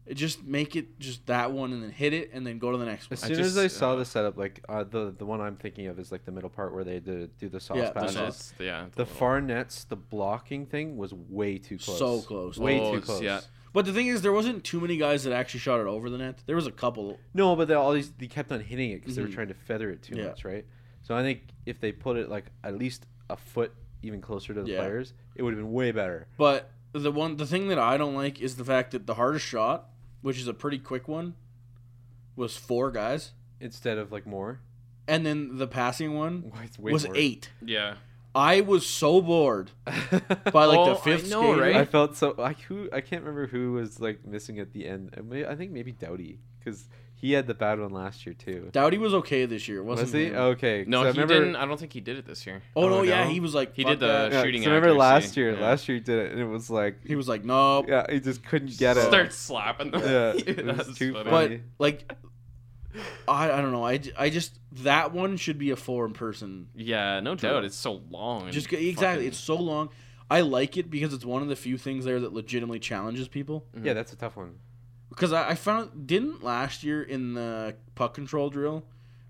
C: It just make it just that one and then hit it and then go to the next one.
D: As soon
A: just,
D: as I saw
A: uh,
D: the setup, like uh, the the one I'm thinking of is like the middle part where they do, do the sauce
C: Yeah, the
D: passes.
A: then
C: sauce.
D: The,
A: it's, yeah,
D: far nets, the blocking thing was way too close.
C: So close.
D: Way too
A: Close,
D: close.
A: yeah.
C: But the thing is there wasn't too many guys that actually shot it over the net. There was a couple.
D: No, but they all these they kept on hitting it because they were trying to feather it too
C: Mm-hmm. Yeah.
D: much, right? So I think if they put it like at least a foot even closer to the
C: Yeah.
D: players, it would have been way better.
C: But the one the thing that I don't like is the fact that the hardest shot, which is a pretty quick one, was four guys
D: Instead of like more,
C: and then the passing one
D: it's way
C: was
D: more.
C: 8.
A: yeah.
C: I was so bored by like
A: Oh,
C: the
A: I
C: fifth
A: know,
C: skater.
A: right?
D: I felt so like who I can't remember who was like missing at the end. I, may- I think maybe Doughty because he had the bad one last year too.
C: Doughty was okay this year, wasn't
D: Was he
C: him.
D: okay? 'cause
A: No, he
D: I remember,
C: uh,
A: didn't. I don't think he did it this year.
C: Oh, no,
D: Oh,
C: yeah,
D: no?
C: he was like
A: He
C: "Fuck
A: did the
C: that."
D: Yeah, 'cause
A: shooting
D: I remember last
A: accuracy,
D: year.
A: yeah.
D: Last year he did it, and it was like
C: He was like, nope.
D: yeah, he just couldn't get it.
A: Start slapping them.
D: Yeah, it was
A: that's
D: too
A: funny.
D: funny.
C: But like, I, I don't know. I, j- I just that one should be a four in person.
A: yeah, no doubt. It's so long. and
C: Just g- exactly.
A: fucking-
C: It's so long. I like it because it's one of the few things there that legitimately challenges people.
D: Yeah, that's a tough one.
C: Because I, I found didn't last year in the puck control drill,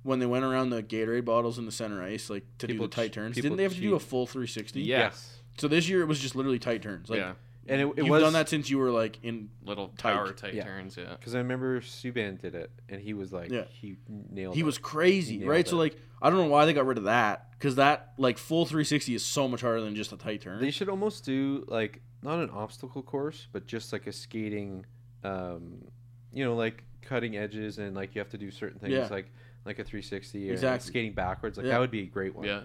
C: when they went around the Gatorade bottles in the center ice, like to
D: People
C: do the tight
D: che-
C: turns?
D: people
C: Didn't they have to do a
D: cheated.
C: full 360?
A: Yeah.
D: Yes.
C: So this year it was just literally tight turns. Like
A: yeah,
D: And it, it
C: you've
D: was
C: done that since you were like in.
A: little
C: tight.
A: tower type
D: Yeah.
A: turns. Yeah,
D: because I remember Subban did it, and he was like,
C: Yeah.
D: he nailed.
C: He
D: it.
C: was crazy,
D: nailed
C: right? So
D: it.
C: like I don't know why they got rid of that because that like full 360 is so much harder than just a tight turn.
D: They should almost do like not an obstacle course, but just like a skating, um, you know, like cutting edges and like you have to do certain things
C: Yeah.
D: like like a 360 or
C: Exactly.
D: skating backwards. Like
C: Yeah.
D: that would be a great one.
A: yeah.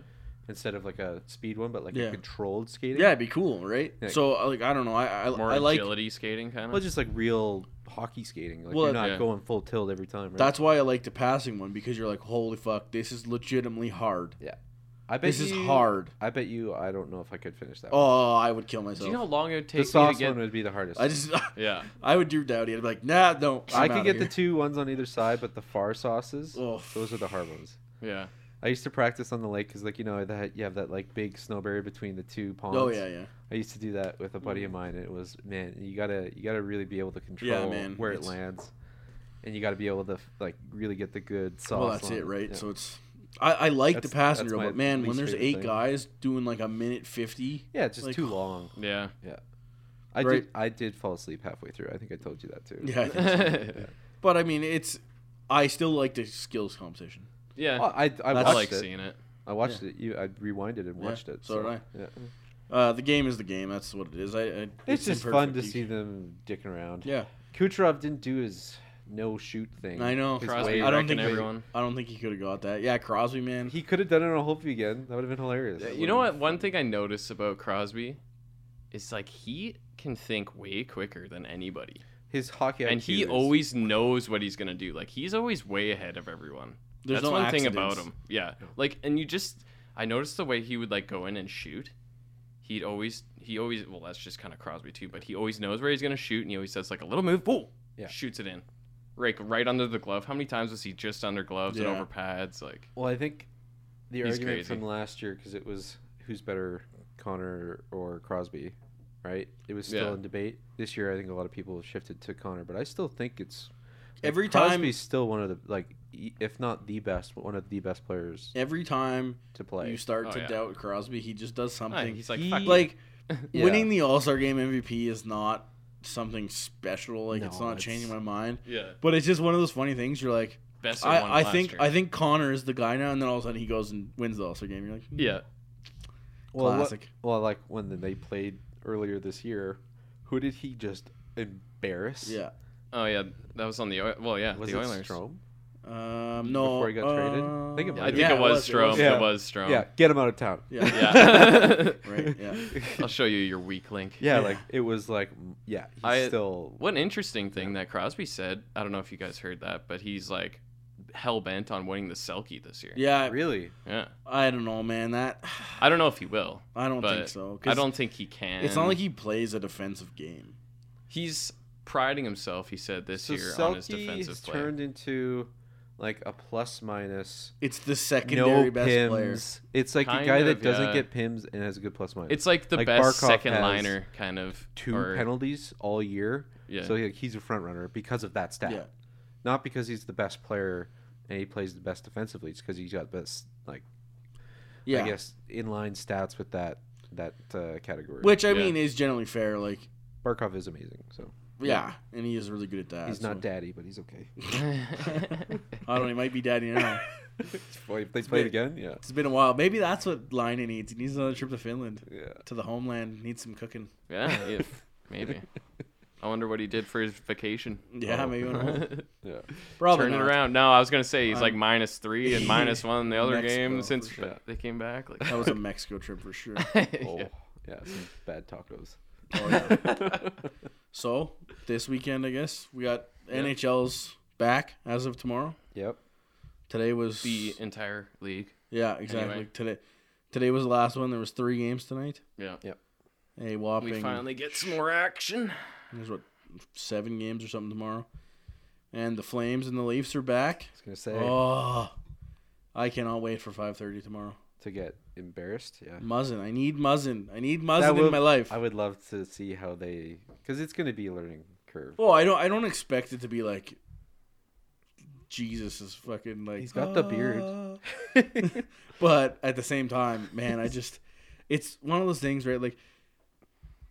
D: Instead of like a speed one, but like
C: Yeah.
D: a controlled skating.
C: yeah, it'd be cool, right?
D: Yeah.
C: So uh, like I don't know, I I,
A: More
C: I like
A: agility skating kind of.
D: Well, just like real hockey skating. Like
C: Well,
D: you're not
A: yeah.
D: going full tilt every time. Right?
C: that's why I like the passing one because you're like holy fuck, this is legitimately hard.
D: I bet
C: This is
D: you-
C: hard.
D: I bet you. I don't know if I could finish that. one.
C: Oh, I would kill
A: Do
C: myself.
A: you know how long it would
D: the
A: take me to
D: sauce
A: get?
D: one would be the hardest.
C: I just
A: Yeah,
C: I would do Dowdy. I'd be like, nah, no.
D: I
C: I'm
D: could
C: outta
D: get
C: here.
D: the two ones on either side, but the far sauces,
C: Oh.
D: those are the hard ones.
A: yeah. I
D: I used to practice on the lake because, like you know, that you have that like big snow barrier between the two ponds.
C: Oh yeah, Mm-hmm. yeah.
D: I used to do that with a buddy of mine, and it was man, you gotta you gotta really be able to control
C: man,
D: where it
C: it's-
D: lands, and you gotta be able to f- like really get the good sauce.
C: Well, that's
D: on
C: it, right?
D: Yeah.
C: So it's I, I like
D: That's-
C: the passenger,
D: that's my
C: but man, when
D: least
C: there's
D: favorite
C: eight
D: thing.
C: guys doing like a minute fifty,
D: yeah, it's just
C: like-
D: too long. I
C: Right.
D: did I did fall asleep halfway through. I think I told you that too.
C: yeah. I think so.
A: Yeah,
C: but I mean, it's I still like the skills competition.
A: yeah.
D: Well, I I
C: That's-
A: I
D: watched
A: like
D: it.
A: seeing it.
D: I watched it. You I rewinded and watched it.
C: so did
D: Yeah.
C: Uh, the game is the game. That's what it is. I, I
D: It's, just fun to
C: imperfect.
D: see them dicking around.
C: Yeah,
D: Kucherov didn't do his no shoot thing.
C: I know.
D: His
A: Crosby
D: wave.
C: I don't
A: wrecking
C: think they-
A: everyone.
C: I don't think he could have got that. Yeah, Crosby, man.
D: He could have done it on Hope again. That would have been hilarious.
A: You know what? One thing I notice about Crosby is like he can think way quicker than anybody,
D: His hockey
A: and
D: IQ
A: he
D: is-
A: always knows what he's gonna do. Like he's always way ahead of everyone.
C: There's
A: That's
C: no
A: one thing
C: accidents.
A: about him. Yeah, like and you just I noticed the way he would like go in and shoot. He'd always he always well that's just kind of Crosby too, but he always knows where he's gonna shoot, and he always does like a little move. Whoa,
D: Yeah.
A: shoots it in, like right under the glove. How many times was he just under gloves and
C: Yeah.
A: over pads? Like
D: Well, I think the
A: He's
D: argument
A: crazy.
D: from last year because it was who's better, Connor or Crosby, right? It was still
A: Yeah.
D: in debate. This year, I think a lot of people have shifted to Connor, but I still think it's like,
C: Every time-
D: Crosby's still one of the like, e- if not the best, one of the best players
C: Every time
D: to play.
C: you start
A: Oh,
C: to
A: yeah.
C: doubt Crosby, he just does
A: ah,
C: something.
A: he's like
D: He-
A: fuck it.
C: like
D: Yeah.
C: winning the All Star Game MVP is not something special. Like it's
D: No,
C: not
D: it's-
C: changing my mind.
A: yeah
C: But it's just one of those funny things. You're like,
A: best. of one
C: I, I
A: last
C: think
A: year.
C: I think Connor is the guy now, and then all of a sudden he goes and wins the All Star game. You're like, hmm,
A: yeah
D: well, what-
C: classic.
D: well, like when they played earlier this year, who did he just embarrass?
C: yeah.
A: Oh yeah, that was on the Oil- well yeah
D: was
A: the
D: it
A: Oilers.
D: Strome?
C: Um, no. uh,
D: Before he got traded? I think it
A: Yeah, I
D: might
A: think
D: Yeah,
A: it was Strom.
D: Yeah.
A: It was Strom.
D: Yeah, get him out of town.
C: Yeah.
A: Yeah.
C: right. Yeah.
A: I'll show you your weak link.
D: Yeah,
C: Yeah.
D: like it was like mm, yeah, he's
A: I-
D: still
A: One interesting thing that Crosby said, I don't know if you guys heard that, but he's like hell bent on winning the Selkie this year.
C: Yeah.
D: really.
A: Yeah.
C: I don't know, man. That
A: I don't know if he will.
C: I don't think
A: But
C: so. 'cause
A: I don't think he can.
C: It's not like he plays a defensive game.
A: he's priding himself. He said this
D: So
A: year on his
D: Selke has
A: defensive play.
D: turned into like a plus minus
C: It's the secondary
D: no
C: best player.
D: pims. It's like a
A: Kind
D: guy
A: of,
D: that doesn't
A: yeah.
D: get pims and has a good plus minus.
A: It's like the
D: Like
A: best
D: Barkov
A: second
D: has
A: liner kind of
D: two
A: or-
D: penalties all year.
A: Yeah.
D: So like, he's a front runner because of that stat,
C: Yeah.
D: not because he's the best player and he plays the best defensively. It's because he's got best like
C: Yeah.
D: I guess inline stats with that that uh, category.
C: Which I
A: Yeah.
C: mean is generally fair. Like,
D: Barkov is amazing, so
C: yeah, and he is really good at that.
D: he's
C: so-
D: not daddy, but he's okay.
C: I don't know. He might be daddy now.
D: Boy, if they played
C: bit-
D: again, yeah,
C: it's been a while. Maybe that's what Lina needs. He needs another trip to Finland,
D: yeah.
C: to the homeland. Needs some cooking.
A: yeah, if maybe. I wonder what he did for his vacation.
C: Yeah, maybe. when home.
D: Yeah.
C: Probably
A: Oh. Turn it
C: not.
A: around. No, I was gonna say he's like
C: I'm-
A: minus three and minus one in the other
C: Mexico,
A: game
C: for
A: since
C: sure.
A: ba- they came back. Like,
C: That was a Mexico trip for sure.
D: Oh,
A: Yeah.
D: yeah. some bad tacos.
C: So this weekend, I guess we got NHL's back as of tomorrow.
D: Yep.
C: Today was
A: the entire league.
C: yeah exactly
A: anyway.
C: today. Today was the last one. There was three games tonight.
A: Yeah,
C: A whopping.
A: we finally get some more action.
C: There's what seven games or something tomorrow, and the Flames and the Leafs are back.
D: I was gonna say
C: Oh, I cannot wait for 5:30 tomorrow.
D: to get embarrassed. Yeah.
C: Muzzin, I need Muzzin. I need
D: That
C: Muzzin
D: will-
C: Mm. in my life.
D: I would love to see how they, because it's gonna be a learning curve.
C: Well, I don't. I don't expect it to be like Jesus is fucking like
D: He's got the beard.
C: "Ah." but at the same time, man, I just it's one of those things, right? Like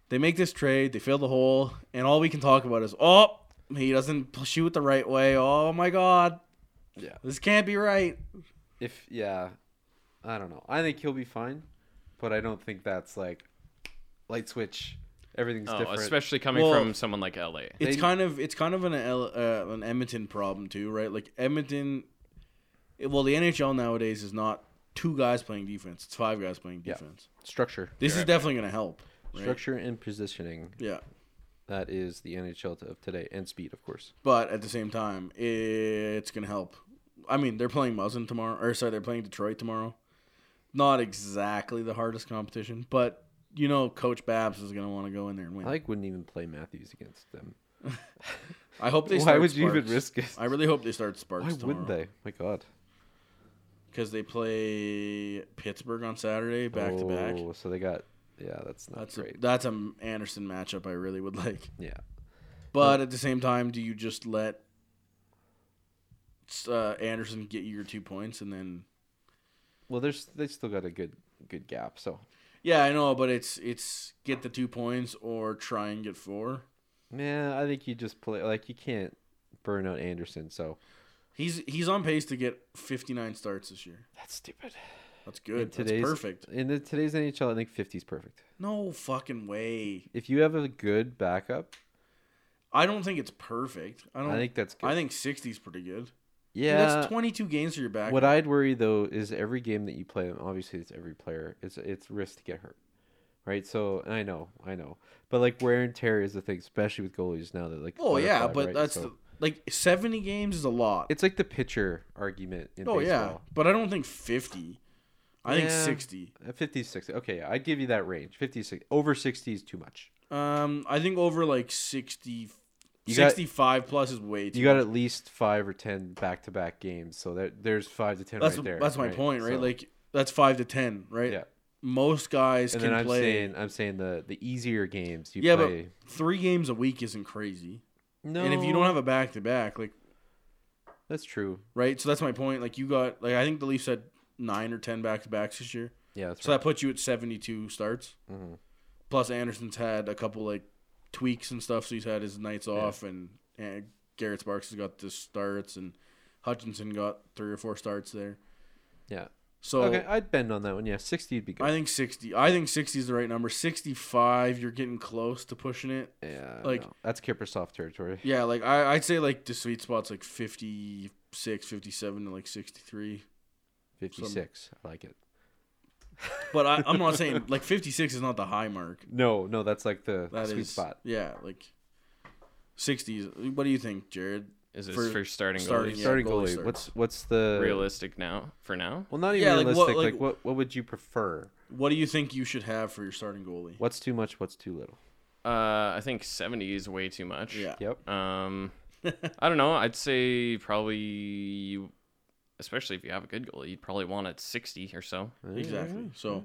C: they make this trade, they fill the hole, and all we can talk about is oh he doesn't p- shoot the right way. Oh my god.
D: Yeah.
C: This can't be right.
D: If yeah, I don't know. I think he'll be fine, but I don't think that's like light switch. Everything's
A: Oh,
D: different.
A: especially coming
C: Well-
A: from someone like LA.
C: It's
D: They-
C: kind of it's kind of an L, uh, an Edmonton problem too, right? Like Edmonton, it- well, the NHL nowadays is not two guys playing defense; it's five guys playing
D: Yeah.
C: defense.
D: structure,
C: This is definitely going to help. right?
D: structure and positioning.
C: Yeah,
D: That is the NHL of today, and speed, of course.
C: but at the same time, it's going to help. I mean, they're playing Muzzin tomorrow, or sorry, they're playing Detroit tomorrow. Not exactly the hardest competition, but you know, Coach Babs is going to want to go in there and win.
D: I like wouldn't even play Matthews against them.
C: I hope they.
D: Why
C: start
D: would you even
C: Sparks.
D: risk it?
C: I really hope they start Sparks.
D: Why
C: tomorrow.
D: would they? My God.
C: because they play Pittsburgh on Saturday back to back.
D: Oh, So they got. Yeah, that's not
C: That's
D: great.
C: a, that's a Anderson matchup I really would like.
D: Yeah.
C: But at the same time, do you just let uh, Anderson get you your two points and then?
D: Well, there's they still got a good good gap. So
C: Yeah, I know, but it's it's get the two points or try and get four.
D: man, I think you just play like you can't burn out Anderson. So
C: He's he's on pace to get 59 starts this year.
D: that's stupid.
C: That's good. That's
D: today's-
C: perfect.
D: In the today's NHL, I think 50 is perfect.
C: No fucking way.
D: If you have a good backup,
C: I don't think it's perfect. I don't.
D: I think that's good.
C: I think 60 is pretty good.
D: yeah.
C: Yeah, that's 22 games for your back.
D: What I'd worry though is every game that you play, and obviously it's every player, it's it's risk to get hurt, right? So I know, I know, but like wear and tear is the thing, especially with goalies now. That like,
C: Oh yeah,
D: butterfly,
C: but
D: right?
C: that's
D: So
C: the, like seventy games is a lot.
D: it's like the pitcher argument in
C: oh yeah,
D: baseball.
C: but I don't think fifty. I think
D: Yeah.
C: sixty.
D: Yeah, 50, 60. Uh, Okay, yeah, I'd give you that range. 50, 60. over sixty is too much.
C: Um, I think over like 60,
D: You got-
C: 65 plus is way too.
D: You got
C: much.
D: at least five or ten back-to-back games, so that there's five to ten
C: That's
D: right there.
C: that's my point, right?
D: So,
C: like that's five to ten, right?
D: yeah,
C: Most guys
D: and
C: can
D: then I'm
C: play.
D: saying I'm saying the the easier games you
C: yeah,
D: play.
C: but three games a week isn't crazy.
D: no,
C: And if you don't have a back to back, like
D: that's true.
C: right, so that's my point. Like you got like I think the Leafs had nine or ten back to backs this year.
D: Yeah, that's
C: So
D: right.
C: that puts you at 72 starts.
D: Mhm.
C: Plus, Anderson's had a couple like tweaks and stuff, so he's had his nights off, and, and Garrett Sparks has got the starts, and Hutchinson got three or four starts there.
D: Yeah.
C: So
D: okay, I'd bend on that one. Yeah, sixty would be good.
C: I think 60. I think 60 is the right number. 65, you're getting close to pushing it.
D: yeah,
C: like-
D: no, that's Kippersoft territory.
C: Yeah, like I, I'd say like the sweet spot's like 56, 57 to like 63.
D: Fifty-six, I like it.
C: But I, I'm not saying like 56 is not the high mark.
D: No, no, that's like the
C: That is
D: sweet spot.
C: Yeah, like 60s. What do you think, Jared?
A: Is this
C: for
A: for, starting,
C: starting,
A: goalies?
C: yeah.
D: Starting
C: goalie
D: goalie.
C: starts.
D: What's what's the
A: Realistic now for now?
D: Well, not even
C: Yeah, like, what-
D: realistic. Like what,
C: like-
D: like what would you prefer?
C: What do you think you should have for your starting goalie?
D: What's too much? What's too little?
A: Uh, I think 70 is way too much.
C: Yeah.
D: Yep.
A: Um, I don't know. I'd say probably, you, especially if you have a good goalie, you'd probably want it 60 or so. Oh,
C: Exactly. So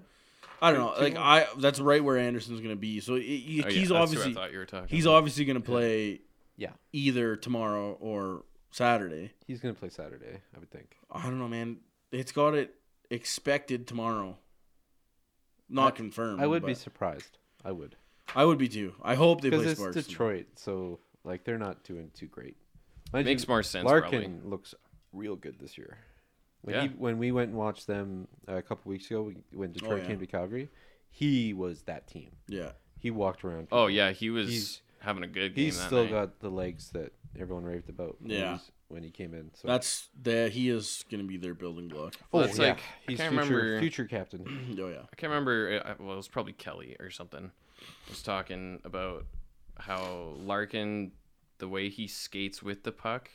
C: I don't know. Like I that's right where Anderson's going to be. So it, it-
A: Oh, yeah,
C: he's
A: that's who I
C: obviously
A: thought you were talking.
C: he's obviously going to play
D: Yeah.
C: either tomorrow or Saturday.
D: He's gonna play Saturday, I would think.
C: I don't know, man. It's got it expected tomorrow. Not confirmed.
D: I would be
C: but
D: surprised. I would
C: I would be too. I hope they
D: because
C: play
D: it's
C: Sparks.
D: Detroit, so like they're not doing too great.
A: about.
D: Mind you,
A: Makes more sense.
D: Larkin
A: Probably.
D: looks real good this year. When
A: Yeah.
D: he, when we went and watched them uh, a couple weeks ago, we- when Detroit
C: Oh, yeah.
D: came to Calgary, he was that team.
C: Yeah.
D: He walked around.
A: Oh yeah, he was
D: He's-
A: having a good game.
D: he's
A: that
D: still
A: night.
D: got the legs that everyone raved about. when he
C: Yeah.
D: was- when he came in. So
C: That's the he is going to be their building block.
D: oh,
A: Well, it's
D: yeah.
A: like- I
D: he's
A: can't
D: future,
A: remember-
D: future captain.
C: Oh yeah.
A: I can't remember. uh, Well, it was probably Kelly or something. Was talking about how Larkin, the way he skates with the puck,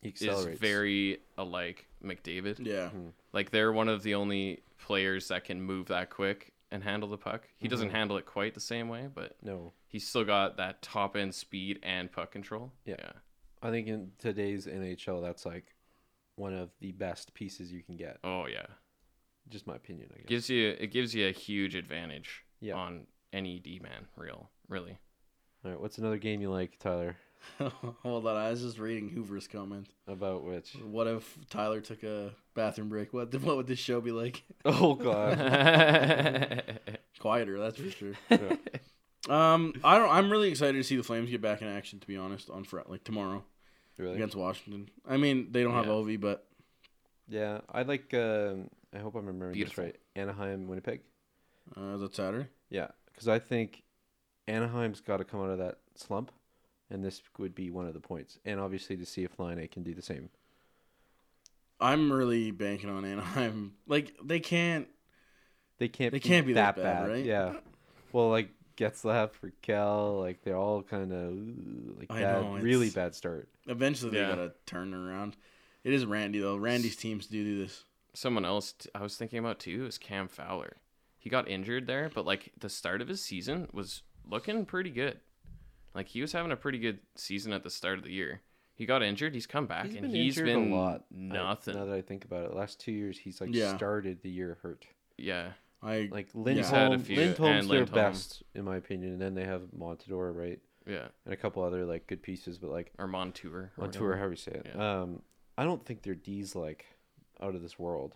D: He
A: is
D: accelerates.
A: very alike McDavid.
C: Yeah.
A: Like they're one of the only players that can move that quick and handle the puck. He doesn't
D: Mm-hmm.
A: handle it quite the same way, but
D: no.
A: he's still got that top end speed and puck control.
D: Yeah. I think in today's NHL, that's like one of the best pieces you can get.
A: Oh yeah.
D: Just my opinion, I guess.
A: Gives you it gives you a huge advantage
D: Yeah.
A: on any D man real really.
D: All right, what's another game you like, Tyler?
C: Hold on, I was just reading Hoover's comment.
D: About which?
C: What if Tyler took a bathroom break? What what would this show be like?
D: Oh god. uh,
C: Quieter, that's for sure.
D: Yeah.
C: Um, I don't. I'm really excited to see the Flames get back in action. To be honest, on Friday, like tomorrow
D: Really?
C: against Washington. I mean, they don't have
A: Yeah.
C: Ovi, but
D: Yeah, I like. Um, I hope I'm remembering
A: Beautiful.
D: this right. Anaheim, Winnipeg.
C: uh, is that Saturday?
D: Yeah, because I think Anaheim's got to come out of that slump, and this would be one of the points. And obviously, to see if Line A can do the same.
C: I'm really banking on Anaheim. Like they can't.
D: They can't.
C: They can't be that bad, right?
D: Yeah. Well, like Getzlaff, Raquel, like they're all kind of like
C: I
D: bad,
C: know,
D: really
C: it's-
D: bad start.
C: Eventually, they
A: Yeah.
C: gotta turn around. It is Randy though. Randy's teams do do this.
A: Someone else t- I was thinking about too is Cam Fowler. He got injured there, but like the start of his season was looking pretty good. Like he was having a pretty good season at the start of the year. He got injured. He's come back, and he's
D: injured
A: been
D: a lot. I-
A: nothing.
D: now that I think about it, last two years he's like
C: Yeah.
D: started the year hurt.
A: yeah,
C: I
D: Like
C: He's
A: had a
D: Lindholm,
A: few,
D: Lindholm's
A: and
D: their
A: Lindholm.
D: best in my opinion, and then they have Montador, right?
A: yeah,
D: and a couple other like good pieces, but like
A: or Montour. or
D: on tour,
A: whatever.
D: however you say it. Um, I don't think their D's like out of this world,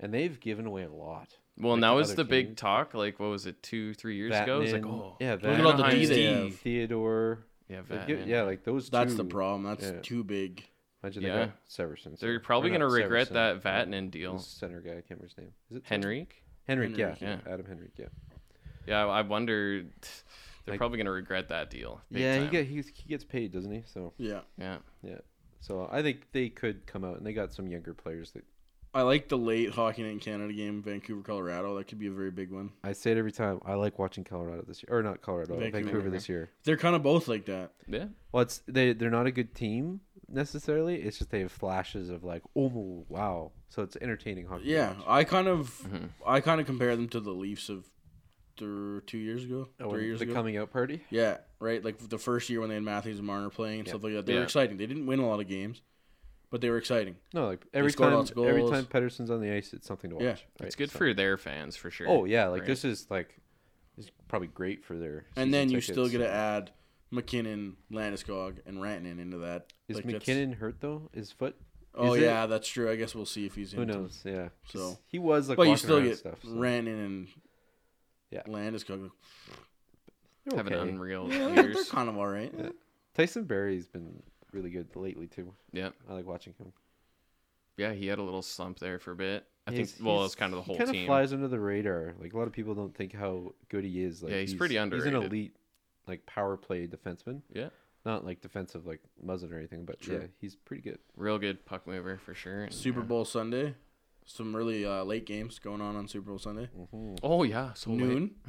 D: and they've given away a lot.
A: Well,
D: Like,
A: and that
D: to
A: was
D: other
A: the big
D: teams.
A: talk. Like, what was it, two, three years ago? It was like,
D: Vatanen-
A: oh,
D: yeah,
C: Look at all the
A: Anaheim's
C: D's they
A: deep.
C: have.
D: Theodore,
A: yeah,
D: They've gi-
A: Vatanen.
D: yeah, like those.
C: That's
D: two,
C: the problem. That's
D: yeah.
C: too big.
D: Imagine they
A: Yeah.
D: got Severson.
A: They're
D: so-
A: probably
D: or
A: gonna
D: not
A: regret
D: Severson,
A: that
D: uh,
A: Vatanen
D: the
A: deal.
D: Center guy, I can't remember his name. Is it
A: Henrique.
D: Henrik? Yeah,
C: Henrik,
D: yeah,
A: yeah.
D: Adam Henrik. Yeah,
A: Yeah, I wonder. They're
D: Like-
A: probably gonna regret that deal. big
D: yeah. He
A: time.
D: get, he he gets paid, doesn't he? So
C: Yeah,
A: yeah.
D: yeah. So I think they could come out, and they got some younger players that
C: I like the late Hockey Night in Canada game, Vancouver, Colorado. That could be a very big one.
D: I say it every time. I like watching Colorado this year, or not Colorado,
C: Vancouver.
D: Vancouver, this year.
C: They're kind of both like that.
A: Yeah.
D: Well, it's they they're not a good team necessarily. It's just they have flashes of like, oh wow, so it's entertaining hockey. to
C: Yeah,
D: watch.
C: I kind of,
A: Mm-hmm.
C: I kind of compare them to the Leafs of th- two years ago,
D: Oh,
C: three years
D: the
C: ago.
D: coming out party.
C: yeah, right. Like the first year when they had Matthews and Marner playing and stuff like that, they were
A: Yeah.
C: exciting. They didn't win a lot of games, but they were exciting.
D: No, like every
C: scored
D: time,
C: lots of
D: every
C: goals.
D: time Pedersen's on the ice, it's something to watch.
C: Yeah.
D: right?
A: It's good
D: So-
A: for their fans for sure.
D: Oh yeah, like
A: Right.
D: this is like, it's probably great for their. season
C: and then you still
D: tickets.
C: get to add McKinnon, Landeskog, and Rantanen into that.
D: Is
C: Like, that's-
D: McKinnon hurt though? His foot?
C: Oh
D: is it?
C: yeah, that's true. I guess we'll see if he's.
D: Who
C: into-
D: knows? Yeah. 'Cause
C: So-
D: he was like.
C: But you
D: walking
C: still
D: around
C: get
D: stuff, so
C: Rantanen and
D: Yeah.
C: Landeskog.
D: they're
A: Have an
D: okay.
A: unreal
C: They're
A: years.
C: kind of all right.
D: Tyson Berry's been really good lately too.
A: yeah.
D: I like watching him.
A: Yeah. He had a little slump there for a bit. I
D: He's-
A: think. Well,
D: he's-
A: it's kind of the
D: he
A: whole
D: kinda
A: team.
D: flies under the radar. Like a lot of people don't think how good he is. Like
A: Yeah, he's pretty
D: He's an
A: underrated.
D: elite, like power play defenseman.
A: Yeah.
D: Not like defensive like Muzzin or anything, but yeah, he's pretty good.
A: Real good puck mover for sure. and,
C: Super
A: yeah.
C: Bowl Sunday. Some really uh, late games going on on Super Bowl Sunday.
A: Oh yeah. So late.
C: Noon,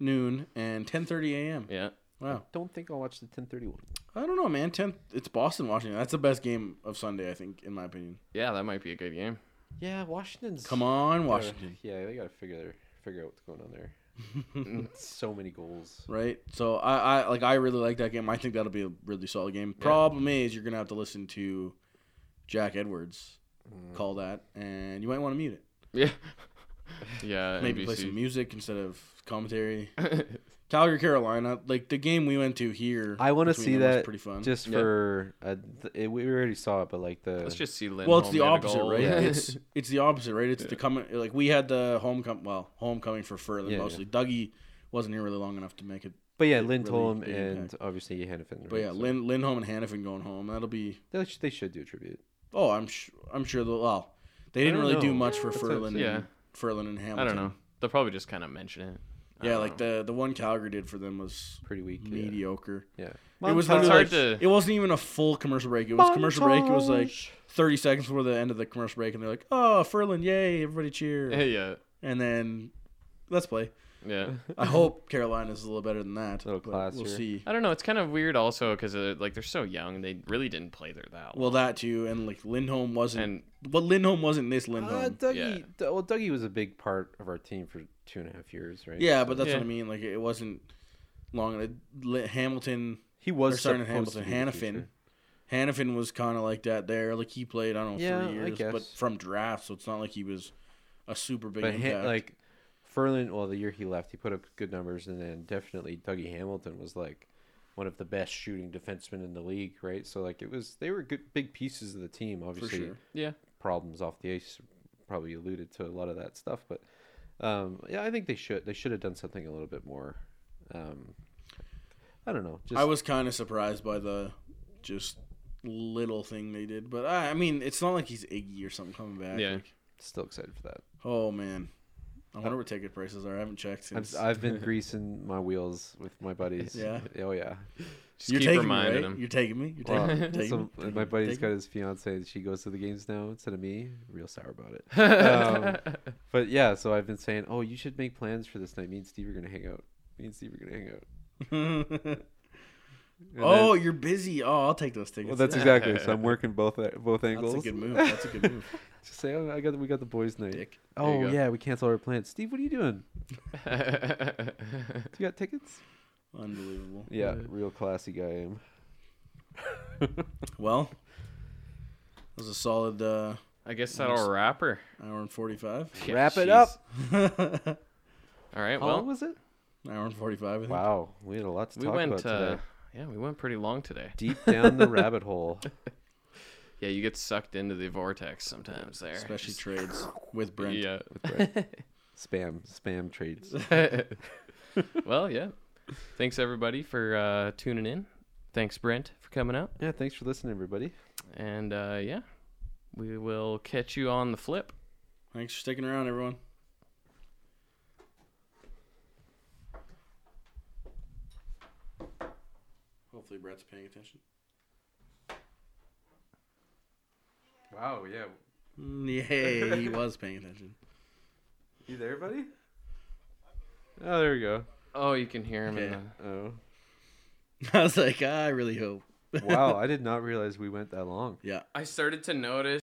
C: noon, and 10:30 a.m.
A: Yeah.
C: Wow.
D: Don't think I'll watch the 10:31.
C: I don't know, man. 10. It's Boston, Washington. That's the best game of Sunday, I think, in my opinion.
A: Yeah. That might be a good game.
D: Yeah, Washington's
C: Come on,
D: gotta-
C: Washington.
D: Yeah, they gotta figure their, figure out what's going on there. so many goals.
C: Right. So I, I like I really like that game. I think that'll be a really solid game. Problem is, you're gonna have to listen to Jack Edwards
D: Mm.
C: call that, and you might want to mute it.
A: Yeah. yeah.
C: Maybe play
A: NBC.
C: some music instead of commentary. Calgary, Carolina. Like the game we went to here.
D: I want to
C: between
D: see
C: them was
D: that
C: Pretty fun.
D: just
A: Yeah.
D: for uh, th- it, we already saw it, but like the
A: Let's just see. Lindholm
C: Well, it's the
A: get a
C: opposite,
A: goal.
C: right?
D: Yeah.
C: It's it's the opposite, right? It's the coming like we had the homecoming. Well, homecoming for Furlan
D: Yeah, yeah.
C: mostly. Dougie wasn't here really long enough to make it.
D: but yeah,
C: really
D: Lindholm
C: big
D: and
C: impact.
D: obviously Hannafin.
C: But yeah, Lin, Lindholm and Hannafin going home. That'll be.
D: they, should, they should do a tribute.
C: Oh, I'm sh- I'm sure they'll. Well, they didn't
D: don't
C: really do
D: know.
C: much for
D: That's what I'm
C: Furlan.
A: saying.
C: and Furlan and Hamilton.
A: I don't know. They'll probably just kind of mention it. I
C: Yeah,
A: don't
C: like
A: know.
C: the the one Calgary did for them was
D: Pretty weak. yeah.
C: mediocre.
D: Yeah.
C: It
A: Montage.
C: was literally like,
A: It's hard to-
C: it wasn't even a full commercial break. It was commercial break. It was like 30 seconds before the end of the commercial break, and they're like, "Oh, Furlan, yay! Everybody cheer!"
A: yeah.
C: And then, let's play.
A: Yeah.
C: I hope Carolina's a little better than that.
D: Little
C: but
D: classier.
C: We'll see.
A: I don't know. It's kind of weird also because like they're so young. They really didn't play there that long.
C: Well, that too, and like Lindholm wasn't.
A: And-
C: well, Lindholm wasn't this
D: Uh,
C: Lindholm.
D: Dougie,
A: Yeah.
D: D- well, Dougie was a big part of our team for two and a half years, right?
C: yeah, but that's
A: Yeah.
C: what I mean. Like it wasn't long. It- Li- Hamilton
D: he
C: was
D: was
C: starting at
D: supposed to
C: Hamilton.
D: be the
C: Hannafin.
D: future.
C: Hannafin was kind of like that there. Like he played, I don't know,
D: Yeah, I
C: three years, but
D: guess.
C: from draft, so it's not like he was a super big
D: but
C: impact.
D: Han- like Ferland, well, the year he left, he put up good numbers, and then definitely Dougie Hamilton was like one of the best shooting defensemen in the league, right? So like it was, they were good big pieces of the team. Obviously,
C: sure.
A: Yeah.
D: problems off the ice probably alluded to a lot of that stuff, but um, yeah, I think they should they should have done something a little bit more. Um, I don't know. Just
C: I was kind of surprised by the just little thing they did, but uh, I, I mean, it's not like he's Iggy or something coming back.
A: Yeah.
C: Like,
D: still excited for that.
C: oh man, I
D: Uh,
C: wonder what ticket prices are. I haven't checked
D: I'm,
C: since.
D: s- I've been greasing my wheels with my buddies.
C: Yeah.
D: Oh yeah.
A: Just
C: You're
A: keep
C: taking me,
A: reminding
C: right?
A: them.
C: You're taking me. You're taking
D: Well,
C: me. You're taking
D: so
C: me. Taking
D: my
C: me.
D: buddy's
C: Taking
D: got his fiance. and She goes to the games now instead of me. Real sour about it. um, but yeah, so I've been saying, oh, you should make plans for this night. Me and Steve are gonna hang out. Me and Steve are gonna hang out.
C: me.
D: And
C: oh,
D: then-
C: you're busy. Oh, I'll take those tickets.
D: well, that's exactly. So I'm working both uh, both
C: That's
D: angles.
C: a good move. That's a good move.
D: Just say, oh, I got we got the boys' night.
C: Dick.
A: There you
D: Oh
A: go.
D: yeah, we canceled our plans. Steve, what are you doing? Do you got tickets?
C: Unbelievable.
D: Yeah, real classy guy I am.
C: Well, that was a solid uh,
A: I guess that'll wrap her.
C: hour and 45.
A: Yeah,
D: Wrap it
A: jeez.
D: up.
C: hour
A: All right.
D: How
A: Well,
D: long was it?
C: and 45, I think.
D: Wow, we had a lot to
A: we
D: talk
A: went.
D: about
A: Uh,
D: today.
A: yeah, we went pretty long today.
D: Deep down the rabbit hole.
A: Yeah, you get sucked into the vortex sometimes there.
C: Especially trades with Brent.
A: Yeah.
D: Spam, spam trades.
A: well, yeah. Thanks everybody for uh, tuning in. Thanks Brent for coming out.
D: Yeah, thanks for listening, everybody.
A: And uh, yeah, we will catch you on the flip.
C: Thanks for sticking around, everyone. Hopefully, Brett's paying attention.
D: Wow, yeah.
C: Mm, Yeah, he was paying attention.
D: You there, buddy? Oh, there we go.
A: Oh, you can hear him. In
C: Okay.
A: the...
D: Oh.
C: I was like, I really hope.
D: Wow, I did not realize we went that long.
C: Yeah.
A: I started to notice.